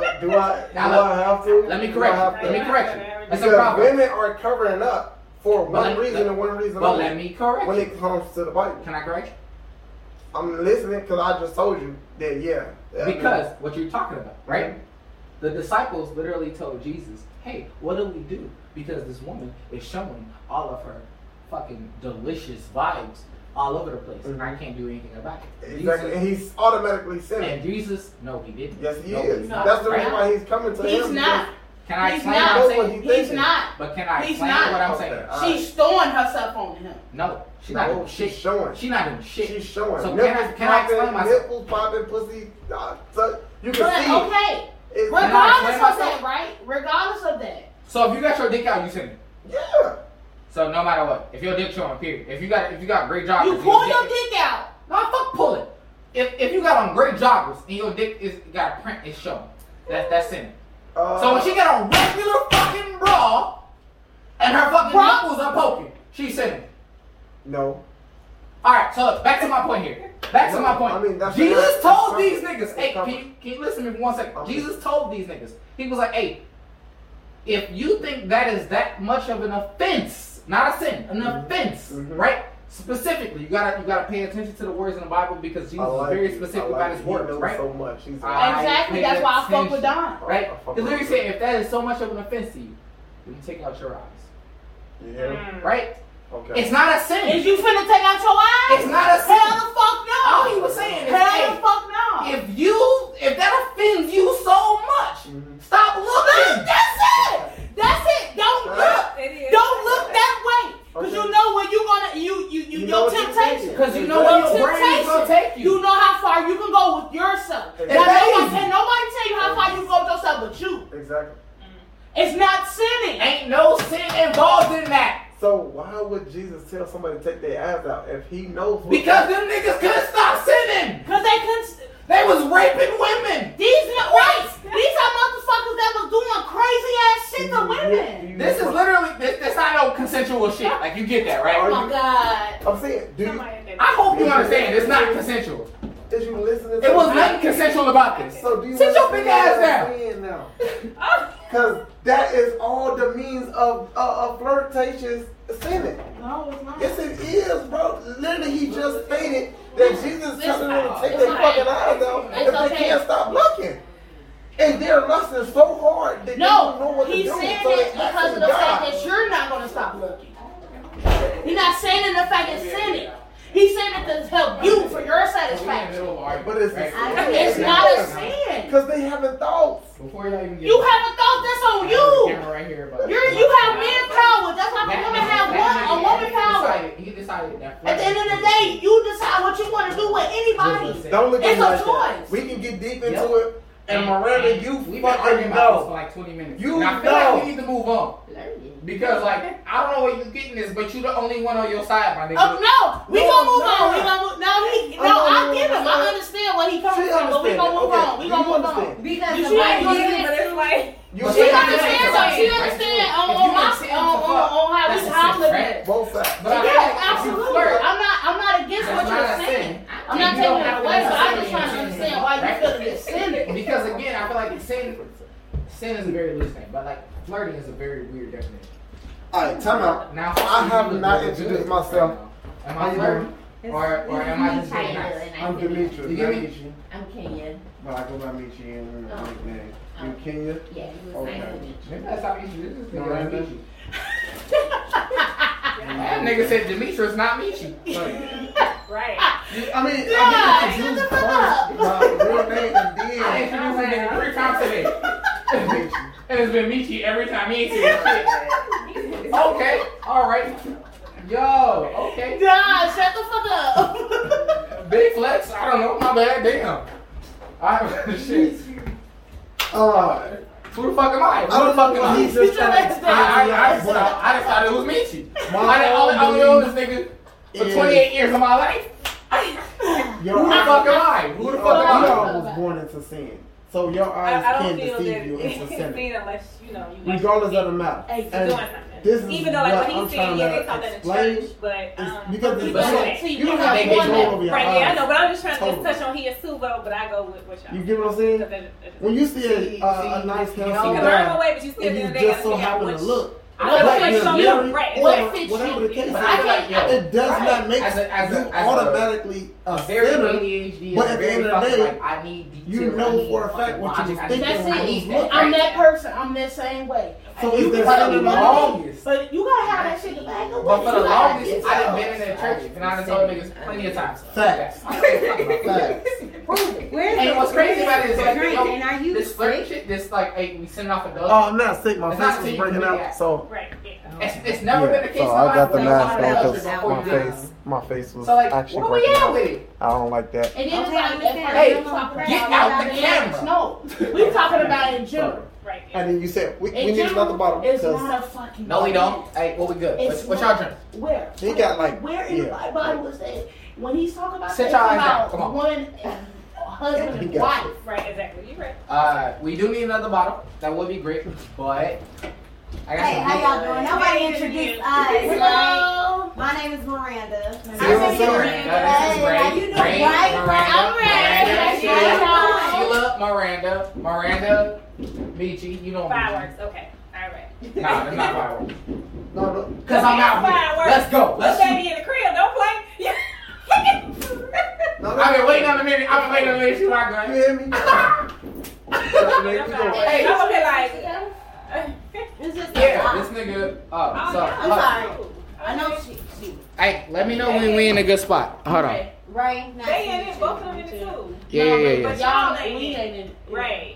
Speaker 3: at
Speaker 2: Do, do I?
Speaker 4: Now
Speaker 2: do
Speaker 4: look.
Speaker 2: I have to?
Speaker 4: on. Let me
Speaker 2: Do
Speaker 4: correct
Speaker 2: I have
Speaker 4: you.
Speaker 2: to?
Speaker 4: Let me correct you. That's a
Speaker 2: Because
Speaker 4: problem.
Speaker 2: women are covering up for
Speaker 4: But
Speaker 2: one
Speaker 4: let-
Speaker 2: reason
Speaker 4: let-
Speaker 2: and one reason
Speaker 4: But
Speaker 2: only.
Speaker 4: let me correct
Speaker 2: when
Speaker 4: you.
Speaker 2: it comes to the Bible,
Speaker 4: Can I correct you?
Speaker 2: I'm listening because I just told you that yeah. I mean,
Speaker 4: Because what you're talking about, right? The disciples literally told Jesus, hey, what do we do? Because this woman is showing all of her fucking delicious vibes all over the place.
Speaker 2: Mhm.
Speaker 4: I can't do anything about it.
Speaker 2: Exactly.
Speaker 4: Jesus,
Speaker 2: And he's automatically
Speaker 4: and
Speaker 2: sinning.
Speaker 4: Jesus, no, he didn't.
Speaker 2: Yes, he
Speaker 4: No,
Speaker 2: is.
Speaker 4: he's
Speaker 5: not.
Speaker 2: That's the reason
Speaker 4: Right?
Speaker 2: why he's coming to him.
Speaker 5: He's not.
Speaker 4: Can I
Speaker 5: He's
Speaker 4: explain
Speaker 5: not.
Speaker 4: what I'm
Speaker 2: Know what
Speaker 4: saying?
Speaker 2: he
Speaker 5: He's
Speaker 2: thinking.
Speaker 5: not.
Speaker 4: But can I
Speaker 5: He's
Speaker 4: explain
Speaker 5: not.
Speaker 4: what I'm
Speaker 2: Okay,
Speaker 4: saying?
Speaker 2: all right.
Speaker 5: She's throwing herself on him.
Speaker 4: No, she's not
Speaker 2: No,
Speaker 4: doing
Speaker 2: Oh, she's
Speaker 4: shit.
Speaker 2: showing.
Speaker 4: She's not doing shit.
Speaker 2: She's showing.
Speaker 4: So can
Speaker 2: nipples
Speaker 4: I- can I explain
Speaker 2: popping,
Speaker 4: myself?
Speaker 2: Nipples popping, pussy. Uh, so you can
Speaker 5: But
Speaker 2: see.
Speaker 5: okay,
Speaker 2: It's,
Speaker 4: Can I explain
Speaker 5: regardless of that,
Speaker 4: myself?
Speaker 5: right? Regardless of that,
Speaker 4: So if you got your dick out, you sinning.
Speaker 2: yeah.
Speaker 4: So no matter what, if your dick showing, period. If you got if you got great joggers,
Speaker 5: you
Speaker 4: and
Speaker 5: pull your dick out.
Speaker 4: No, fuck pull it. If if you got on great joggers and your dick is got a print, it's showing. That that's sinning.
Speaker 2: Uh,
Speaker 4: So when she got on regular fucking bra and her fucking
Speaker 5: Bra?
Speaker 4: nipples are poking, she's sinning.
Speaker 2: no.
Speaker 4: All right, so look, back to my point here. Back to my point.
Speaker 2: I mean, that's-
Speaker 4: Jesus
Speaker 2: that's
Speaker 4: told
Speaker 2: something.
Speaker 4: these niggas, hey,
Speaker 2: That's
Speaker 4: can you, can you listen to me for one second?
Speaker 2: Okay.
Speaker 4: Jesus told these niggas, he was like, hey, if you think that is that much of an offense, not a sin, an
Speaker 2: Mhm.
Speaker 4: offense,
Speaker 2: Mhm.
Speaker 4: right? Specifically, you gotta you gotta pay attention to the words in the Bible because
Speaker 2: I
Speaker 4: Jesus
Speaker 2: like
Speaker 4: is very
Speaker 2: it. I
Speaker 4: specific
Speaker 2: like
Speaker 4: about
Speaker 2: it.
Speaker 4: his
Speaker 2: He
Speaker 4: words,
Speaker 2: knows
Speaker 4: right?
Speaker 2: so much. He's
Speaker 4: I
Speaker 2: like, "Oh,
Speaker 5: Exactly.
Speaker 4: pay
Speaker 5: That's why I fuck
Speaker 4: attention.
Speaker 5: with Don.
Speaker 4: right?
Speaker 2: I fuck
Speaker 4: He literally
Speaker 2: with
Speaker 4: said, if that is so much of an offense to you, then take out your eyes,
Speaker 2: you hear him?
Speaker 4: right?
Speaker 2: Okay.
Speaker 4: Mm. It's not a sin.
Speaker 5: Is you finna take out your eyes?
Speaker 4: It's not a sin.
Speaker 5: Hell the fuck no.
Speaker 4: All he was saying is,
Speaker 5: Hell
Speaker 4: hey,
Speaker 5: the fuck no.
Speaker 4: if you if that offends you so much,
Speaker 2: Mhm.
Speaker 4: stop
Speaker 5: Look,
Speaker 4: looking.
Speaker 5: that's it. That's it. Don't look. Don't look that way. Cause
Speaker 2: Okay.
Speaker 5: you know where you gonna you you you,
Speaker 2: You know
Speaker 5: your
Speaker 2: what you're
Speaker 5: temptation.
Speaker 2: thinking.
Speaker 4: Because you know where your brain is gonna take you.
Speaker 5: You know how far you can go with yourself.
Speaker 2: It's
Speaker 5: Now, nobody,
Speaker 4: crazy.
Speaker 5: can nobody tell you how far you can go with yourself but you.
Speaker 2: Exactly.
Speaker 5: It's not sinning.
Speaker 4: Ain't no sin involved in that.
Speaker 2: So why would Jesus tell somebody to take their ass out if he knows? what-
Speaker 4: Because them niggas couldn't stop sinning.
Speaker 5: Cause they couldn't
Speaker 4: They was raping women.
Speaker 5: these n- right. These are motherfuckers that was doing crazy ass shit to women.
Speaker 2: You-
Speaker 4: This is literally this, that's not no consensual shit. Like you get that,
Speaker 5: Oh
Speaker 4: right?
Speaker 5: my god.
Speaker 2: I'm saying, do you,
Speaker 4: I hope you understand it's not consensual.
Speaker 2: did you listen to
Speaker 4: It was nothing consensual about this.
Speaker 2: So do you
Speaker 4: Sit your
Speaker 2: understand
Speaker 4: big
Speaker 2: what
Speaker 4: ass
Speaker 2: I'm
Speaker 4: down.
Speaker 2: saying now?
Speaker 3: Oh,
Speaker 2: Because that is all the means of uh, of flirtatious sinning.
Speaker 5: No, it's not.
Speaker 2: Yes, it is, bro. Literally, he just stated that Jesus telling them to take their
Speaker 5: It's
Speaker 2: fucking
Speaker 5: okay.
Speaker 2: eyes out
Speaker 5: It's
Speaker 2: if they
Speaker 5: okay.
Speaker 2: can't stop looking. And their lust is so hard that they don't know
Speaker 5: No,
Speaker 2: what
Speaker 5: he's
Speaker 2: to do.
Speaker 5: saying
Speaker 2: so
Speaker 5: it
Speaker 2: they ask
Speaker 5: because of the
Speaker 2: God.
Speaker 5: fact that you're not going to stop looking. He's not saying it in the fact it's sinning. He's saying it to help you for your satisfaction.
Speaker 2: But it's-
Speaker 5: I- It's not a sin.
Speaker 2: Because they having thoughts.
Speaker 4: Before y'all even get
Speaker 5: You haven't thought that's on you.
Speaker 4: Camera right here, but-
Speaker 5: You're, you have men power. That's how a
Speaker 4: That
Speaker 5: woman
Speaker 4: nigga-
Speaker 5: have
Speaker 4: that
Speaker 5: one, a
Speaker 4: nigga-
Speaker 5: woman
Speaker 4: he
Speaker 5: power.
Speaker 4: decided- He decided that.
Speaker 5: At the end of the day, you decide what you want to do with anybody.
Speaker 2: Don't look at
Speaker 5: It's
Speaker 2: me
Speaker 5: a
Speaker 2: like that.
Speaker 5: choice.
Speaker 2: We can get deep into
Speaker 4: Yep.
Speaker 2: it. And Miranda, you
Speaker 4: We've been
Speaker 2: fucking
Speaker 4: arguing about this for
Speaker 2: know.
Speaker 4: like 20 minutes.
Speaker 2: You
Speaker 4: and I feel like
Speaker 2: know.
Speaker 4: we need to move on. Because, like, I don't know where you're getting this, but you the only one on your side, my nigga.
Speaker 5: Oh no, we
Speaker 2: No,
Speaker 5: gonna move
Speaker 2: no.
Speaker 5: on. We gonna move. No, he.
Speaker 2: I
Speaker 5: No,
Speaker 2: know
Speaker 5: I
Speaker 2: you
Speaker 5: give him. I
Speaker 2: understand.
Speaker 5: understand where he
Speaker 2: She
Speaker 5: coming from, but we
Speaker 2: understand.
Speaker 5: gonna move
Speaker 2: Okay,
Speaker 5: on. We
Speaker 2: you
Speaker 5: gonna move
Speaker 2: understand.
Speaker 5: on.
Speaker 3: because
Speaker 5: You
Speaker 3: the
Speaker 5: should
Speaker 3: white
Speaker 5: use
Speaker 3: women,
Speaker 5: it.
Speaker 3: but it's like
Speaker 2: You
Speaker 4: But
Speaker 5: She
Speaker 4: see,
Speaker 2: see,
Speaker 4: I
Speaker 5: understands.
Speaker 4: like,
Speaker 5: Like, she
Speaker 4: if you
Speaker 5: understands on,
Speaker 4: intend
Speaker 5: on,
Speaker 4: to
Speaker 5: my,
Speaker 4: fuck,
Speaker 5: on, on, on how
Speaker 4: that's
Speaker 5: we
Speaker 4: a
Speaker 5: how I'm
Speaker 4: sin,
Speaker 5: looking
Speaker 4: right?
Speaker 5: at it.
Speaker 2: both sides.
Speaker 4: But I feel like
Speaker 5: Yes,
Speaker 4: if you
Speaker 5: absolutely.
Speaker 4: flirt,
Speaker 5: I'm not. I'm not against what
Speaker 4: that's
Speaker 5: you're
Speaker 4: not a
Speaker 5: saying.
Speaker 4: sin.
Speaker 5: I'm not
Speaker 4: You don't
Speaker 5: taking it
Speaker 4: have to
Speaker 5: away, but I'm just trying to
Speaker 4: necessarily intend
Speaker 5: understand why you
Speaker 4: right?
Speaker 5: feel it's sinning.
Speaker 4: Because again, I feel like sin, sin is a very loose thing, but like flirting is a very weird definition.
Speaker 2: All right, time out.
Speaker 4: Now,
Speaker 2: I have
Speaker 4: you
Speaker 2: not
Speaker 4: look
Speaker 2: introduced
Speaker 4: good
Speaker 2: myself.
Speaker 4: right
Speaker 2: How
Speaker 4: now. Am I
Speaker 2: you
Speaker 4: flirting or or am I just being nice?
Speaker 2: I'm Demetrius.
Speaker 4: You hear me?
Speaker 2: Nice to meet you.
Speaker 6: I'm Kenya.
Speaker 2: But I go by Michi and
Speaker 6: Oh.
Speaker 2: my nickname.
Speaker 6: Oh.
Speaker 2: You Kenya?
Speaker 6: Yeah, you was
Speaker 2: Okay.
Speaker 6: nice to meet
Speaker 4: Maybe that's how you should do this.
Speaker 2: Miranda?
Speaker 4: Nigga. That nigga said Demetrius, not Michi.
Speaker 3: right.
Speaker 2: I mean,
Speaker 5: Yeah,
Speaker 2: I get confused
Speaker 5: shut the
Speaker 2: first
Speaker 5: fuck
Speaker 2: by real name and
Speaker 4: I
Speaker 2: then
Speaker 4: introduced that nigga three times today.
Speaker 2: Michi.
Speaker 4: And it's been Michi every time he ain't seen shit. Okay, alright. Yo, okay.
Speaker 5: Nah, shut the fuck up.
Speaker 4: Big flex, I don't know, my bad, damn. I shit.
Speaker 2: Uh,
Speaker 4: Who the fuck am
Speaker 2: I
Speaker 4: I? Who the
Speaker 2: don't
Speaker 4: fuck
Speaker 2: know
Speaker 4: am
Speaker 2: what
Speaker 4: I?
Speaker 2: he's just
Speaker 5: Get your
Speaker 2: trying to
Speaker 5: ass
Speaker 2: say.
Speaker 4: I, I, I,
Speaker 2: I
Speaker 4: just thought, I just thought it was Michi. I didn't
Speaker 2: own
Speaker 4: only
Speaker 2: belief
Speaker 4: known this nigga for
Speaker 2: is-
Speaker 4: 28 years of my life.
Speaker 2: Your
Speaker 4: Who the
Speaker 2: eyes-
Speaker 4: fuck am I? Who the
Speaker 2: your
Speaker 4: fuck am I?
Speaker 2: eyes was born into sin. So your eyes
Speaker 3: I, I
Speaker 2: can
Speaker 3: don't feel that
Speaker 2: deceive you
Speaker 3: it's
Speaker 2: into sinning.
Speaker 3: seen unless you know you
Speaker 2: Regardless of the matter.
Speaker 5: Hey,
Speaker 3: doing
Speaker 2: And
Speaker 3: something.
Speaker 2: this is
Speaker 3: Even though like
Speaker 2: what
Speaker 3: when
Speaker 2: I'm
Speaker 3: he's
Speaker 2: trying
Speaker 3: saying, yeah,
Speaker 2: to
Speaker 3: they taught that in
Speaker 2: explain.
Speaker 3: church, but
Speaker 2: It's
Speaker 3: um,
Speaker 2: because
Speaker 3: we
Speaker 5: But
Speaker 2: it's
Speaker 3: don't do
Speaker 2: bad.
Speaker 5: look,
Speaker 3: that.
Speaker 5: see,
Speaker 2: You don't have
Speaker 5: have
Speaker 4: they get
Speaker 5: one
Speaker 2: control
Speaker 5: that-
Speaker 2: over your
Speaker 3: Right, yeah, I
Speaker 2: eyes.
Speaker 3: know, but I'm just trying to just
Speaker 2: Totally.
Speaker 3: touch on he is too well, but I go with what y'all.
Speaker 2: You get what I'm saying?
Speaker 3: Because it- it-
Speaker 2: When you see
Speaker 4: See,
Speaker 2: a, uh, a, a
Speaker 4: see,
Speaker 2: nice handsome
Speaker 4: you know,
Speaker 3: you can learn
Speaker 2: guy,
Speaker 3: away, but you still at the end
Speaker 2: and
Speaker 3: of the
Speaker 2: you
Speaker 3: day
Speaker 2: just
Speaker 3: gotta
Speaker 2: so
Speaker 3: figure out
Speaker 2: happen to
Speaker 3: which-
Speaker 2: look,
Speaker 3: I
Speaker 5: What
Speaker 3: feel like
Speaker 5: fits
Speaker 3: some
Speaker 5: you,
Speaker 3: people- right,
Speaker 5: what
Speaker 3: like-
Speaker 5: fits
Speaker 2: whatever
Speaker 5: you.
Speaker 2: the case
Speaker 4: But
Speaker 2: is,
Speaker 4: I feel like, yo,
Speaker 2: it does
Speaker 4: right,
Speaker 2: not make
Speaker 4: as a- as a-
Speaker 2: you
Speaker 4: as a-
Speaker 2: automatically a
Speaker 4: very
Speaker 2: sinner.
Speaker 4: ADHD.
Speaker 2: But at
Speaker 4: is
Speaker 2: the
Speaker 4: very
Speaker 2: end of the day,
Speaker 4: fucking, like, I need detail.
Speaker 2: you
Speaker 4: I
Speaker 2: know
Speaker 4: need
Speaker 2: for a
Speaker 4: fucking
Speaker 2: fact what you
Speaker 4: logic,
Speaker 2: was
Speaker 4: I need-
Speaker 5: thinking
Speaker 4: I
Speaker 5: when
Speaker 4: need
Speaker 5: you
Speaker 4: that.
Speaker 5: I'm that person. I'm that same way.
Speaker 2: So
Speaker 5: You
Speaker 2: is
Speaker 5: can
Speaker 2: there
Speaker 5: tell me
Speaker 2: something
Speaker 5: what
Speaker 4: wrong?
Speaker 5: it is, But you gotta have that shit to back up.
Speaker 4: But for the
Speaker 5: You gotta
Speaker 4: longest,
Speaker 5: get
Speaker 4: I
Speaker 5: some.
Speaker 4: done been in a at church, and I done told niggas plenty of times.
Speaker 6: Facts. Facts.
Speaker 7: Where's
Speaker 4: And
Speaker 7: the-
Speaker 4: what's crazy about it is, like,
Speaker 7: Right,
Speaker 4: yo,
Speaker 7: and are you
Speaker 4: This flirt shit, this like, hey, we sending off a dog.
Speaker 6: Oh, I'm not sick. My
Speaker 4: It's
Speaker 6: face
Speaker 4: not
Speaker 6: was
Speaker 4: to
Speaker 6: breaking
Speaker 4: you,
Speaker 6: out.
Speaker 4: yeah.
Speaker 6: So
Speaker 3: Right. Yeah.
Speaker 4: It's, it's never
Speaker 6: Yeah,
Speaker 4: been a case.
Speaker 6: so I got the mask
Speaker 7: on
Speaker 4: on
Speaker 7: 'cause
Speaker 6: my
Speaker 7: Yeah.
Speaker 6: face, my face was
Speaker 4: So like,
Speaker 6: actually
Speaker 4: what we
Speaker 6: breaking
Speaker 4: at
Speaker 6: out.
Speaker 4: with it?
Speaker 6: I don't like that.
Speaker 5: And then
Speaker 7: Okay,
Speaker 5: it's like,
Speaker 7: understand.
Speaker 5: hey,
Speaker 4: Hey,
Speaker 7: get
Speaker 4: out the camera.
Speaker 5: No, we talking about in general.
Speaker 3: Right. Yeah.
Speaker 2: And then you said we, we
Speaker 5: In
Speaker 2: need another
Speaker 5: general,
Speaker 2: bottle
Speaker 5: it's
Speaker 2: because
Speaker 5: not a fucking.
Speaker 4: No, we
Speaker 5: bottle.
Speaker 4: don't. Hey, what we good? What,
Speaker 5: It's
Speaker 4: what
Speaker 5: not-
Speaker 4: y'all drink?
Speaker 5: Where?
Speaker 2: he got like
Speaker 5: Where in the
Speaker 2: yeah.
Speaker 5: Bible was that? When he's talking about,
Speaker 4: Sit
Speaker 5: it's
Speaker 4: your eyes down.
Speaker 5: about
Speaker 4: Come on.
Speaker 5: one and- husband and
Speaker 2: Yeah.
Speaker 5: wife.
Speaker 3: Right. Exactly. You right.
Speaker 4: Uh, we do need another bottle. That would be great, but I got
Speaker 7: Hey,
Speaker 4: some.
Speaker 7: how y'all doing? Nobody introduced us. right?
Speaker 5: Hello.
Speaker 7: My name is Miranda.
Speaker 2: Zero
Speaker 7: I'm
Speaker 2: zero.
Speaker 7: Miranda.
Speaker 4: Now, this is
Speaker 7: Hey,
Speaker 4: Ray.
Speaker 7: how you doing?
Speaker 4: Ray,
Speaker 7: Right?
Speaker 4: Miranda,
Speaker 5: Miranda,
Speaker 4: Miranda,
Speaker 7: Miranda.
Speaker 4: Sheila, Miranda, Miranda, Michi. You
Speaker 2: Oh,
Speaker 4: know Michi.
Speaker 3: Fireworks. Okay. All right.
Speaker 4: Nah, they're not fireworks.
Speaker 2: No, no.
Speaker 4: Cause I'm out here.
Speaker 3: Fireworks.
Speaker 4: Let's
Speaker 2: Oh,
Speaker 4: go. Let's shoot.
Speaker 3: Baby in the crib. Don't play. Yeah.
Speaker 2: no, no.
Speaker 4: I've been waiting on a minute. I've been waiting on a minute. Shoot my
Speaker 2: You
Speaker 4: gun.
Speaker 2: hear me?
Speaker 3: I'm
Speaker 2: Keep going.
Speaker 4: Hey.
Speaker 3: gonna be like.
Speaker 7: This is
Speaker 4: Yeah, this nigga.
Speaker 3: Oh,
Speaker 4: Uh, so,
Speaker 7: I'm
Speaker 4: uh,
Speaker 7: sorry. I know she. she
Speaker 4: Hey, let me know when we in a good spot. Hold on.
Speaker 7: Ray. nice
Speaker 3: They
Speaker 7: to
Speaker 3: in it.
Speaker 7: meet you.
Speaker 3: Both of them in it too.
Speaker 4: Yeah, yeah, yeah, yeah.
Speaker 5: But y'all, we ain't in.
Speaker 3: Right.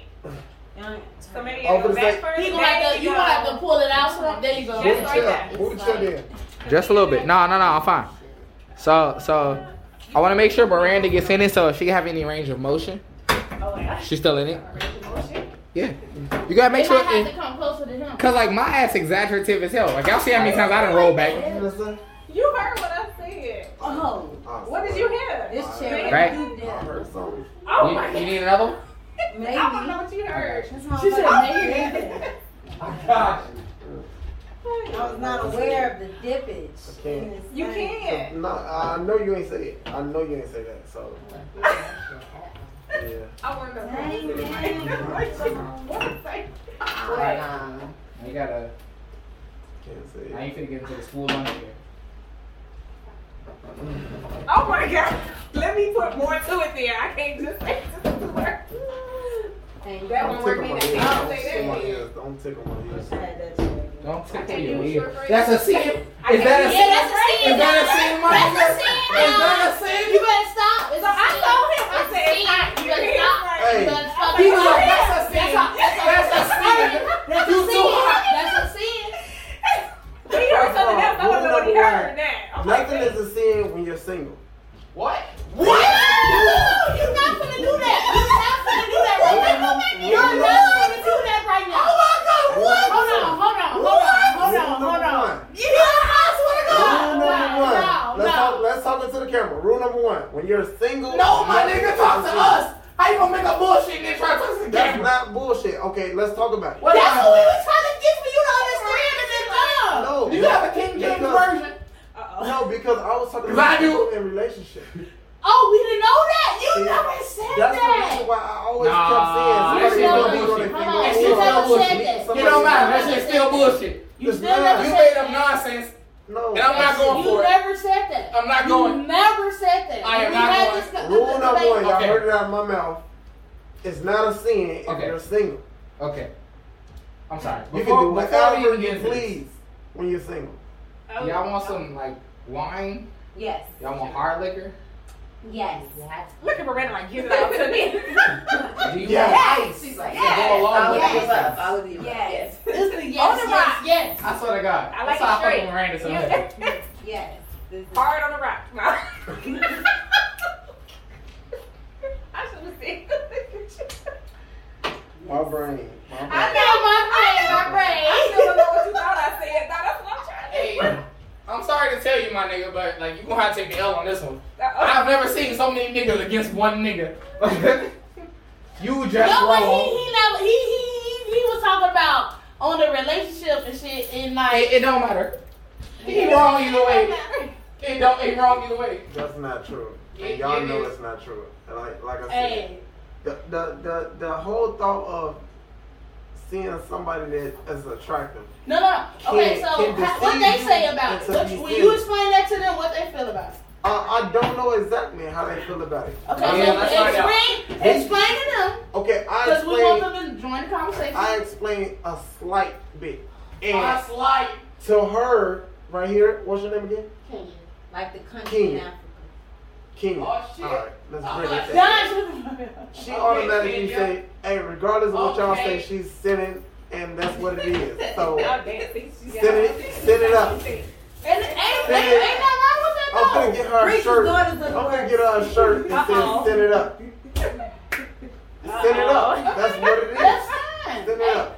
Speaker 3: So maybe
Speaker 2: Oh,
Speaker 3: I go
Speaker 2: but
Speaker 3: back
Speaker 2: it's
Speaker 3: first.
Speaker 5: He gonna
Speaker 3: back
Speaker 5: have to, you gonna have to pull it out from there. You go.
Speaker 3: Yes,
Speaker 2: Booty
Speaker 3: right
Speaker 2: shut
Speaker 3: there.
Speaker 2: up. Booty shut in.
Speaker 4: Just a little bit. No, no, no. I'm fine. So, so I want to make sure Miranda gets in it. So if she have any range of motion,
Speaker 3: Oh, yeah.
Speaker 4: she's still in it.
Speaker 3: Motion.
Speaker 4: Yeah. You gotta
Speaker 5: They
Speaker 4: make sure.
Speaker 5: might have to come closer to him.
Speaker 4: Cause like my ass exaggerative as hell. Like y'all see how many times I done roll back.
Speaker 2: You listen?
Speaker 3: You heard what I said.
Speaker 7: Oh,
Speaker 3: What did you hear?
Speaker 7: this chair.
Speaker 4: Right.
Speaker 2: I heard something.
Speaker 3: Oh
Speaker 4: You,
Speaker 3: my
Speaker 4: you
Speaker 3: god.
Speaker 4: need another one?
Speaker 7: Maybe.
Speaker 3: I don't know what Oh, you heard.
Speaker 7: This
Speaker 5: She said
Speaker 7: motherfucker-
Speaker 5: maybe.
Speaker 7: I was not aware of the dippage. in this
Speaker 3: You
Speaker 7: thing.
Speaker 3: can.
Speaker 2: No, I know you ain't say it. I know you ain't say that. So yeah.
Speaker 3: I want to
Speaker 7: Dang, man.
Speaker 3: know.
Speaker 4: Right. You gotta.
Speaker 2: Can't say
Speaker 4: I
Speaker 2: it.
Speaker 4: ain't finna get into the school lunch here.
Speaker 3: Oh my god. Let me put more to it there. I can't just say this is work.
Speaker 7: Thank you.
Speaker 3: That one
Speaker 2: Don't
Speaker 3: worked
Speaker 2: tickle
Speaker 3: me.
Speaker 2: my
Speaker 3: That
Speaker 2: ears.
Speaker 3: can't
Speaker 2: Don't
Speaker 3: say
Speaker 2: tickle my
Speaker 3: that.
Speaker 2: ears. Don't tickle my ears.
Speaker 7: That chair.
Speaker 4: Don't tickle
Speaker 3: can't
Speaker 4: your
Speaker 3: do
Speaker 4: ear.
Speaker 3: short range.
Speaker 4: That's a sin.
Speaker 3: I
Speaker 4: Is that a
Speaker 3: can't-
Speaker 4: sin?
Speaker 5: Yeah, that's a sin.
Speaker 4: Is that a sin,
Speaker 5: That's a
Speaker 4: Mike?
Speaker 5: sin.
Speaker 4: Is that a sin?
Speaker 5: You better stop. It's
Speaker 3: So I told him, I said, it's not.
Speaker 5: You
Speaker 3: Your
Speaker 5: better
Speaker 3: ears
Speaker 5: stop.
Speaker 3: hurt.
Speaker 5: You
Speaker 2: Hey,
Speaker 5: better stop.
Speaker 4: He was like, that's a sin. That's a sin.
Speaker 5: That's a
Speaker 4: You
Speaker 5: sin.
Speaker 4: too hot.
Speaker 5: That's a sin.
Speaker 3: He heard something else. I don't know what he heard now. I'm like,
Speaker 2: Nothing is a sin when you're single.
Speaker 4: What?
Speaker 5: What? You're not gonna do that. You're not gonna do that right now. You're not gonna do that right now.
Speaker 4: Oh
Speaker 2: Rule number
Speaker 5: Hold on,
Speaker 2: one.
Speaker 5: hold on, hold on, hold on,
Speaker 2: Rule
Speaker 5: hold
Speaker 2: number
Speaker 5: on.
Speaker 2: one.
Speaker 5: Yeah, I
Speaker 2: Rule number one.
Speaker 5: swear to God.
Speaker 2: let's, talk,
Speaker 5: No, no, no.
Speaker 2: let's talk into the camera. Rule number one. When you're single.
Speaker 4: No, my
Speaker 2: nothing
Speaker 4: nigga,
Speaker 2: is
Speaker 4: talk
Speaker 2: a
Speaker 4: to
Speaker 2: sin.
Speaker 4: us. How you gonna make a bullshit and try to talk to the
Speaker 2: That's
Speaker 4: camera?
Speaker 2: not bullshit. Okay, let's talk about it.
Speaker 4: What
Speaker 5: That's what we
Speaker 4: happened?
Speaker 5: were trying to get for you to understand and then love.
Speaker 2: No.
Speaker 4: Do you have a King James
Speaker 2: Because-
Speaker 4: version?
Speaker 3: Uh-oh.
Speaker 2: No, because I was talking
Speaker 4: Because I
Speaker 2: about
Speaker 4: do.
Speaker 2: people in relationship.
Speaker 5: Oh, we didn't know that. You
Speaker 2: See,
Speaker 5: never said
Speaker 2: That's the
Speaker 5: that.
Speaker 2: reason why I always
Speaker 4: Nah,
Speaker 2: kept saying
Speaker 5: that's
Speaker 2: somebody
Speaker 5: still
Speaker 2: is gonna
Speaker 4: bullshit.
Speaker 2: be
Speaker 5: Hold
Speaker 2: on
Speaker 5: on,
Speaker 2: their
Speaker 5: you still
Speaker 2: finger on
Speaker 5: never
Speaker 2: the
Speaker 5: said
Speaker 2: wheel.
Speaker 5: that.
Speaker 4: It
Speaker 2: Somebody-
Speaker 4: don't matter. That shit's still bullshit.
Speaker 5: You
Speaker 2: It's
Speaker 5: still
Speaker 2: not.
Speaker 5: never
Speaker 4: You
Speaker 5: said
Speaker 4: made up
Speaker 5: that.
Speaker 4: nonsense,
Speaker 2: No.
Speaker 4: and I'm not going
Speaker 5: You
Speaker 4: for it.
Speaker 5: never said that.
Speaker 4: I'm not
Speaker 5: You
Speaker 4: going.
Speaker 5: never said that.
Speaker 4: I am
Speaker 5: we
Speaker 4: not
Speaker 5: had
Speaker 4: going.
Speaker 5: This, this,
Speaker 2: Rule number one, y'all
Speaker 4: Okay.
Speaker 2: heard it out of my mouth. It's not a sin if
Speaker 4: Okay.
Speaker 2: you're single.
Speaker 4: Okay. I'm sorry.
Speaker 2: You can do
Speaker 4: Before, before we
Speaker 2: whatever
Speaker 4: even
Speaker 2: you
Speaker 4: get into this,
Speaker 2: please when you're single.
Speaker 3: Oh.
Speaker 4: y'all want some like wine?
Speaker 7: Yes.
Speaker 4: Y'all want hard liquor?
Speaker 7: Yes.
Speaker 3: Look at Miranda like, give it all to me.
Speaker 4: Do you
Speaker 2: Yeah.
Speaker 4: want ice?
Speaker 6: She's like,
Speaker 4: To go along with
Speaker 7: Yes.
Speaker 4: this
Speaker 6: up.
Speaker 4: stuff?
Speaker 6: I would give
Speaker 7: Yes.
Speaker 5: this the
Speaker 3: On the
Speaker 5: yes,
Speaker 3: rock.
Speaker 5: yes, yes.
Speaker 4: I swear to God.
Speaker 3: I like
Speaker 4: That's how
Speaker 3: it
Speaker 4: I
Speaker 3: straight.
Speaker 4: fucking ran to somebody.
Speaker 3: Yeah.
Speaker 7: Yes. This is-
Speaker 3: Hard on the rock. No. I should have said.
Speaker 2: My brain. My brain.
Speaker 3: I
Speaker 5: I know my brain, my
Speaker 3: I
Speaker 5: brain.
Speaker 3: still don't know what you thought I said. No, that's what I'm trying to
Speaker 4: Hey, I'm sorry to tell you, my nigga, but like you gonna have to take the L on this one.
Speaker 3: Uh-oh.
Speaker 4: I've never seen so many niggas against one nigga. you just
Speaker 5: No, but he,
Speaker 4: wrong.
Speaker 5: he never, he, he, he, he was talking about on the relationship and shit and
Speaker 4: It,
Speaker 5: like.
Speaker 4: it don't matter. He wrong either way. It don't. It wrong either way.
Speaker 2: That's not true.
Speaker 4: It-
Speaker 2: And y'all
Speaker 4: it
Speaker 2: know
Speaker 4: is.
Speaker 2: it's not true. And like, like I said,
Speaker 5: Hey,
Speaker 2: the, the, the, the whole thought of seeing somebody that is attractive.
Speaker 5: no, no. Okay,
Speaker 2: Can-
Speaker 5: so
Speaker 2: can
Speaker 5: ha- what they
Speaker 2: deceive
Speaker 5: say
Speaker 2: you
Speaker 5: about it?
Speaker 2: into
Speaker 5: What,
Speaker 2: you
Speaker 5: when
Speaker 2: feel.
Speaker 5: you explain that to them, what they feel about it?
Speaker 2: I, I don't know exactly how they feel about it.
Speaker 5: Okay,
Speaker 4: Yeah, let's find
Speaker 5: so
Speaker 4: out.
Speaker 5: explain, explain to them
Speaker 2: Okay, I
Speaker 5: because we want
Speaker 2: explained,
Speaker 5: them to join the conversation.
Speaker 2: I explained a slight bit. And
Speaker 1: Oh,
Speaker 4: That's like
Speaker 2: to her, right here, what's your name again?
Speaker 5: Kenya.
Speaker 7: like the country
Speaker 2: Kenya.
Speaker 7: in Africa.
Speaker 2: Kenya.
Speaker 1: Oh, shit.
Speaker 2: All right, let's bring
Speaker 1: Oh,
Speaker 2: it down.
Speaker 5: Dodge.
Speaker 2: She
Speaker 1: Okay,
Speaker 2: automatically
Speaker 1: Kenya.
Speaker 2: say, "Hey, regardless of what y'all
Speaker 1: Okay.
Speaker 2: say, she's sinning, and that's what it is." So
Speaker 3: Y'all dancing. She's
Speaker 2: Sit it- sit it up.
Speaker 5: And ain't, ain't, ain't nothing wrong with that
Speaker 2: I'm gonna
Speaker 5: though.
Speaker 2: get her a
Speaker 7: Preacher's
Speaker 2: shirt.
Speaker 7: daughters
Speaker 2: I'm
Speaker 7: are the
Speaker 2: gonna
Speaker 7: worst.
Speaker 2: get her a shirt and
Speaker 3: Uh-oh.
Speaker 2: say, "Send it up, send it up." That's what it
Speaker 5: That's
Speaker 2: is.
Speaker 5: fine.
Speaker 2: Send it up.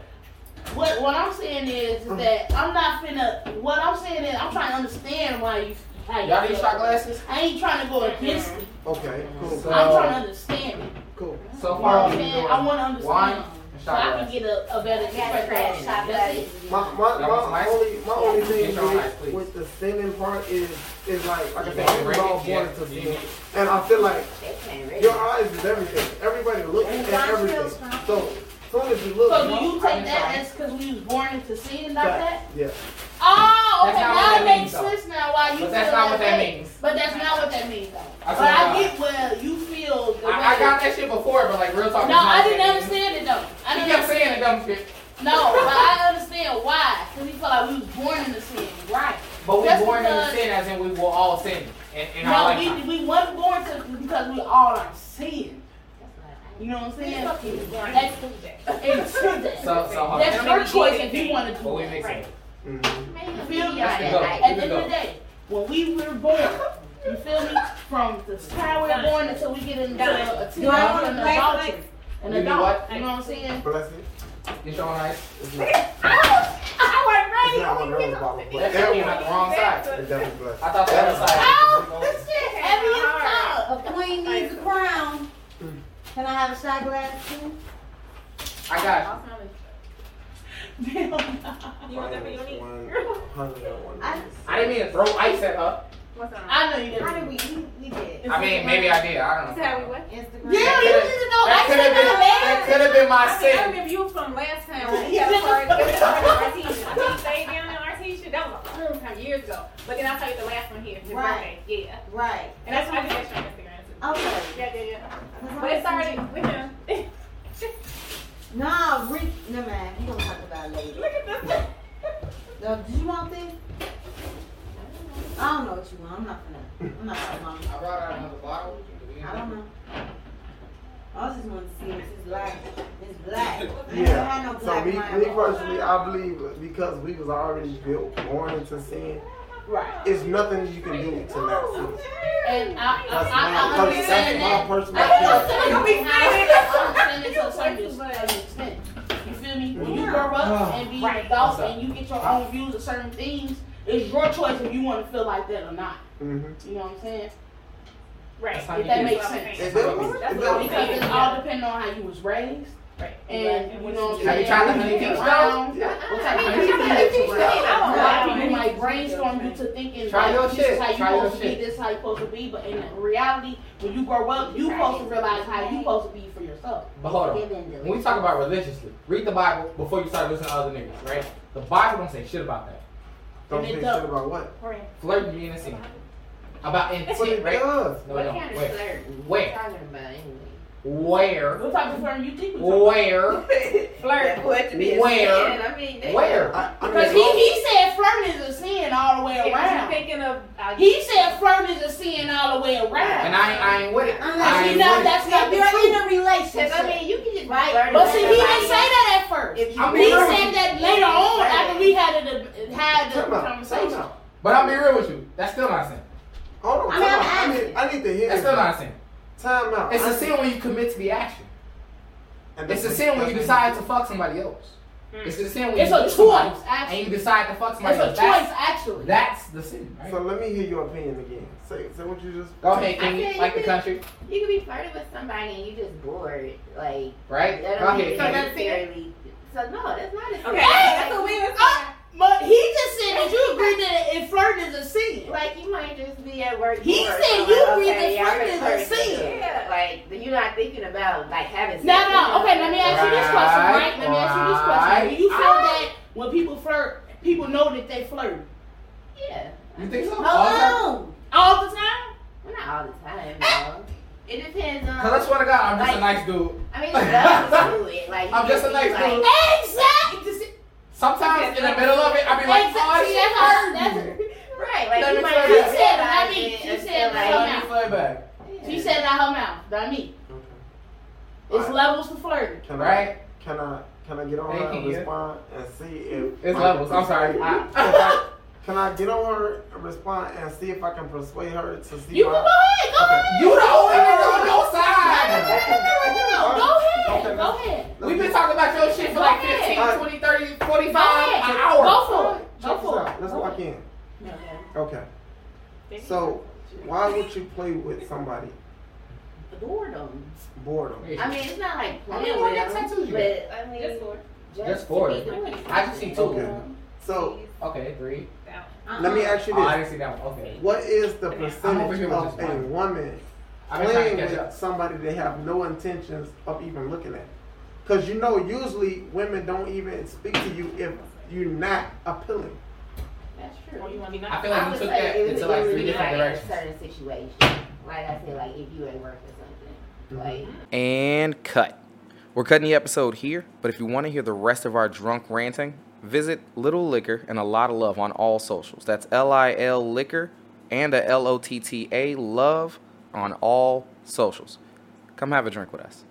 Speaker 5: What what I'm saying is,
Speaker 4: Mm-hmm.
Speaker 5: is that I'm not finna. What I'm saying is, I'm trying to understand why you. How you
Speaker 4: Y'all need
Speaker 5: feel.
Speaker 4: shot glasses?
Speaker 5: I ain't trying to go against it.
Speaker 2: Okay, cool,
Speaker 4: So-
Speaker 5: I'm trying to understand it.
Speaker 2: cool.
Speaker 4: So
Speaker 5: You know what
Speaker 4: far,
Speaker 5: I'm
Speaker 4: we've been
Speaker 5: saying?
Speaker 4: doing
Speaker 5: I want to understand.
Speaker 4: wine and
Speaker 5: so
Speaker 4: shot
Speaker 5: I can
Speaker 4: glasses.
Speaker 5: get a, a better
Speaker 7: Got
Speaker 5: perspective. That's it.
Speaker 2: My my,
Speaker 4: Y'all want some
Speaker 2: my
Speaker 4: ice?
Speaker 2: only my only thing
Speaker 4: Get your ice,
Speaker 2: with,
Speaker 4: please.
Speaker 2: with the sinning part is is like like I
Speaker 4: You
Speaker 2: said,
Speaker 4: want
Speaker 2: we was
Speaker 4: to break
Speaker 2: all
Speaker 4: it?
Speaker 2: born
Speaker 4: Yeah.
Speaker 2: to
Speaker 4: You
Speaker 2: sin,
Speaker 4: need it.
Speaker 2: and I feel like
Speaker 7: They can't read.
Speaker 2: your eyes is everything. Everybody looks
Speaker 7: And
Speaker 2: at
Speaker 7: God
Speaker 2: everything.
Speaker 7: feels fine.
Speaker 2: So as soon as you look,
Speaker 5: So do you
Speaker 2: you-
Speaker 5: take that as because we was born into sin like that?
Speaker 2: Yeah.
Speaker 5: Oh, okay.
Speaker 4: That's not
Speaker 5: Now it
Speaker 4: what that
Speaker 5: makes
Speaker 4: means, though.
Speaker 5: sense now why you feel
Speaker 4: But that's not what that
Speaker 5: way.
Speaker 4: means.
Speaker 5: But that's not what that means though.
Speaker 4: That's
Speaker 5: But
Speaker 4: what
Speaker 5: I
Speaker 4: I-
Speaker 5: get where you feel. the
Speaker 4: I, I
Speaker 5: way-
Speaker 4: got that shit before, but like real talk.
Speaker 5: No, I didn't
Speaker 4: You
Speaker 5: understand it though. I didn't
Speaker 4: kept
Speaker 5: understand.
Speaker 4: saying the dumb shit,
Speaker 5: No, but I understand why. Because we felt like we was born into sin, right?
Speaker 4: but we
Speaker 5: Just
Speaker 4: born into
Speaker 5: because-
Speaker 4: sin as in we will all sin in, in our
Speaker 5: No,
Speaker 4: lifetime.
Speaker 5: we we wasn't born to because we all are sin. You know what I'm saying? That's it's true. that.
Speaker 4: So, so hold
Speaker 5: That's
Speaker 4: on.
Speaker 5: your choice if you want to
Speaker 4: But
Speaker 5: do
Speaker 4: we
Speaker 5: it.
Speaker 4: mixing it.
Speaker 2: Mhm.
Speaker 5: You feel me?
Speaker 4: Let's go.
Speaker 5: At the end of the day, when we were born, you feel me? From the time we were born until we get into a
Speaker 7: Do I
Speaker 5: teenager
Speaker 7: want
Speaker 5: and
Speaker 7: to
Speaker 5: an
Speaker 7: play
Speaker 5: adult,
Speaker 7: like
Speaker 5: an
Speaker 4: You do
Speaker 5: adult.
Speaker 4: what?
Speaker 5: You know what I'm saying?
Speaker 2: Bless it.
Speaker 4: Get your own ice.
Speaker 2: It's not- it's not one of those bottles, but
Speaker 4: That
Speaker 2: that
Speaker 4: shit
Speaker 2: one
Speaker 4: came out the wrong side.
Speaker 2: is definitely blessed.
Speaker 4: I thought the other side.
Speaker 5: Oh, this shit heavy as fuck.
Speaker 7: a queen needs a crown?
Speaker 2: Mm.
Speaker 7: Can I have a shot glass too?
Speaker 4: I got
Speaker 3: You want that for your
Speaker 2: One
Speaker 3: niece?
Speaker 2: hundred and one
Speaker 7: I-
Speaker 2: days.
Speaker 4: you. I didn't mean to throw ice at her.
Speaker 3: What's on?
Speaker 5: I know you
Speaker 7: How
Speaker 5: didn't.
Speaker 7: did we? You, you did.
Speaker 4: I mean, maybe I did.
Speaker 3: Is
Speaker 4: I don't know.
Speaker 3: that how we went?
Speaker 7: Instagram.
Speaker 5: Yeah, you need to know.
Speaker 4: That
Speaker 5: I
Speaker 4: could have been. That could have been
Speaker 3: I
Speaker 4: my
Speaker 3: mean, I
Speaker 4: sin.
Speaker 3: remember you from last time when we had a party. We had a party in Artesia. I think you stayed down in Artesia. That was a long time, years ago. But then I saw you the last one here, his
Speaker 7: Right.
Speaker 3: birthday. Yeah.
Speaker 7: Right.
Speaker 3: And that's why I did that on Instagram.
Speaker 7: Okay.
Speaker 3: too. Yeah, yeah, yeah. But it's already, we done.
Speaker 7: Nah, Rick. No man, we gonna talk about it later.
Speaker 3: Look at this.
Speaker 7: No, did you want this? I don't know what you want. I'm not gonna. I'm not gonna. mama.
Speaker 4: I brought out another bottle.
Speaker 7: I don't know. I just want to see if it's black. It's black. I never had no
Speaker 2: Yeah. So
Speaker 7: black
Speaker 2: me,
Speaker 7: wine
Speaker 2: me
Speaker 7: before.
Speaker 2: personally, I believe that because we was already built, born into sin,
Speaker 7: Right.
Speaker 2: it's nothing you can do to not sin.
Speaker 5: And I, I, I,
Speaker 2: That's
Speaker 5: I
Speaker 2: my, pers-
Speaker 5: understand
Speaker 2: that's
Speaker 5: that.
Speaker 2: my personal
Speaker 5: I
Speaker 2: opinion.
Speaker 5: understand you have- I understand it to a certain extent. You feel me? When you grow up and be an adult and you get your own views of certain things, it's your choice if you want to feel like that or not.
Speaker 2: Mhm.
Speaker 5: You know what I'm saying?
Speaker 3: Right.
Speaker 4: That's how you
Speaker 5: If that
Speaker 4: do it.
Speaker 5: makes sense.
Speaker 2: It do.
Speaker 3: That's
Speaker 2: It
Speaker 3: what
Speaker 2: do.
Speaker 3: we
Speaker 5: Because it all depends on how you was raised
Speaker 3: Right.
Speaker 5: and you know what I'm saying.
Speaker 4: Have you tried the honey peach
Speaker 5: Around,
Speaker 2: Yeah.
Speaker 5: What type of honey peach you
Speaker 3: I
Speaker 5: around?
Speaker 3: don't
Speaker 5: A lot
Speaker 3: like
Speaker 5: of people
Speaker 3: honey
Speaker 5: might brainstorm you to thinking
Speaker 4: Try your
Speaker 5: like this
Speaker 4: shit.
Speaker 5: is how you
Speaker 4: Try your
Speaker 5: supposed to be,
Speaker 4: shit.
Speaker 5: this is how you supposed to be, but in reality, when you grow up, you supposed to realize how you supposed to be for yourself.
Speaker 4: But hold on. When we talk about religiously, read the Bible before you start listening to other niggas, right? The Bible don't say shit about that.
Speaker 2: Don't
Speaker 5: And
Speaker 2: say
Speaker 5: it
Speaker 2: shit
Speaker 5: does.
Speaker 2: about what.
Speaker 4: Flirting being a sin. About
Speaker 2: What it
Speaker 4: intent, right?
Speaker 2: does.
Speaker 4: No, no.
Speaker 7: kind of
Speaker 4: Where?
Speaker 7: flirt?
Speaker 4: Where?
Speaker 7: Talking about anyway.
Speaker 4: Where?
Speaker 5: What type of firm you think we talking about?
Speaker 4: Where?
Speaker 7: Flirt. What to
Speaker 4: be a Where? sin.
Speaker 7: I mean,
Speaker 4: Where?
Speaker 2: I, I mean,
Speaker 5: Because he, he said flirting is a sin all the way around.
Speaker 3: thinking of. uh,
Speaker 5: He said flirting is a sin all the way around.
Speaker 4: And I ain't, I ain't with it. I
Speaker 5: Unless
Speaker 4: ain't
Speaker 5: you know
Speaker 4: with it.
Speaker 5: that's not the truth.
Speaker 7: in a relationship,
Speaker 5: I
Speaker 7: mean, you can just
Speaker 5: Right, but see, he didn't say that at first.
Speaker 7: If
Speaker 4: I'm
Speaker 5: He
Speaker 4: being real with
Speaker 5: said
Speaker 4: you.
Speaker 5: that later on after we had the had the
Speaker 2: Time out.
Speaker 5: conversation.
Speaker 2: Time out.
Speaker 4: But I'll be real with you. That's still not sin.
Speaker 2: Hold on.
Speaker 7: I'm
Speaker 2: time
Speaker 7: not
Speaker 2: out. I need, I need to hear
Speaker 4: That's
Speaker 2: this.
Speaker 4: still not sin.
Speaker 2: Time out.
Speaker 4: It's
Speaker 2: I
Speaker 4: a
Speaker 2: need-
Speaker 4: sin when you commit to the action.
Speaker 2: and
Speaker 4: It's a
Speaker 2: that's-
Speaker 4: sin when you
Speaker 2: that's-
Speaker 4: decide to fuck somebody else.
Speaker 3: Mm.
Speaker 4: It's a sin when
Speaker 5: It's
Speaker 4: you
Speaker 5: a
Speaker 4: get somebody
Speaker 5: choice,
Speaker 4: and you
Speaker 5: actually. It's
Speaker 4: decide to fuck somebody
Speaker 5: a
Speaker 4: else.
Speaker 5: choice,
Speaker 4: That's,
Speaker 5: actually.
Speaker 4: that's the sin, right?
Speaker 2: So let me hear your opinion again. Say, say what you just.
Speaker 4: Go ahead,
Speaker 7: I
Speaker 4: King.
Speaker 7: can't
Speaker 4: Like the
Speaker 7: even-
Speaker 4: country,
Speaker 7: You can be flirting with somebody and you just bored. Like,
Speaker 4: right?
Speaker 7: that
Speaker 4: Go
Speaker 7: don't
Speaker 4: ahead,
Speaker 7: mean
Speaker 3: So
Speaker 4: King.
Speaker 3: that's it?
Speaker 7: necessarily. So, no, that's not a sin.
Speaker 3: Okay.
Speaker 7: That's
Speaker 3: So
Speaker 7: a
Speaker 3: we
Speaker 7: weird
Speaker 3: was-
Speaker 7: thing.
Speaker 5: Uh, But he just said that you agree that if flirting is a sin.
Speaker 7: Like, you might just be at work.
Speaker 5: He
Speaker 7: bored,
Speaker 5: said
Speaker 7: so
Speaker 5: you
Speaker 7: like,
Speaker 5: read
Speaker 7: okay,
Speaker 5: the
Speaker 7: yeah, I'm
Speaker 5: flirting
Speaker 7: gonna
Speaker 5: is
Speaker 7: flirt
Speaker 5: sin.
Speaker 7: with you. Like, but you're not thinking about, like, having sex.
Speaker 5: Now,
Speaker 7: with
Speaker 5: no,
Speaker 7: somebody.
Speaker 5: okay. Let me ask you this question, right? Let me ask you this question. Do you feel
Speaker 4: Right.
Speaker 5: that when people flirt, people know that they flirt
Speaker 7: Yeah.
Speaker 4: You think so? All the time?
Speaker 7: Hello.
Speaker 5: all the time?
Speaker 7: Well, not all the
Speaker 5: Eh.
Speaker 7: time, though. It depends on.
Speaker 4: Cause I swear to God, I'm just a
Speaker 7: Like-
Speaker 4: nice dude.
Speaker 7: I mean, love to do it. Like, you
Speaker 4: I'm just a
Speaker 7: can
Speaker 4: nice
Speaker 7: be, like,
Speaker 4: dude.
Speaker 5: Exactly.
Speaker 4: Sometimes in the middle of it, I be like,
Speaker 5: Exactly.
Speaker 4: "Oh, she
Speaker 5: That's-
Speaker 4: hurt."
Speaker 5: that's-
Speaker 7: Right.
Speaker 3: right. Like,
Speaker 4: Let
Speaker 3: you
Speaker 4: me
Speaker 3: might
Speaker 4: tell
Speaker 3: not
Speaker 4: you.
Speaker 3: realize
Speaker 5: She said, not me.
Speaker 3: it
Speaker 5: She
Speaker 3: until,
Speaker 5: said,
Speaker 3: like,
Speaker 5: not
Speaker 4: Let me playback,
Speaker 5: She said it out her mouth, not me. It's
Speaker 2: Alright.
Speaker 5: levels to flirting.
Speaker 2: Can I
Speaker 4: right?
Speaker 2: can I can I get on
Speaker 4: Hey,
Speaker 2: her and
Speaker 4: can you-
Speaker 2: respond and see if
Speaker 4: It's
Speaker 2: I-
Speaker 4: levels. I'm sorry. I,
Speaker 2: If I- can I get on her and respond and see if I can persuade her to see
Speaker 5: You
Speaker 2: my
Speaker 5: can go ahead, go ahead.
Speaker 4: you the only nigga on your side.
Speaker 5: Go
Speaker 2: Okay.
Speaker 5: ahead, go ahead.
Speaker 4: We've been talking about your shit for like 15, 20, 30, 45 an hour.
Speaker 5: Go for it. Go
Speaker 2: Check this
Speaker 5: for it.
Speaker 2: out. Let's lock in.
Speaker 3: Okay.
Speaker 2: Okay. So why would you play with somebody
Speaker 5: Adore them.
Speaker 2: boredom?
Speaker 4: I
Speaker 5: I mean, it's not like
Speaker 4: I
Speaker 5: playing
Speaker 4: mean, what
Speaker 5: with
Speaker 4: got
Speaker 5: them.
Speaker 4: tattoos you got?
Speaker 3: But I mean, just for
Speaker 4: Just four.
Speaker 5: to be doing it.
Speaker 4: I just see two.
Speaker 2: Okay. So
Speaker 4: Okay, three.
Speaker 8: uh-uh.
Speaker 2: let me ask you
Speaker 4: Oh, I
Speaker 2: this:
Speaker 4: didn't see that one. Okay.
Speaker 2: What is the
Speaker 3: I'm over
Speaker 2: percentage
Speaker 4: here with
Speaker 2: of
Speaker 4: this
Speaker 2: a
Speaker 4: one.
Speaker 2: woman
Speaker 4: I've been trying
Speaker 2: playing
Speaker 4: to catch up.
Speaker 2: with somebody they have no intentions of even looking at? Because you know, usually women don't even speak to you if you're not appealing.
Speaker 8: That's
Speaker 5: Or you
Speaker 8: true.
Speaker 5: wanna be
Speaker 4: I
Speaker 5: nice.
Speaker 4: feel like
Speaker 8: I
Speaker 4: you
Speaker 8: would
Speaker 4: took
Speaker 8: say
Speaker 4: that
Speaker 8: it
Speaker 4: into like
Speaker 8: would
Speaker 4: three
Speaker 8: be
Speaker 4: different
Speaker 8: like
Speaker 4: directions.
Speaker 8: Certain situations, like I said, like if you at work or something, like.
Speaker 4: Mm-hmm.
Speaker 9: and cut. We're cutting the episode here, but if you want to hear the rest of our drunk ranting, visit Little Liquor and a lot of love on all socials. That's L I L Liquor and a L O T T A Love on all socials. Come have a drink with us.